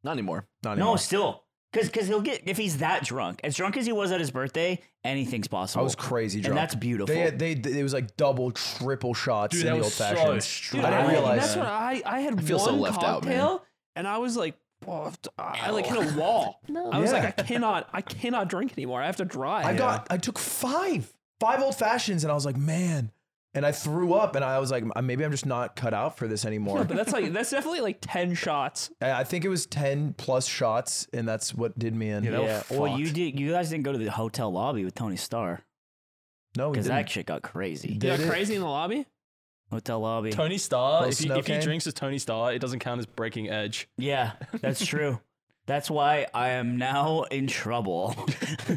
S1: Not anymore.
S2: Not
S3: No,
S2: anymore.
S3: still, because he'll get if he's that drunk, as drunk as he was at his birthday, anything's
S2: I
S3: possible.
S2: was crazy drunk.
S3: and that's beautiful.
S2: They, had, they, they it was like double, triple shots in
S5: Dude, that
S2: the old
S5: was so
S2: fashions.
S5: strong.
S2: I didn't
S4: And
S2: realize
S4: That's what I I had
S1: feel so
S4: one
S1: left out, man.
S4: cocktail, and I was like, oh, I like hit a wall. I was
S2: Yeah.
S4: like, I cannot, I cannot drink anymore. I have to drive.
S2: I got I took five five old fashions, and I was like, man. And I threw up, and I was like, "Uh, maybe I'm just not cut out for this
S4: <laughs>
S2: anymore.
S4: <laughs> but that's like that's definitely like ten shots.
S2: I I think it was ten plus shots, and that's what did me in.
S5: Yeah, that was
S3: yeah. Well, you
S5: fucked.
S3: did. You guys didn't go to the hotel lobby with Tony Starr
S2: no, we
S3: because
S2: Oh, didn't.
S3: that shit got crazy.
S4: You got
S2: Did it?
S4: crazy in the lobby.
S3: Hotel lobby.
S5: Tony Starr,
S2: Little
S5: if, he,
S2: snow
S5: if he
S2: cane?
S5: drinks as Tony Starr, it doesn't count as breaking <laughs> edge.
S3: Yeah, that's true. That's why I am now in
S2: <laughs>
S3: trouble. <laughs>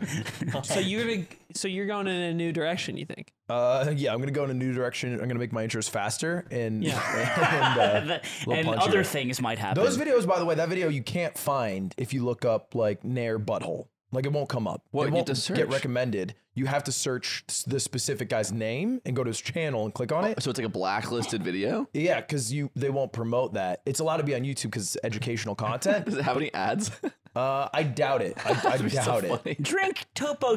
S4: So you're gonna, so you're going in a new direction. You think?
S2: Uh, <laughs> yeah, I'm gonna go in a new direction. I'm gonna make my intros faster, and, <laughs>
S3: <laughs>
S2: and, uh,
S3: and
S2: little punchier.
S3: other things might happen.
S2: those videos, by the way, that video you can't find if you look up like Nair butthole. Like it won't come up.
S1: What,
S2: it
S1: you
S2: won't
S1: have to
S2: get
S1: search?
S2: recommended. You have to search s- the specific guy's name and go to his channel and click on it.
S1: So Oh, it's like a blacklisted video. <laughs>
S2: Yeah, because you they won't promote that. It's allowed to be on YouTube because it's educational content.
S1: Does it have any ads?
S2: Uh, I doubt it. I, I doubt it.
S3: Drink
S2: <laughs>
S3: Topo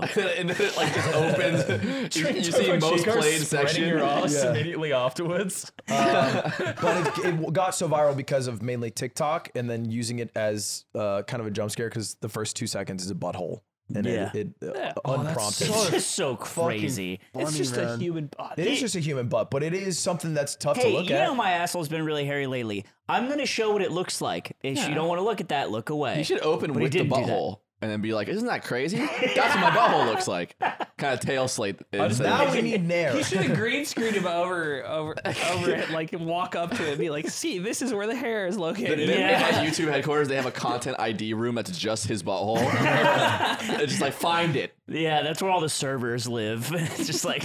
S1: <laughs> and then it like just opens. you, you see
S5: Like,
S1: most
S5: Chico's
S1: played
S5: spreading
S1: section.
S5: your ass
S2: Yeah.
S5: immediately afterwards.
S2: but it, it got so viral because of mainly TikTok and then using it as uh, kind of a jump scare because the first two seconds is a butthole and
S3: Yeah.
S2: it, it uh, unprompted.
S3: It's just so crazy.
S4: it's just a human
S2: <laughs>
S4: body.
S2: it is just a human butt, but it is something that's tough to
S3: Hey,
S2: look
S3: you
S2: at.
S3: know my asshole's been really hairy lately. I'm gonna show what it looks like. If you don't want to look at that, look away.
S1: You should open
S3: But he
S1: with the
S3: didn't do that.
S1: butthole and then be like, "Isn't that crazy? That's what my butthole looks like." Kind of tail slate.
S2: now we need Nair.
S4: He should have green screened him over,
S3: <laughs>
S4: over, over it. Like walk up to it, and be like, "See, this is where the hair is located."
S1: They-
S4: Yeah.
S1: At YouTube headquarters, they have a content ID room that's just his butthole. <laughs> it's just like find it.
S3: Yeah, that's where all the servers live. <laughs> It's just like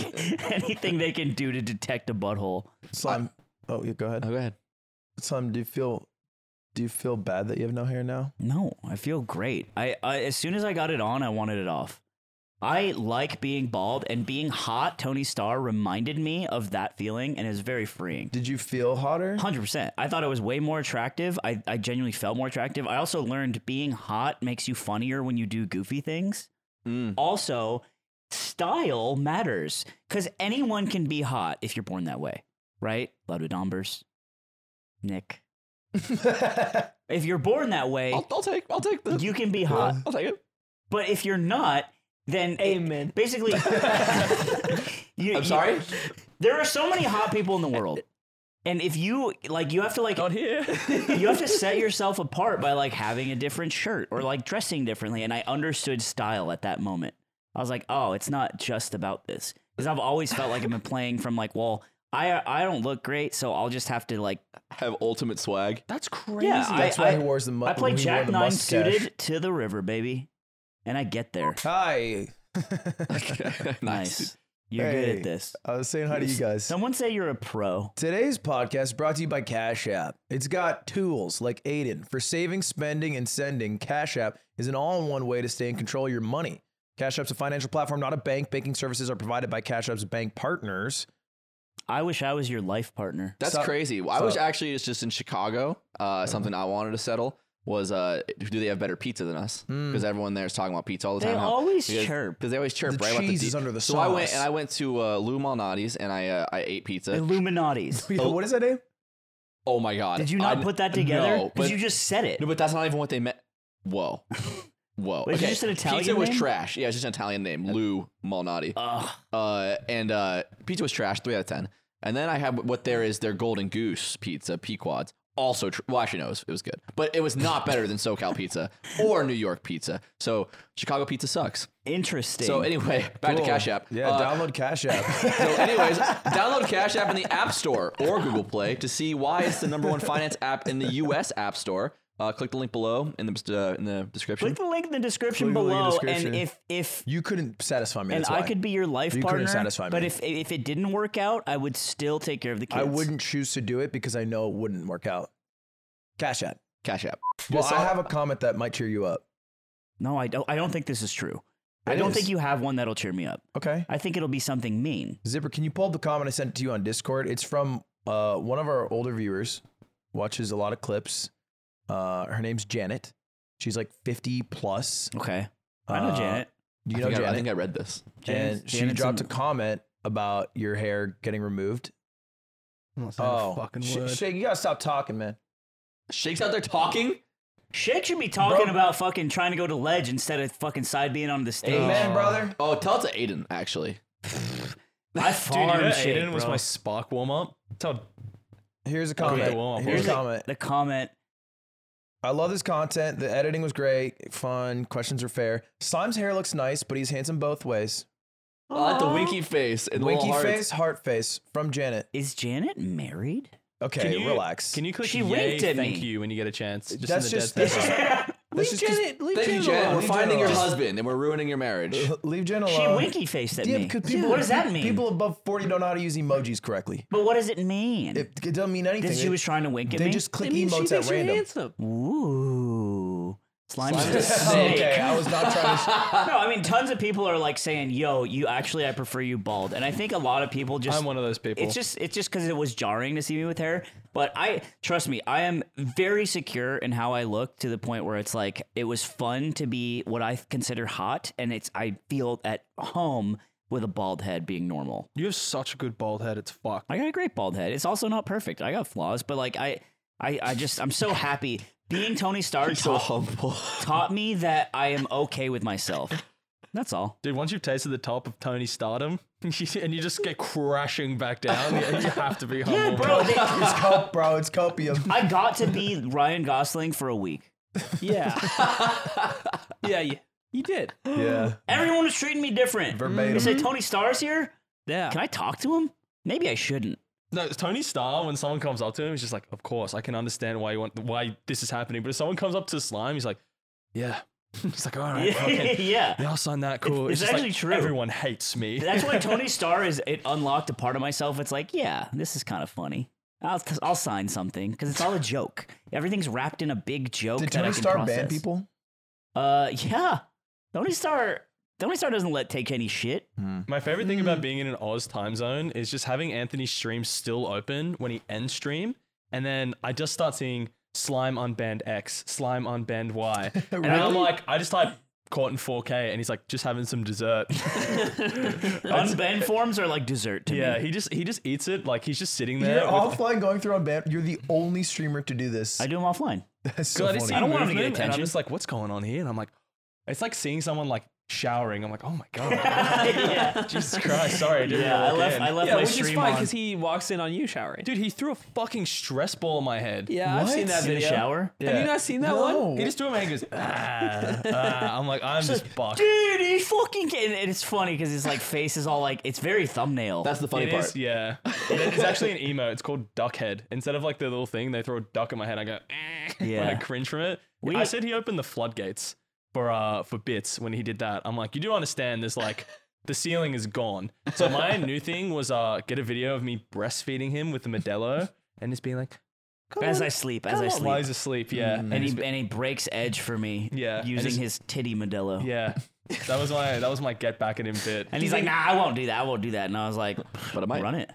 S3: anything they can do to detect a butthole.
S2: Slime. Oh, yeah, go ahead.
S1: Oh, go ahead.
S2: Slime, do you feel do you feel bad that you have no hair now?
S3: No, I feel great. I, I as soon as I got it on, I wanted it off. I like being bald and being hot. Tony Starr reminded me of that feeling and is very freeing.
S2: Did you feel hotter?
S3: Hundred percent. I thought it was way more attractive. I, I genuinely felt more attractive. I also learned being hot makes you funnier when you do goofy things.
S1: Hmm.
S3: Also, style matters because anyone can be hot if you're born that way, right? Ludwig Dombers,
S1: <laughs>
S3: Nick. if you're born that way,
S1: I'll, I'll take. I'll take the.
S3: you can be hot.
S1: I'll take it.
S3: But if you're not, then
S4: Amen.
S1: <laughs>
S3: basically, <laughs> you,
S1: I'm sorry.
S3: there are so many hot people in the world, and if you like, you have to like
S4: <laughs>
S3: you have to set yourself apart by like having a different shirt or like dressing differently. And I understood style at that moment. I was like, oh, it's not just about this because I've always felt like I've been playing from like, well, I I don't look great, so I'll just have to like
S1: Have ultimate swag. <laughs>
S5: That's crazy.
S3: yeah.
S2: That's
S3: I,
S2: why
S3: I,
S2: he wears the mu-
S3: I play
S2: he wore
S3: Jack
S2: the
S3: Nine
S2: mustache.
S3: suited to the river, baby, and I get there.
S2: Hi.
S3: Nice. You're good
S2: Hey.
S3: at this.
S2: I was saying hi to you guys.
S3: Someone say you're a pro.
S2: Today's podcast is brought to you by Cash App. It's got tools like Aiden for saving, spending, and sending. Cash App is an all in one way to stay in control of your money. Cash App's a financial platform, not a bank. Banking services are provided by Cash App's bank partners.
S3: I wish I was your life partner.
S1: That's
S2: So-
S1: crazy. I was
S2: so-
S1: actually it's just in Chicago. Uh, something I wanted to settle was uh, do they have better pizza than us?
S2: Hmm.
S1: Because everyone there is talking about pizza all the
S3: They
S1: time.
S3: always
S1: because,
S3: chirp.
S1: because they always chirp.
S2: The
S1: right about
S2: cheese
S1: de-
S2: is under the
S1: so I went
S2: sauce.
S1: and I went to uh, Lou Malnati's and I uh, I ate pizza. <laughs>
S3: Illuminati's.
S2: Yeah, what is that name?
S1: oh my god!
S3: Did you not
S1: I-
S3: put that together?
S1: No, but,
S3: Because you just said it.
S1: no, but that's not even what they meant.
S3: <laughs>
S1: Whoa, whoa.
S3: Wait, is it just an Italian
S1: pizza was
S3: name?
S1: trash. Yeah, it's just an Italian name, Lou Malnati.
S3: Ugh.
S1: uh, and uh, pizza was trash, three out of ten. And then I had what there is their Golden Goose pizza, Pequod's. Also, tr- well, actually, no, it was, it was good, but it was not better than SoCal
S3: <laughs>
S1: pizza or New York pizza. So Chicago pizza sucks.
S3: Interesting.
S1: So anyway, back to Cash App.
S2: Oh, Yeah,
S1: Uh,
S2: download
S1: <laughs>
S2: Cash App.
S1: so, anyways, download Cash App in the App Store or Google Play to see why it's the number one finance app in the U.S. App Store. Uh, click the link below in the uh, in the description.
S3: click the link in the description
S2: Click the link in the
S3: below,
S2: description.
S3: and if if
S2: you couldn't satisfy me.
S3: and
S2: that's
S3: I
S2: why.
S3: could be your life
S2: You couldn't
S3: partner,
S2: satisfy
S3: but
S2: me.
S3: if if it didn't work out, I would still take care of the kids.
S2: I wouldn't choose to do it because I know it wouldn't work out. Cash App.
S1: Cash App.
S2: Well,
S1: Just
S2: I
S1: saw-
S2: have a comment that might cheer you up.
S3: No, I don't. I don't think this is true. I
S2: It
S3: don't
S2: is.
S3: think you have one that'll cheer me up.
S2: Okay.
S3: I think it'll be something mean.
S2: Zipper, can you pull up the comment I sent to you on Discord? It's from uh, one of our older viewers, watches a lot of clips. Uh, her name's Janet. She's like 50 plus.
S3: Okay. I know
S2: Uh,
S3: Janet.
S2: You
S1: I
S2: know
S1: think I, I
S2: Janet.
S1: think I read this.
S3: Janet's-
S2: and she
S3: Janet's
S2: dropped
S3: in-
S2: a comment about your hair getting removed. Oh,
S5: fucking
S2: Sh-
S5: word.
S2: Shake, you gotta stop talking, man.
S1: Shakes out there talking.
S3: Shake should be talking
S2: Bro-
S3: about fucking trying to go to ledge instead of fucking side being on the stage.
S2: Amen, brother.
S1: Oh, tell it to Aiden actually.
S2: <laughs>
S3: I
S5: Dude, you
S3: farm
S5: know,
S3: Shake,
S5: Aiden was
S3: Oh, bro.
S5: my Spock warm up. That's how
S2: Here's a
S5: Okay,
S2: comment.
S5: well, I'm
S2: Here's a
S5: bored.
S2: comment.
S3: the comment.
S2: I love this content. The editing was great, fun. Questions are fair. Slime's hair looks nice, but he's handsome both ways.
S1: I like the winky face and the little
S2: Winky
S1: hearts.
S2: face, heart face from Janet.
S3: Is Janet married?
S2: Okay,
S5: you,
S2: relax.
S5: Can you click
S3: She
S5: yay,
S3: winked at
S5: thank
S3: me.
S5: you when you get a chance? Just
S2: That's
S5: in the
S2: just-
S5: dead
S3: <laughs>
S2: that's
S5: center.
S2: That's just 'cause-
S1: Thank you, Janet. We're finding
S2: Leave Janet
S1: your
S2: alone. Uh-huh.
S1: husband and we're ruining your marriage.
S2: Leave Jen alone.
S3: She winky faced at
S2: Yeah,
S3: me.
S2: because people,
S3: what does that mean?
S2: People above 40 don't know how to use emojis correctly.
S3: but what does it mean?
S2: It, it doesn't mean anything.
S3: that she
S2: It-
S3: was trying to wink at
S2: they
S3: me.
S2: just click <laughs>
S3: <laughs>
S4: I mean, she
S2: emotes at
S4: thinks you're
S2: random.
S4: handsome.
S3: Ooh. Slime's a snake.
S2: Okay, I was not trying to.
S3: <laughs> No, I mean, tons of people are like saying, "Yo, you actually, I prefer you bald," and I think a lot of people just
S5: I'm one of those people.
S3: It's just it's just because it was jarring to see me with hair. But I trust me, I am very secure in how I look to the point where it's like it was fun to be what I consider hot, and it's I feel at home with a bald head being normal.
S5: you have such a good bald head. It's fucked.
S3: I got a great bald head. It's also not perfect. I got flaws, but like I I, I just I'm so happy being Tony Stark
S1: so
S3: taught,
S1: humble.
S3: taught me that I am okay with myself. That's all.
S5: Dude, once you've tasted the top of Tony Stardom, <laughs> and you just get crashing back down, you, you have
S3: <laughs>
S5: to be humble.
S3: Bro, they-
S2: It's cope, bro. It's
S5: <laughs>
S2: copium.
S3: <laughs> I got to be Ryan Gosling for a week.
S4: Yeah. yeah, you, you did.
S2: Yeah.
S3: Everyone was treating me different.
S2: Verbatim.
S3: They say Tony Starr's here.
S4: Yeah.
S3: Can I talk to him? Maybe I shouldn't.
S5: No, it's Tony Starr, when someone comes up to him, he's just like, "Of course, I can understand why you want why this is happening." But if someone comes up to Slime, he's like, "Yeah." <laughs> He's like, "All right, fucking,
S3: <laughs> yeah.
S5: yeah, I'll sign that. Cool."
S3: It's- it's
S5: just like,
S3: actually true.
S5: Everyone hates me.
S3: That's why Tony Starr is. It unlocked a part of myself. It's like, yeah, this is kind of funny. I'll I'll sign something because it's all a joke. Everything's wrapped in a big joke.
S2: Did
S3: that I
S2: Tony
S3: can
S2: Stark
S3: process.
S2: ban people?
S3: Uh, yeah. Tony Starr. Tony Starr doesn't let take any shit.
S5: My favorite thing
S3: Mm.
S5: about being in an Oz time zone is just having Anthony's stream still open when he ends stream, and then I just start seeing slime on band X, slime on band
S3: <laughs>
S5: Y, and I'm like, I just type caught in 4K, and he's like, just having
S3: <laughs>
S5: some dessert.
S3: Unbanned forms are like dessert to
S5: yeah,
S3: me.
S5: he just he just eats it like he's just sitting there.
S2: You're
S3: oh,
S5: <laughs> with-
S2: offline going through on ban. You're the only streamer to do this.
S3: I do them offline.
S2: That's so
S5: So I just see
S2: funny.
S3: don't want him to get
S5: movement, And I'm
S3: attention.
S5: just like, what's going on here? And I'm like, it's like seeing someone like showering. I'm like, oh my
S3: <laughs>
S5: god,
S3: yeah,
S5: Jesus Christ, sorry, dude.
S3: yeah. I left. I left
S4: yeah,
S3: my
S4: which is
S3: stream
S4: fine
S3: on.
S4: because he walks in on you showering.
S5: Dude, he threw a fucking stress ball in my head.
S4: yeah, I've seen that
S3: in the
S4: video.
S3: shower.
S4: Have you not seen that
S2: No.
S4: one?
S5: He just threw him and he goes, ah, <laughs> ah. I'm like, I'm just fucked.
S3: Dude, he fucking can. And it's funny because his like face is all like it's very thumbnail.
S1: That's the funny
S5: It
S1: part.
S5: is, yeah. It- It's actually an emo. It's called duck head. Instead of like the little thing, they throw a duck in my head. I go, eh, when I
S3: Yeah.
S5: cringe from it.
S3: We-
S5: I said he opened the floodgates for uh for bits when he did that. I'm like, you do understand there's like the ceiling is gone. So my new thing was uh get a video of me breastfeeding him with the Modelo and just being like,
S3: as I sleep, as I
S5: "Come on," while
S3: sleep.
S5: he's asleep, yeah.
S3: And he, and he breaks edge for me
S5: Yeah, and
S3: using
S5: just-
S3: his titty modello.
S5: yeah. That was my that was my get back at him bit.
S3: And he's like, nah, I won't do that. I won't do that. And I was like,
S1: But I might. <laughs>
S3: run it.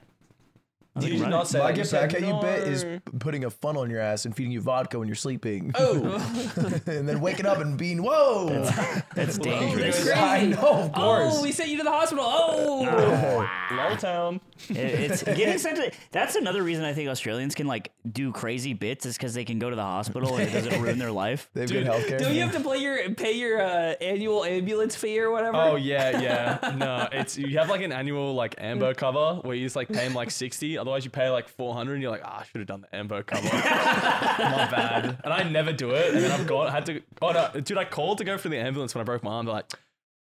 S5: you did not say
S2: My
S5: that. You
S2: get
S5: said,
S2: back at you bit is
S4: "No."
S2: p- putting a funnel in your ass and feeding you vodka when you're sleeping. Oh. <laughs> and then waking up and being, whoa.
S3: That's dangerous.
S4: crazy.
S2: I know, of
S4: Oh,
S2: course.
S4: we sent you to the hospital.
S3: <laughs>
S4: Oh,
S5: Loltown.
S3: It-
S1: <laughs>
S3: it's getting sent to. That's another reason I think Australians can like do crazy bits is because they can go to the hospital and it doesn't ruin
S1: <laughs>
S3: their life.
S2: They've good healthcare.
S4: don't you have to play your pay your uh, annual ambulance fee or whatever? <laughs>
S5: Oh yeah, yeah. No, it's you have like an annual like ambo cover where you just like pay him like sixty. Otherwise, you pay like four hundred, and you're like, ah, I should have done the ambo cover. My bad. And I never do it. And then I've got I had to. Oh no, dude, I called to go for the ambulance when I broke my arm. They're like,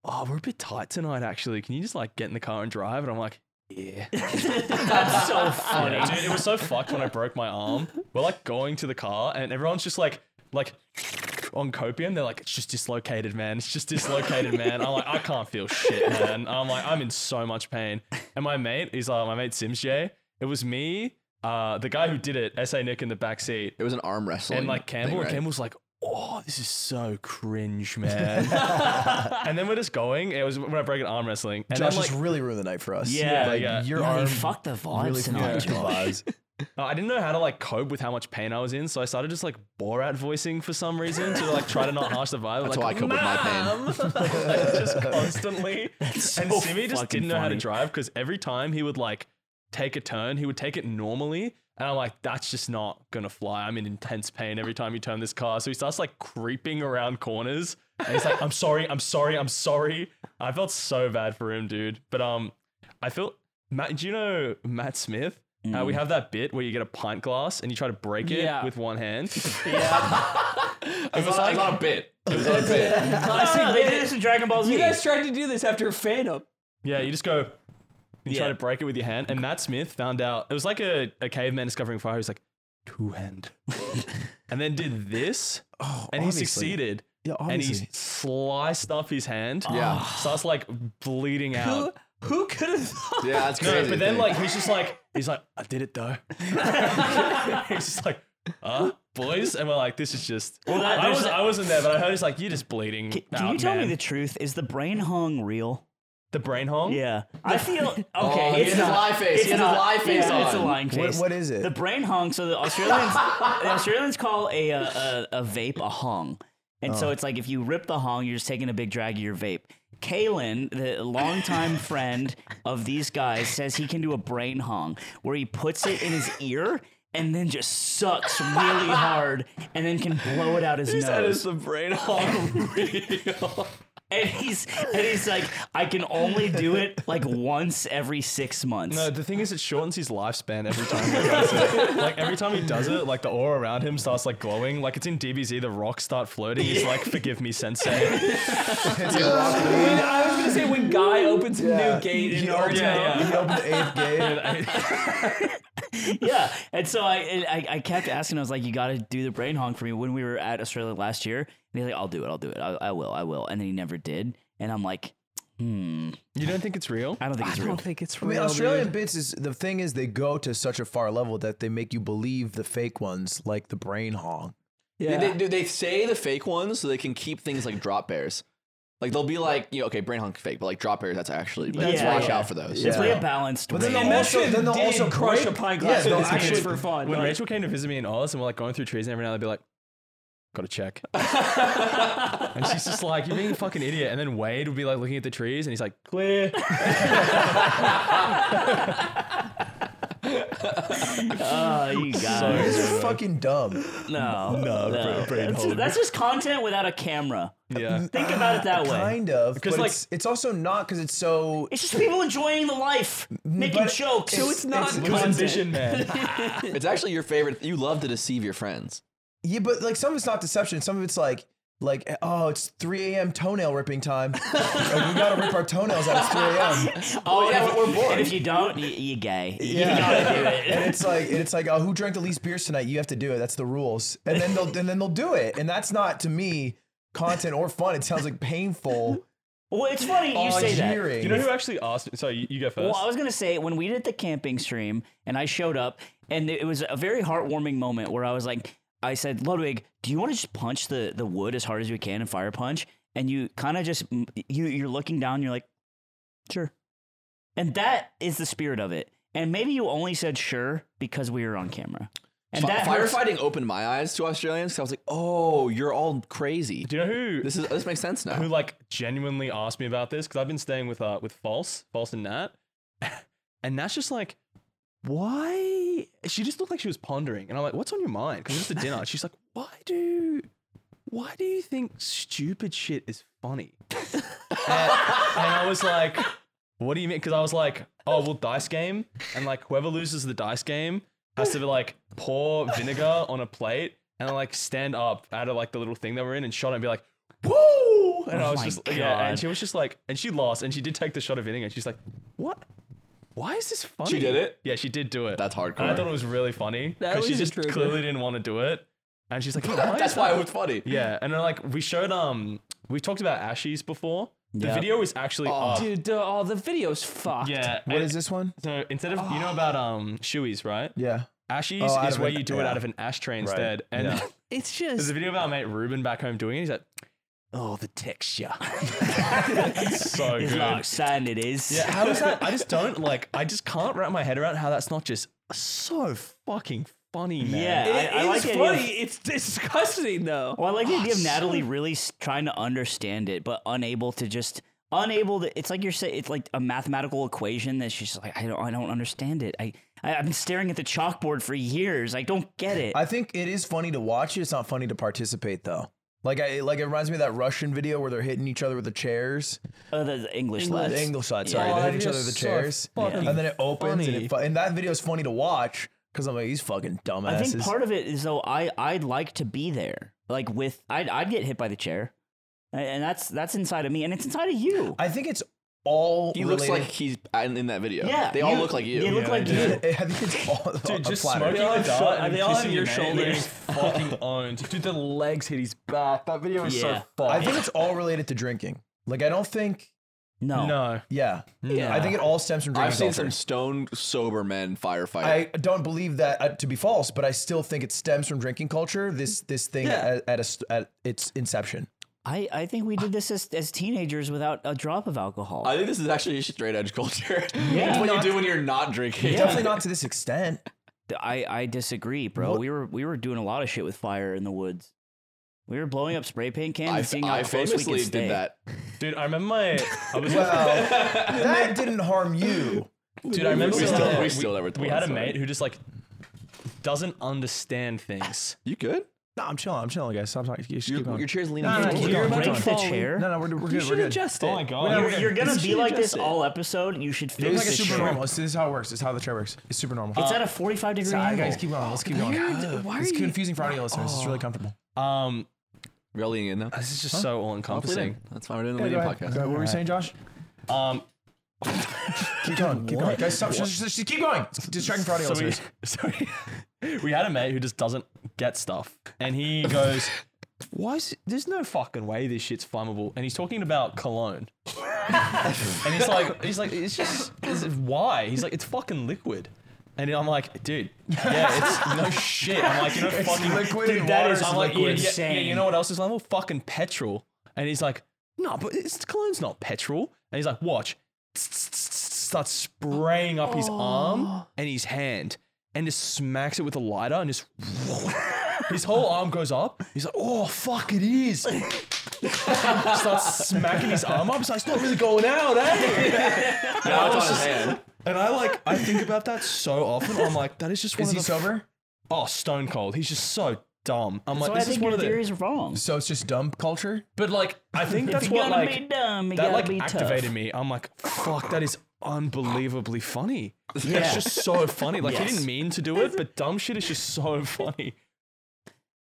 S5: oh, we're a bit tight tonight. Actually, can you just like get in the car and drive? And I'm like. Yeah.
S3: That's so funny.
S5: Dude, it was so fucked when I broke my arm. We're like going to the car and everyone's just like like on copium. They're like, it's just dislocated, man. It's just dislocated, man. I'm like, I can't feel shit, man. I'm like, I'm in so much pain. And my mate, he's like, my mate Sims J. It was me, uh, the guy who did it, SA Nick in the back seat,
S1: It was an arm wrestling.
S5: and like Campbell.
S1: thing,
S5: and
S1: Oh, right?
S5: Campbell's like, oh, this is so cringe, man. and then we're just going. It was when I broke an arm wrestling. And
S2: Josh
S5: then, like,
S2: just really ruined the night for us.
S5: Yeah,
S2: like,
S5: yeah.
S2: Your
S3: Yeah,
S2: arm
S3: he fucked the vibes
S2: really
S3: tonight,
S2: fucked the <laughs>
S3: Josh.
S2: vibes.
S5: Uh, I didn't know how to like cope with how much pain I was in, so I started just like Borat voicing for some reason to like try to not harsh the vibe.
S1: That's
S5: like,
S1: how I cope with my pain.
S3: <laughs>
S5: just constantly. and Simi
S3: fucking
S5: just didn't know how to
S3: funny.
S5: drive because every time he would like take a turn, he would take it normally. And I'm like, that's just not gonna fly. I'm in intense pain every time you turn this car. So he starts like creeping around corners. And he's like, I'm sorry, I'm sorry, I'm sorry. I felt so bad for him, dude. But um, I felt Matt, do you know Matt Smith? Uh, we have that bit where you get a pint glass and you try to break it
S4: Yeah.
S5: with one hand.
S1: It was not- it was not a bit. It was not a
S5: <laughs>
S1: bit.
S3: No, no, they did this in Dragon Ball Z.
S4: Oh, you guys tried to do this after Phantom.
S5: Yeah, you just go and try
S3: Yeah.
S5: to break it with your hand. And Matt Smith found out it was like a, a caveman discovering fire. He's like,
S3: <laughs>
S5: two hand. and then did this. and
S2: obviously.
S5: he succeeded.
S2: Yeah,
S5: and
S2: obviously.
S5: he sliced up his hand.
S3: Ah.
S1: Yeah.
S5: Starts like bleeding out.
S4: Who, who could have thought?
S1: Yeah, that's
S5: No,
S1: crazy.
S5: but
S1: to
S5: then
S1: think.
S3: <laughs>
S5: like he's just like he's like I did it though. he's just like, uh, boys, and we're like, this is just.
S3: that-
S5: I
S3: there's
S5: was
S3: that-
S5: I wasn't there, but I heard it's like you're just bleeding.
S3: Can, can you tell me the truth? Is the brain hung real?
S5: the brain hong?
S3: Yeah,
S2: <laughs>
S3: I feel okay.
S1: Oh, he
S3: it's
S1: has
S3: not,
S1: a lie face.
S3: It's
S1: He has a
S3: not,
S1: lie face
S3: yeah, It's a
S1: on.
S3: lying face.
S2: what is it?
S3: The brain hung. So the Australians, the Australians call a, uh, a a vape a hung, and
S2: Oh.
S3: so it's like if you rip the hung, you're just taking a big drag of your vape. Kalen,
S2: <laughs>
S3: the longtime friend of these guys, says he can do a brain hung where he puts it in his
S2: <laughs>
S3: ear and then just sucks really hard and then can blow it out his nose.
S5: the brain hong.
S3: And he's and he's like, I can only do it like once every six months.
S5: No, the thing is, it shortens his lifespan every time. He does it. Like every time he does it, like the aura around him starts like glowing. Like it's in DBZ, the rocks start floating. He's like, "Forgive me, Sensei." <laughs>
S4: When- I was gonna say when Guy opens a
S2: Yeah.
S4: new gate in
S2: He
S4: our
S2: opened-
S5: yeah.
S2: he opened <laughs> the eighth gate.
S3: Yeah. <laughs> And so I, and I I kept asking, I was like, You gotta do the brain honk for me when we were at Australia last year. And he's like, I'll do it, I'll do it. I, I will, I will. And then he never did. And I'm like, hmm,
S5: You don't think it's real?
S3: I don't think
S4: I
S3: it's real.
S4: don't think it's
S2: I
S4: real.
S2: mean, Australian
S4: dude.
S2: bits is the thing is they go to such a far level that they make you believe the fake ones, like the brain hong.
S4: Yeah.
S1: They, they, they say the fake ones so they can keep things like drop bears. Like they'll be like, you know, okay, brain hunk fake, but like drop bears, that's actually like,
S3: Yeah,
S1: watch
S3: yeah.
S1: out for those.
S3: It's
S2: Yeah.
S3: way balanced.
S2: then
S3: brain
S2: the
S3: honk.
S2: also- then they'll
S4: did
S2: also
S4: crush
S2: break-
S4: a pine
S2: yeah,
S4: glass
S2: they'll
S4: with his hands
S5: actually-
S4: for fun.
S5: When
S4: like-
S5: Rachel came to visit me in Oz and we're like going through trees and every now and then I'd be like, gotta check. and she's just like, you're being a fucking idiot. And then Wade would be like looking at the trees and he's like, clear.
S3: <laughs> Oh, you guys.
S2: This is fucking dumb.
S3: No. No,
S5: brain- brain
S3: that's,
S5: honk.
S3: that's just content without a camera.
S5: Yeah.
S3: Think about it that way.
S2: Kind of, because
S5: like-
S2: it's, it's also not because it's so.
S3: It's just people enjoying the life, making
S2: but
S3: jokes.
S4: so it's not
S2: it's-
S5: Losing
S4: content.
S5: vision, man.
S1: It's actually your favorite. You love to deceive your friends.
S2: Yeah, but like some of it's not deception. Some of it's like like oh, it's 3 a.m. toenail ripping time. like, we gotta rip our toenails out. It's 3 a.m.
S3: Oh, and
S1: yeah,
S3: if,
S1: we're bored.
S3: And if you don't, you, you gay.
S2: Yeah.
S3: <laughs> You gotta do it.
S2: And it's like and it's like oh, who drank the least beers tonight? You have to do it. That's the rules. And then they'll and then they'll do it. And that's not to me content or fun. It sounds like painful.
S3: Well, it's funny you say that.
S2: jeering.
S5: You know who actually asked me? Sorry, you, you go first.
S3: Well, I was gonna say when we did the camping stream and I showed up, and it was a very heartwarming moment where I was like, I said, Ludwig, do you want to just punch the the wood as hard as we can and fire punch? And you kind of just you you're looking down, you're like, sure. And that is the spirit of it. And maybe you only said sure because we were on camera. And
S1: Fi-
S3: that hurts.
S1: firefighting opened my eyes to Australians. 'cause I was like, oh, you're all crazy.
S5: Do you know who
S1: This is this makes sense now.
S5: who like genuinely asked me about this because I've been staying with uh with False, False and Nat, <laughs> and Nat's just like, why? She just looked like she was pondering, and I'm like, what's on your mind? Because it's a dinner. She's like, why do, why do you think stupid shit is funny? and, and I was like, what do you mean? Because I was like, oh, well, dice game, and like whoever loses the dice game has to like pour vinegar on a plate. And like stand up out of like the little thing that we're in and shot it and be like, woo! And I
S3: Oh
S5: was
S3: my
S5: just yeah,
S3: God.
S5: and she was just like, and she lost, and she did take the shot of inning, and she's like, what? Why is this funny?
S1: did it?
S5: Yeah, she did do it.
S1: That's
S5: And
S1: hardcore.
S5: I thought it was really funny
S4: That
S5: because she
S4: was a
S5: just
S4: trigger.
S5: clearly didn't want to do it, and she's like, "Why
S3: <laughs>
S1: <laughs>
S5: is
S1: That's
S5: that-"
S1: why it was funny.
S5: Yeah, and then, like we showed um we talked about Ashies before. The
S3: Yeah.
S5: video is actually up.
S4: Dude, the, oh, the video's fucked.
S5: Yeah.
S2: What
S5: and-
S2: is this one?
S5: So instead of you know about um shoeys, right?
S2: Yeah.
S5: Ashies
S2: Oh, out
S5: is
S2: of
S5: where
S2: an-
S5: you do it
S2: yeah.
S5: out of an ashtray instead, and
S4: It's
S5: <laughs> there's
S4: just
S5: a video of our mate Ruben back home doing it. He's like, "Oh, the texture." it's so
S3: It's
S5: good.
S3: not sand it is.
S5: Yeah, how is that? I just don't like. I just can't wrap my head around how that's not just so fucking funny, man.
S3: Yeah. I-
S4: It
S3: I
S4: is
S3: like the idea
S4: funny.
S3: of-
S4: It's disgusting though.
S3: Well, I like the idea of Natalie really s- trying to understand it, but unable to just unable to. It's like you're saying it's like a mathematical equation that she's like, I don't, I don't understand it. I, I I've been staring at the chalkboard for years. I don't get it.
S2: I think it is funny to watch it. It's not funny to participate though. Like I like it reminds me of that Russian video where they're hitting each other with the chairs.
S3: oh, the, the English
S2: The
S3: lessons.
S2: English side, sorry.
S5: Oh,
S2: they
S5: that
S2: hit each other with
S5: video's
S2: the
S5: so
S2: chairs.
S5: fucking
S2: And then it opens and,
S5: funny.
S2: it fu- and that video is funny to watch because I'm like, these fucking dumbasses.
S3: I think part of it is though I I'd like to be there, like with I'd I'd get hit by the chair, A- and that's that's inside of me, and it's inside of you.
S2: I think it's all
S1: He looks
S2: related.
S1: like he's in, in that video.
S3: yeah,
S1: they all look like you.
S3: They look
S5: Yeah,
S3: like
S5: they
S3: you.
S2: <laughs> I think it's all
S5: Dude,
S2: a
S5: just
S2: platter.
S5: smoking
S4: all
S5: a
S4: have
S5: dart
S4: shou-
S5: and
S4: they all have
S5: kissing
S4: your
S5: man and
S4: shoulders.
S5: getting fucking owned. Dude, the legs hit his back. That video
S3: <laughs>
S5: is
S3: Yeah.
S5: so
S2: I
S5: fucked.
S2: think it's all related to drinking. Like I don't think
S3: No.
S5: No.
S2: Yeah.
S5: Yeah.
S2: I think it all stems from drinking
S1: I've seen some
S2: seltzer.
S1: stone sober men firefight.
S2: I don't believe that uh, to be false, but I still think it stems from drinking culture. This this thing at, at, a, st- at its inception.
S3: I, I think we did this as, as teenagers without a drop of alcohol.
S1: I think this is actually straight edge culture. it's <laughs> what you do when you're not drinking.
S2: Definitely not to this extent.
S3: I, I disagree, bro. We were we were doing a lot of shit with fire in the woods. We were blowing up spray paint cans
S1: I,
S3: and seeing how
S1: I
S3: close we
S1: famously
S3: could
S1: did
S3: stay.
S1: that.
S5: Dude, I remember my. I was
S2: Well, that didn't harm you.
S5: Dude, I remember
S1: We
S5: my-
S1: still- we still never
S5: we
S1: told
S5: had a
S1: him, sorry.
S5: mate who just like doesn't understand things.
S1: You good?
S2: No, I'm chilling. I'm chilling, guys. Stop talking. You should keep
S1: Your,
S2: going.
S1: your chair's leaning.
S2: No, no,
S1: forward.
S2: keep going,
S3: Did you
S2: keep
S3: break
S2: going.
S3: the chair?
S2: No, no, we're, we're
S4: You
S2: good. We're
S4: should
S2: good.
S4: adjust it.
S5: Oh my god.
S3: You're, you're gonna
S4: This
S3: be
S4: should
S3: like this
S4: adjust it.
S3: all episode. You should
S2: It's
S3: fix
S2: like a
S3: this
S2: super
S3: shit.
S2: normal. This is how it works. This is how the chair works. It's super normal.
S3: It's at a 45 degree
S2: Sorry,
S3: angle.
S2: guys, keep going. Let's keep going. it's confusing for audio listeners. It's really comfortable.
S5: Um,
S1: We're all leaning in now.
S5: this is just so all encompassing.
S1: That's why we're doing the leading podcast.
S2: What were you saying, Josh?
S5: Um,
S2: <laughs> Keep going. Keep going. Guys, stop. Just, just- just keep going. It's distracting for audio
S5: so we, <laughs>
S2: listeners.
S5: so we- we had a mate who just doesn't get stuff, and he goes, "Why is there's no fucking way this shit's flammable?" And he's talking about cologne, and he's like, he's like, it's just it's, why? He's like, it's fucking liquid. And I'm like, dude, yeah, it's no shit. I'm like, you know, fucking
S2: liquid and
S5: that
S2: water
S5: is
S2: is
S5: I'm like, yeah,
S3: liquid.
S5: yeah, yeah,
S3: Insane.
S5: you know what else is flammable? Fucking petrol. And he's like, no, but it's cologne's not petrol. And he's like, watch. Starts spraying up his arm and his hand and just smacks it with a lighter
S2: <laughs>
S5: and just his whole arm goes up. He's like, oh fuck it is. <laughs> Starts smacking his arm up. He's like, it's not really going out, eh?
S1: Now it's on his hand.
S5: And I like, I think about that so often. I'm like, that is just one
S2: Is
S5: of
S2: he
S5: the
S2: sober?
S5: oh stone cold. He's just so dumb. I'm
S3: So
S5: like,
S3: I
S5: this is
S3: think
S5: one
S3: your
S5: of the.
S3: theory is wrong.
S2: So it's just dumb culture.
S5: But like, I think that's
S3: you
S5: what
S3: gotta
S5: like
S3: be dumb. You
S5: that
S3: gotta
S5: like
S3: be
S5: activated
S3: tough.
S5: me. I'm like, fuck, that is unbelievably funny.
S3: Yeah.
S5: That's just so funny. Like
S3: Yes.
S5: he didn't mean to do it, but dumb shit is just so funny.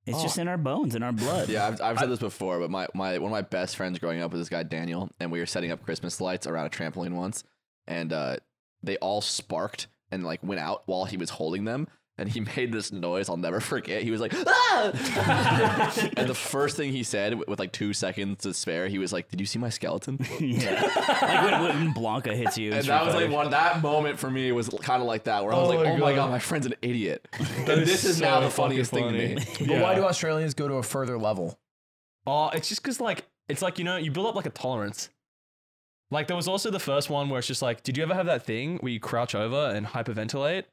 S3: It's just in our bones, in our blood.
S1: Yeah, I've, I've said this before, but my, my one of my best friends growing up was this guy Daniel, and we were setting up Christmas lights around a trampoline once, and uh, they all sparked and like went out while he was holding them, and he <laughs> made this noise I'll never forget. He was like, "Ah!" <laughs> and the first thing he said with, with like two seconds to spare, he was like, "Did you see my skeleton?"
S3: <laughs> Yeah. like when, when Blanca hits you.
S1: And
S3: it's
S1: that was
S3: retarded.
S1: like one that moment for me was kind of like that where I was
S5: Oh
S1: like,
S5: my
S1: "Oh my
S5: God.
S1: god, my friend's an idiot." <laughs> and
S5: is
S1: this is now
S5: so
S1: the funniest thing
S5: fucking
S1: to me.
S5: funny.
S2: But why do Australians go to a further level?
S5: Oh, it's just because like it's like you know you build up like a tolerance. Like there was also the first one where it's just like, did you ever have that thing where you crouch over and hyperventilate?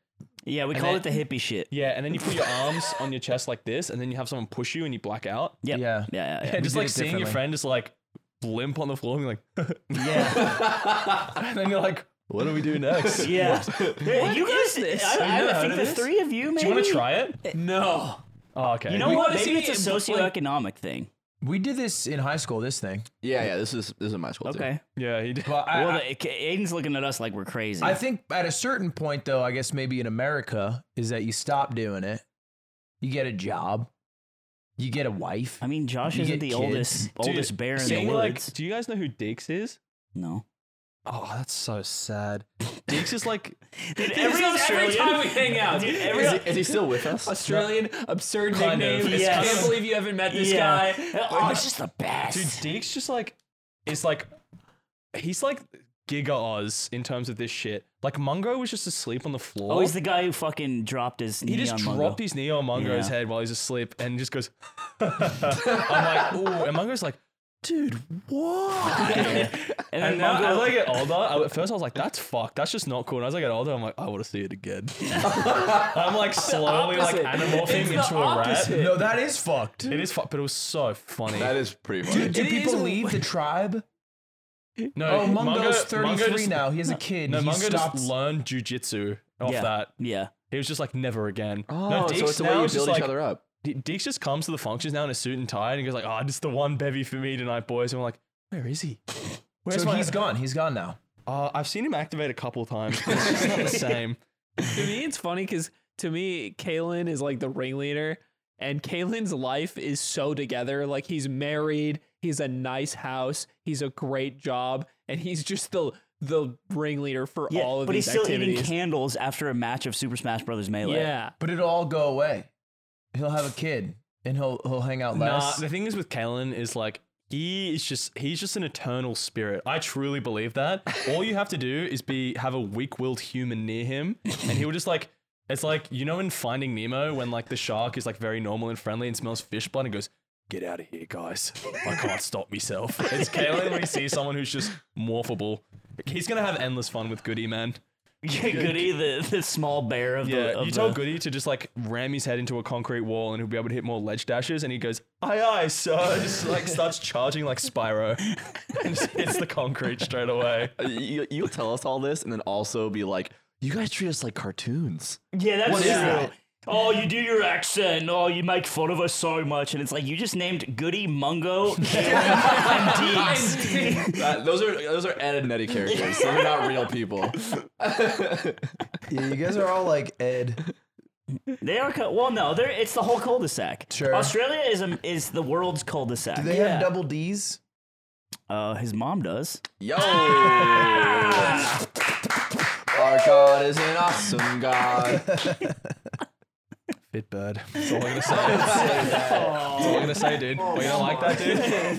S3: Yeah, we
S5: And
S3: call
S5: then-
S3: it the hippie shit.
S5: Yeah, and then you put your arms on your chest like this, and then you have someone push you and you black out.
S3: Yep.
S2: Yeah.
S3: Yeah, yeah,
S5: Yeah, just
S2: did
S5: like
S2: it
S5: seeing your
S2: differently.
S5: friend just like blimp on the floor and you're like, <laughs>
S2: Yeah.
S5: and then you're like, what do we do next? Do
S3: yeah. yeah. Hey, you guys, I, I
S5: Yeah,
S3: think
S5: it
S3: the
S5: is.
S3: three of you, maybe.
S5: you want to try it?
S4: No.
S5: Oh, okay.
S3: You know
S5: We-
S3: what?
S4: wanna
S3: Maybe
S4: see
S3: it's a
S4: it, but, like-
S3: socioeconomic thing.
S2: We did this in high school, this thing.
S1: Yeah, yeah, this is this is my school. too.
S3: Okay.
S5: Yeah, he did.
S2: But I,
S3: Well, the, Aiden's looking at us like we're crazy.
S2: I think at a certain point, though, I guess maybe in America, is that you stop doing it. You get a job. You get a wife.
S3: I mean, Josh
S2: You
S3: isn't
S2: get
S3: the
S2: kids.
S3: oldest oldest bear in the
S5: seeing,
S3: woods.
S5: like, do you guys know who Deeks is?
S3: no.
S5: Oh, that's so sad. Deeks is like,
S3: Dude,
S4: Every, every time we hang out, dude, every
S1: Is he, is he still with us?
S4: Australian absurd
S5: Kind of.
S4: nickname.
S5: It's
S4: I
S3: kind
S4: can't
S3: of-
S4: believe you haven't met this
S3: yeah.
S4: guy.
S3: Oh, it's just the best.
S5: dude, Deeks just like, is like, he's like Giga Oz in terms of this shit. Like, Mungo was just asleep on the floor.
S3: oh, he's the guy who fucking dropped his knee
S5: he just
S3: on
S5: dropped
S3: Mungo.
S5: his knee on Mungo's
S3: Yeah.
S5: head while he's asleep and just <laughs> goes, I'm like, ooh. And Mungo's like, dude, what?
S3: and then
S5: And now
S3: Mungo,
S5: as I get older, I, at <laughs> first I was like, "That's fucked. That's just not cool." And as I get older, I'm like, "I want to see it again." <laughs> I'm like slowly
S4: opposite.
S5: like animorphing
S4: It's the
S5: into a rat.
S4: opposite.
S2: no, that is fucked.
S5: It is fucked, but it was so funny.
S1: That is pretty funny.
S2: Do, do
S4: It
S2: people
S4: is-
S2: leave the tribe?
S5: no,
S2: Oh, Mungo's
S5: Mungo- Mungo
S2: 33
S5: just-
S2: now. He has a kid.
S5: No,
S2: he
S5: Mungo
S2: stopped.
S5: just learned jujitsu off
S3: yeah,
S5: that.
S3: Yeah.
S5: He was just like, "Never again." no,
S1: Oh,
S5: Deeks
S1: so it's the way
S5: now
S1: you
S5: is
S1: build
S5: just
S1: each
S5: like,
S1: other up.
S5: D- Deeks just comes to the functions now in a suit and tie, and he goes like, "Ah, just the one bevy for me tonight, boys." And we're like, "Where is he?" Where's
S2: so
S5: my- <laughs>
S2: he's gone. He's gone now.
S5: Uh, I've seen him activate a couple of times.
S2: <laughs>
S5: but It's just not the same.
S4: To me, it's funny because to me, Kalen is like the ringleader, and Kalen's life is so together. Like he's married, he's a nice house, he's a great job, and he's just the the ringleader for
S3: Yeah,
S4: all of
S3: but
S4: these
S3: he's still
S4: activities.
S3: eating candles after a match of Super Smash Brothers Melee. <laughs>
S4: <laughs> yeah,
S2: But it'll all go away. He'll have a kid and he'll he'll hang out
S5: Nah,
S2: less.
S5: the thing is with Kalen is like He is just he's just an eternal spirit. I truly believe that. All you have to do is be have a weak-willed human near him and he will just like it's like you know in Finding Nemo when like the shark is like very normal and friendly and smells fish blood and goes Get out of here, guys. I can't stop myself. It's Kalen when he sees someone who's just morphable. He's going to have endless fun with Goody, man.
S3: Goody, the, the small bear of the.
S5: Yeah,
S3: Of
S5: you tell
S3: the-
S5: Goody to just like ram his head into a concrete wall and he'll be able to hit more ledge dashes. And he goes, aye, aye, sir. and Just
S3: <laughs>
S5: like starts charging like Spyro <laughs> and just hits the concrete straight away.
S1: Uh, <laughs> You, you'll tell us all this and then also be like, you guys treat us like <laughs> cartoons.
S3: Yeah, that's true.
S1: is that?
S3: Oh, you do your accent. Oh, you make fun of us so much, and it's like you just named
S2: <laughs>
S3: Goody, Mungo, and Deeks.
S1: That- those are those are added Netty <laughs> characters. Those are not real people.
S2: Yeah, you guys are all like Ed.
S3: They are co- well, no, they're it's the whole cul-de-sac.
S2: Sure.
S3: Australia is a, is the world's cul-de-sac.
S2: Do they
S4: Yeah.
S2: have double D's?
S3: uh, his mom does.
S1: Yo! <laughs> Our God is an awesome God.
S5: Fitbird. That's all I'm going to
S2: <laughs>
S5: say. That's all I'm going to say, dude. Well, you don't like that,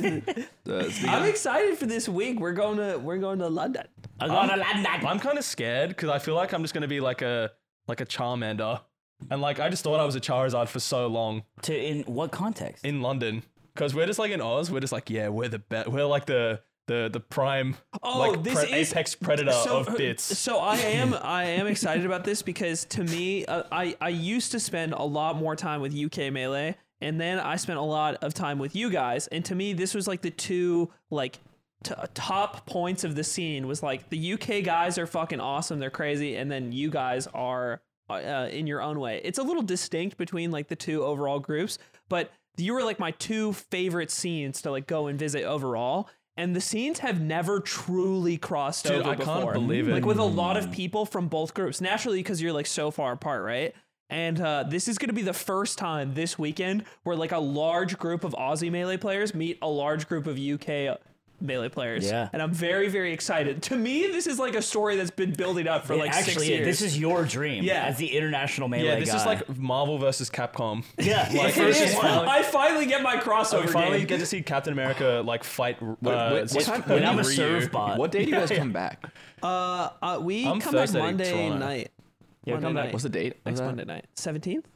S5: dude?
S2: <laughs>
S1: Uh, speaking
S4: I'm
S1: of-
S4: excited for this week. We're going to we're going to London.
S3: I got a landline.
S5: I'm kind of scared because I feel like I'm just going to be like a, like a Charmander. And like, I just thought I was a Charizard for so long
S3: To in what context?
S5: in London. Because we're just like in Oz, we're just like, yeah, we're the best. We're like the, the, the prime
S4: Oh,
S5: like,
S4: this
S5: pre-
S4: is-
S5: apex predator of bits.
S4: So I
S5: <laughs>
S4: am I am excited about this because to me uh, I I used to spend a lot more time with UK melee and then I spent a lot of time with you guys and to me this was like the two like t- uh, top points of the scene was like the UK guys are fucking awesome they're crazy and then you guys are uh, in your own way. It's a little distinct between like the two overall groups, but you were like my two favorite scenes to like go and visit overall. And the scenes have never truly crossed
S5: Dude,
S4: over
S5: I can't
S4: before.
S5: believe it.
S4: Like with a lot of people from both groups, naturally because you're like so far apart, right? And uh, this is going to be the first time this weekend where like a large group of Aussie melee players meet a large group of UK melee players.
S3: Yeah.
S4: and I'm very very excited. To me, this is like a story that's been building up for
S3: It
S4: like
S3: actually,
S4: six years.
S3: this is your dream.
S4: Yeah.
S3: as the international melee
S5: Yeah, this
S3: guy.
S5: is like Marvel versus Capcom. <laughs>
S3: yeah, the
S5: like,
S3: first
S5: it is.
S3: one.
S4: <laughs> I finally get my crossover.
S5: we finally
S4: game.
S5: get to see Captain America like fight. Uh,
S1: wait, what time-
S3: <laughs> When I'm a
S5: Ryu.
S3: serve bot.
S1: what day do you guys come back?
S4: Uh, uh, we
S5: I'm
S4: come
S5: Thursday
S4: back
S5: in
S4: Monday
S5: Toronto.
S4: night.
S3: Yeah,
S4: Monday
S3: come back.
S4: night.
S1: What's the date? of
S4: Next
S1: that?
S4: Monday night, seventeenth.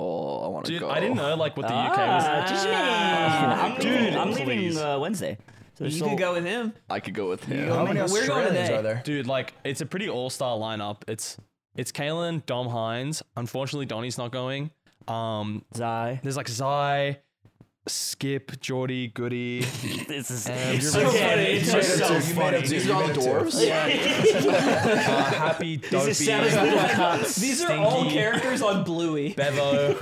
S1: Oh, I want to
S5: Dude,
S1: go.
S5: I didn't know like what the UK
S3: Ah,
S5: was.
S3: I'm leaving, I'm
S5: please.
S3: leaving uh, Wednesday. So there's
S4: You
S3: still-
S4: could go with him.
S1: I could go with him.
S2: How many
S4: We're going
S2: Australians
S4: today.
S2: are there?
S5: Dude, like it's a pretty all-star lineup. It's it's Kalen, Dom Hines. Unfortunately, Donnie's not going. Um,
S3: Zai.
S5: there's like Zai, Skip, Geordy, Goody.
S3: This is
S5: you're
S3: it's so
S5: right.
S3: funny. It's just
S2: You
S3: so
S2: made up
S3: funny.
S2: two.
S1: These
S2: You
S1: are all
S2: made up two.
S1: dwarves?
S5: uh, happy, Dopey,
S3: This <laughs> is Savage Little Cups.
S4: These are all
S5: Stinky.
S4: characters on Bluey.
S3: <laughs>
S5: Bevo.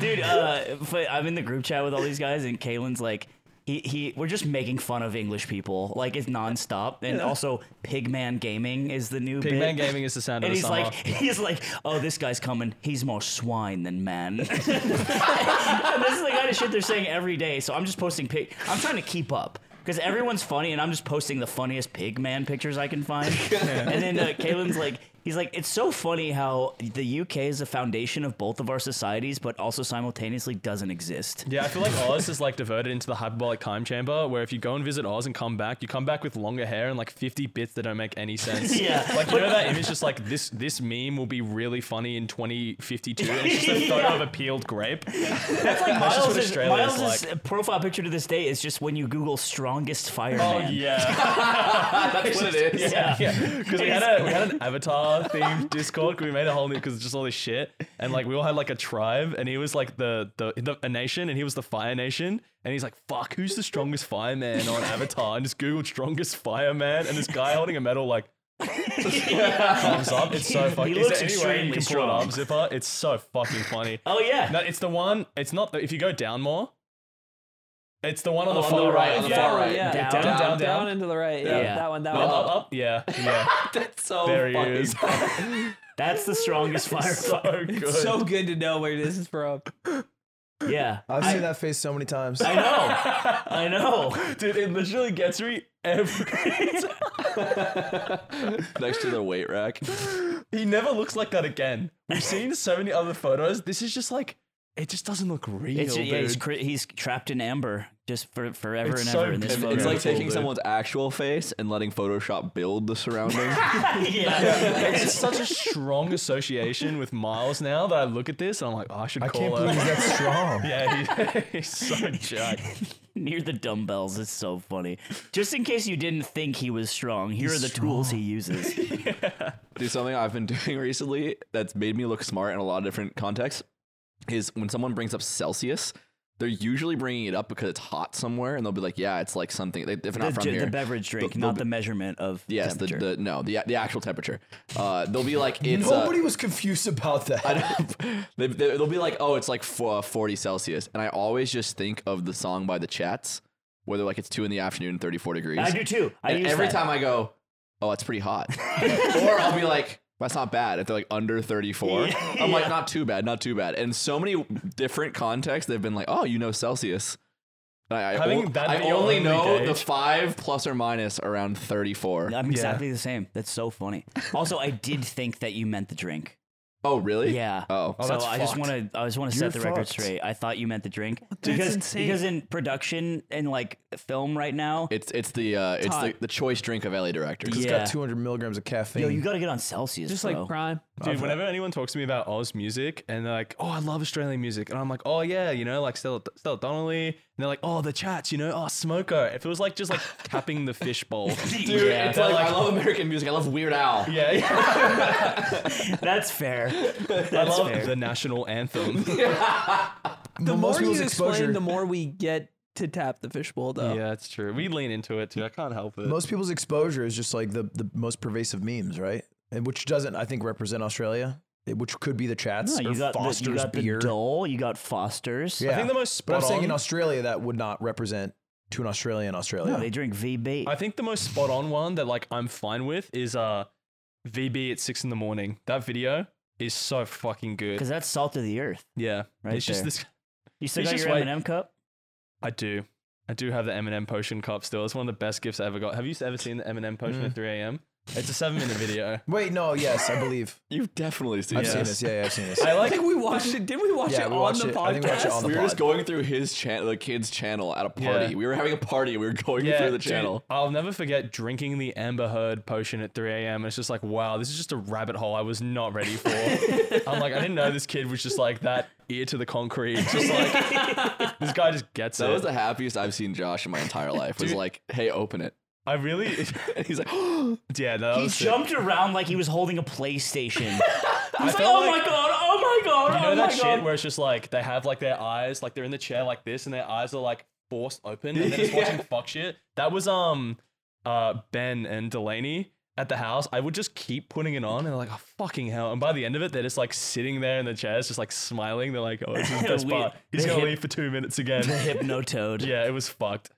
S3: dude. Uh, but I'm in the group chat with all these guys, and Kalen's like, he, he we're just making fun of English people, like it's nonstop, and also Pigman Gaming is the new bit.
S5: Pigman Gaming is the sound of
S3: And
S5: the
S3: he's
S5: summer.
S3: like, <laughs> he's like, oh, this guy's coming. He's more swine than man. <laughs> and this is the kind of shit they're saying every day. So I'm just posting pig. I'm trying to keep up because everyone's funny, and I'm just posting the funniest pig man pictures I can
S5: <laughs>
S3: find. and then uh, Kalen's like, he's like, it's so funny how the UK is the foundation of both of our societies, but also simultaneously doesn't exist.
S5: Yeah, I feel like Oz is like diverted into the hyperbolic time chamber, where if you go and visit Oz and come back, you come back with longer hair and like 50 bits that don't make any sense.
S3: <laughs> Yeah.
S5: like you know that image, just like this this meme will be really funny in 2052, and it's just a photo of a
S3: <laughs>
S5: peeled grape.
S3: That's like
S5: <laughs> That's just what
S3: Miles' is,
S5: Australia's
S3: Miles's profile picture to this day is just when you Google strongest fireman. <laughs>
S5: Oh, yeah,
S1: That's what it is.
S5: yeah, Because we had a we had an avatar themed Discord. 'cause We made a whole new because just all this shit, and like we all had like a tribe, and he was like the, the the a nation, and he was the Fire Nation, and he's like, "Fuck, who's the strongest fireman on Avatar?" And just googled strongest fireman, and this guy holding a medal like. arms up. It's so fucking.
S3: He
S5: Is
S3: looks
S5: there any way
S3: extremely
S5: you can pull
S3: strong.
S5: an arm zipper? It's so fucking funny.
S3: Oh yeah.
S5: No, it's the one. It's not. The, if you go down more, it's the one on the
S1: on
S5: far
S1: the right,
S5: right.
S1: on the
S5: yeah.
S1: far right.
S4: Oh, Yeah,
S3: Down,
S5: down, down.
S4: and to the right. Yeah,
S3: Yeah.
S4: that one, that
S5: Up,
S4: one.
S5: up, up. Yeah, yeah.
S1: That's so
S4: Oh,
S5: There he
S1: funny.
S5: is.
S3: That's the strongest <laughs>
S5: <laughs>
S3: fire.
S5: so good.
S4: So good to know where this is from.
S3: yeah.
S2: I've seen that face so many times.
S3: I know. I
S1: <laughs>
S3: know.
S5: Dude, it literally gets me every.
S1: <laughs> Next to the weight rack.
S5: he never looks like that again. We've seen so many other photos. This is just like It just doesn't look real.
S3: It's, yeah, he's, <laughs>
S5: dude.
S3: cr- he's trapped in amber just for forever
S5: It's
S3: and
S5: so
S3: ever in this
S5: bad.
S3: photo.
S1: It's like
S5: Beautiful,
S1: taking
S5: dude.
S1: someone's actual face and letting Photoshop build the surroundings.
S3: <laughs> yeah.
S5: it's just such a strong association with Miles now that I look at this and I'm like, oh, I should
S2: I
S5: call
S2: can't
S5: him.
S2: believe that's strong.
S5: <laughs> yeah, he, <laughs> he's so jacked.
S3: near the dumbbells is so funny. Just in case you didn't think he was strong, here are the tools he uses.
S1: Dude, something I've been <laughs> doing recently that's made me look smart in a lot of different contexts is when someone brings up Celsius, they're usually bringing it up because it's hot somewhere, and they'll be like, "Yeah, it's like something." They, if they're <laughs>
S3: the,
S1: not from
S3: ju- the
S1: here,
S3: beverage drink,
S1: the-
S3: not the measurement of
S1: yes, the,
S3: temperature.
S1: the no, the the actual temperature. Uh, they'll be like, "It's." uh, <laughs>
S2: <laughs> Nobody was confused about that.
S1: I don't- they, they, they'll be like, "Oh, it's like fo- uh, forty Celsius," and I always just think of the song by the Chats, where they're like, "It's two in the afternoon, thirty-four degrees."
S3: I do too. I
S1: and
S3: use
S1: every
S3: that.
S1: time I go, oh, that's pretty hot. or I'll be like, that's not bad. If they're like under 34, I'm like, not too bad, not too bad. And so many different contexts, they've been like, oh, you know Celsius. And I, I,
S5: Having
S1: ol-
S5: that
S1: I
S5: be your
S1: only
S5: only
S1: know the
S5: gauge.
S1: five plus or minus around 34.
S3: I'm exactly the same. That's so funny. Also, I did think that you meant the drink.
S1: Oh, really?
S3: Yeah.
S1: Oh.
S3: so
S5: that's
S3: I just
S5: fucked.
S3: want to I just want to set the record
S2: fucked.
S3: straight. I thought you meant the drink
S4: That's
S3: because
S4: insane.
S3: because in production and like film right now,
S1: It's it's the uh, it's the,
S4: Todd.
S1: the choice drink of LA directors.
S2: It's
S3: yeah.
S2: got 200 milligrams of caffeine.
S3: Yo, you got to get on Celsius,
S4: Just
S3: bro.
S4: like crime.
S5: Dude, whenever anyone talks to me about Oz music and they're like, oh, I love Australian music. And I'm like, oh, yeah, you know, like Stella, Stella Donnelly. And they're like, oh, the chats, you know, oh, Smoker. If it was like just like tapping the fishbowl.
S1: Dude, it's like, I love American music. I love Weird Al.
S5: <laughs> Yeah, yeah.
S3: That's fair. That's
S5: I love
S3: fair.
S5: the national anthem.
S4: The
S2: But
S4: more you
S2: people's
S4: explain,
S2: exposure-
S4: the more we get to tap the fishbowl, though.
S5: <laughs> Yeah, that's true. We lean into it too. I can't help it.
S2: most people's exposure is just like the, the most pervasive memes, right? And which doesn't, I think, represent Australia, it- which could be the chats
S3: No,
S2: or
S3: you got the, you
S2: Foster's
S3: got
S2: beer.
S3: the Dole, you got Foster's.
S2: yeah.
S5: I think the most
S2: but I'm
S5: spot
S2: saying in
S5: on-
S2: Australia that would not represent to an Australian in Australia.
S3: No, they drink V-Bait.
S5: I think the most spot on one that like I'm fine with is uh VB at six in the morning. That video is so fucking good.
S3: Because that's salt of the earth.
S5: Yeah,
S3: Right
S5: It's just
S3: there.
S5: this.
S3: You still
S5: It's
S3: got
S5: just
S3: your
S5: like-
S3: M&M cup?
S5: I do, I do have the M&M potion cup still. It's one of the best gifts I ever got. Have you ever seen the M&M potion at 3 a.m.? It's a seven minute video.
S2: Wait, no, yes, I
S1: <laughs>
S2: believe.
S1: You've definitely seen
S2: I've
S1: that.
S2: seen this. Yeah, yeah, I've seen this.
S5: I
S4: I
S5: like.
S4: think we watched it. Didn't we watch
S2: Yeah,
S4: it
S2: we
S4: on
S2: watched
S4: the
S2: it.
S4: podcast?
S2: I think we watched it on the
S1: we were
S2: pod.
S1: just going through his channel, the kid's channel at a party.
S5: Yeah.
S1: We were having a party. We were going
S5: Yeah,
S1: through the
S5: dude,
S1: channel.
S5: I'll never forget drinking the Amber Heard potion at 3 a.m. It's just like, wow, this is just a rabbit hole I was not
S1: <laughs>
S5: ready for. I'm like, I didn't know this kid was just like that ear to the concrete. Just
S1: <laughs>
S5: like, this guy just gets
S1: That
S5: it.
S1: was the happiest I've seen Josh in my entire life. Was
S5: Dude.
S1: like, hey, open it. <laughs>
S5: I really, <laughs>
S1: And he's like, <gasps> oh,
S5: yeah, no, that
S3: He
S5: was sick.
S3: jumped around like he was holding a PlayStation.
S5: I
S3: He's like,
S5: felt
S3: oh my god, oh my god,
S5: you know
S3: oh
S5: that
S3: my
S5: shit
S3: god.
S5: where it's just like they have like their eyes, like they're in the chair like this, and their eyes are like forced open, and
S3: <laughs>
S5: they're just watching fuck shit. That was um, uh, Ben and Delaney at the house. I would just keep putting it on, and they're like, oh, fucking hell. And by the end of it, they're just like sitting there in the chairs, just like smiling. They're like, oh,
S3: <laughs>
S5: this is the best
S3: We-
S5: part. He's
S3: the
S5: gonna
S3: hip-
S5: leave for two minutes again.
S3: The Hypnotoad.
S5: <laughs> yeah, it was fucked.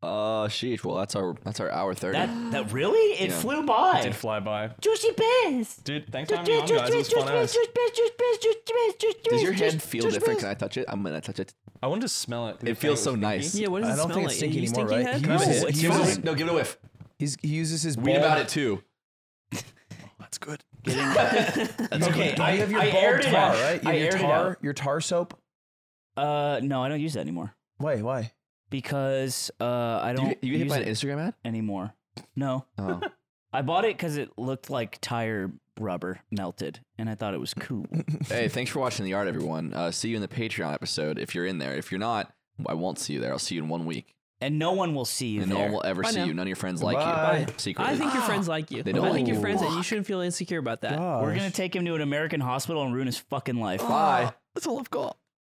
S1: uh, sheesh. Well, that's our that's our hour thirty.
S3: That, that really? It
S1: Yeah.
S3: flew by.
S5: Did fly by,
S3: Juicy bears.
S5: dude. Thanks for having me on, guys. It was fun as.
S1: Does your head feel different? Can I touch it? I'm gonna touch it.
S5: I wanted to smell it.
S1: It feels so nice.
S4: Yeah, what does
S2: I
S4: it
S2: don't
S4: smell
S2: think
S4: like?
S2: it's stinky
S4: You
S2: anymore,
S4: stinky
S2: right?
S4: head?
S2: He was-
S4: No,
S2: he
S4: it's
S1: Give it a
S4: fine.
S1: whiff. No, give it a whiff.
S2: He's, he uses his
S1: Weed
S2: bald-
S1: about it too.
S5: That's good.
S3: Okay,
S2: I have your
S3: I
S2: bald
S3: aired it
S2: tar,
S3: out.
S2: right? You
S3: I
S2: have your
S3: aired it
S2: tar,
S3: out.
S2: your tar soap.
S3: Uh, no, I don't use that anymore
S2: Why? Why?
S3: because uh, I
S1: You,
S3: don't
S1: you get hit
S3: use
S1: by an
S3: it
S1: Instagram ad?
S3: anymore. No,
S1: Oh.
S3: <laughs> I bought it because it looked like tire rubber melted, and I thought it
S1: <laughs>
S3: was cool.
S1: hey, thanks for watching the art, everyone. Uh, see you in the Patreon episode if you're in there. If you're not, I won't see you there. I'll see you in one week,
S3: and no one will see you
S1: and no
S3: there.
S1: one will ever
S4: Bye
S1: see
S4: now.
S1: you. None of your friends like
S2: Bye.
S1: you.
S2: Bye.
S1: Secretly.
S4: I
S1: <gasps>
S4: think your friends like you.
S1: They don't
S4: I think
S1: like
S4: your
S1: you.
S4: friends that you shouldn't
S1: Oh,
S4: feel insecure about that.
S3: We're gonna take him to an American hospital and ruin his fucking life.
S1: Bye.
S4: That's all I've got.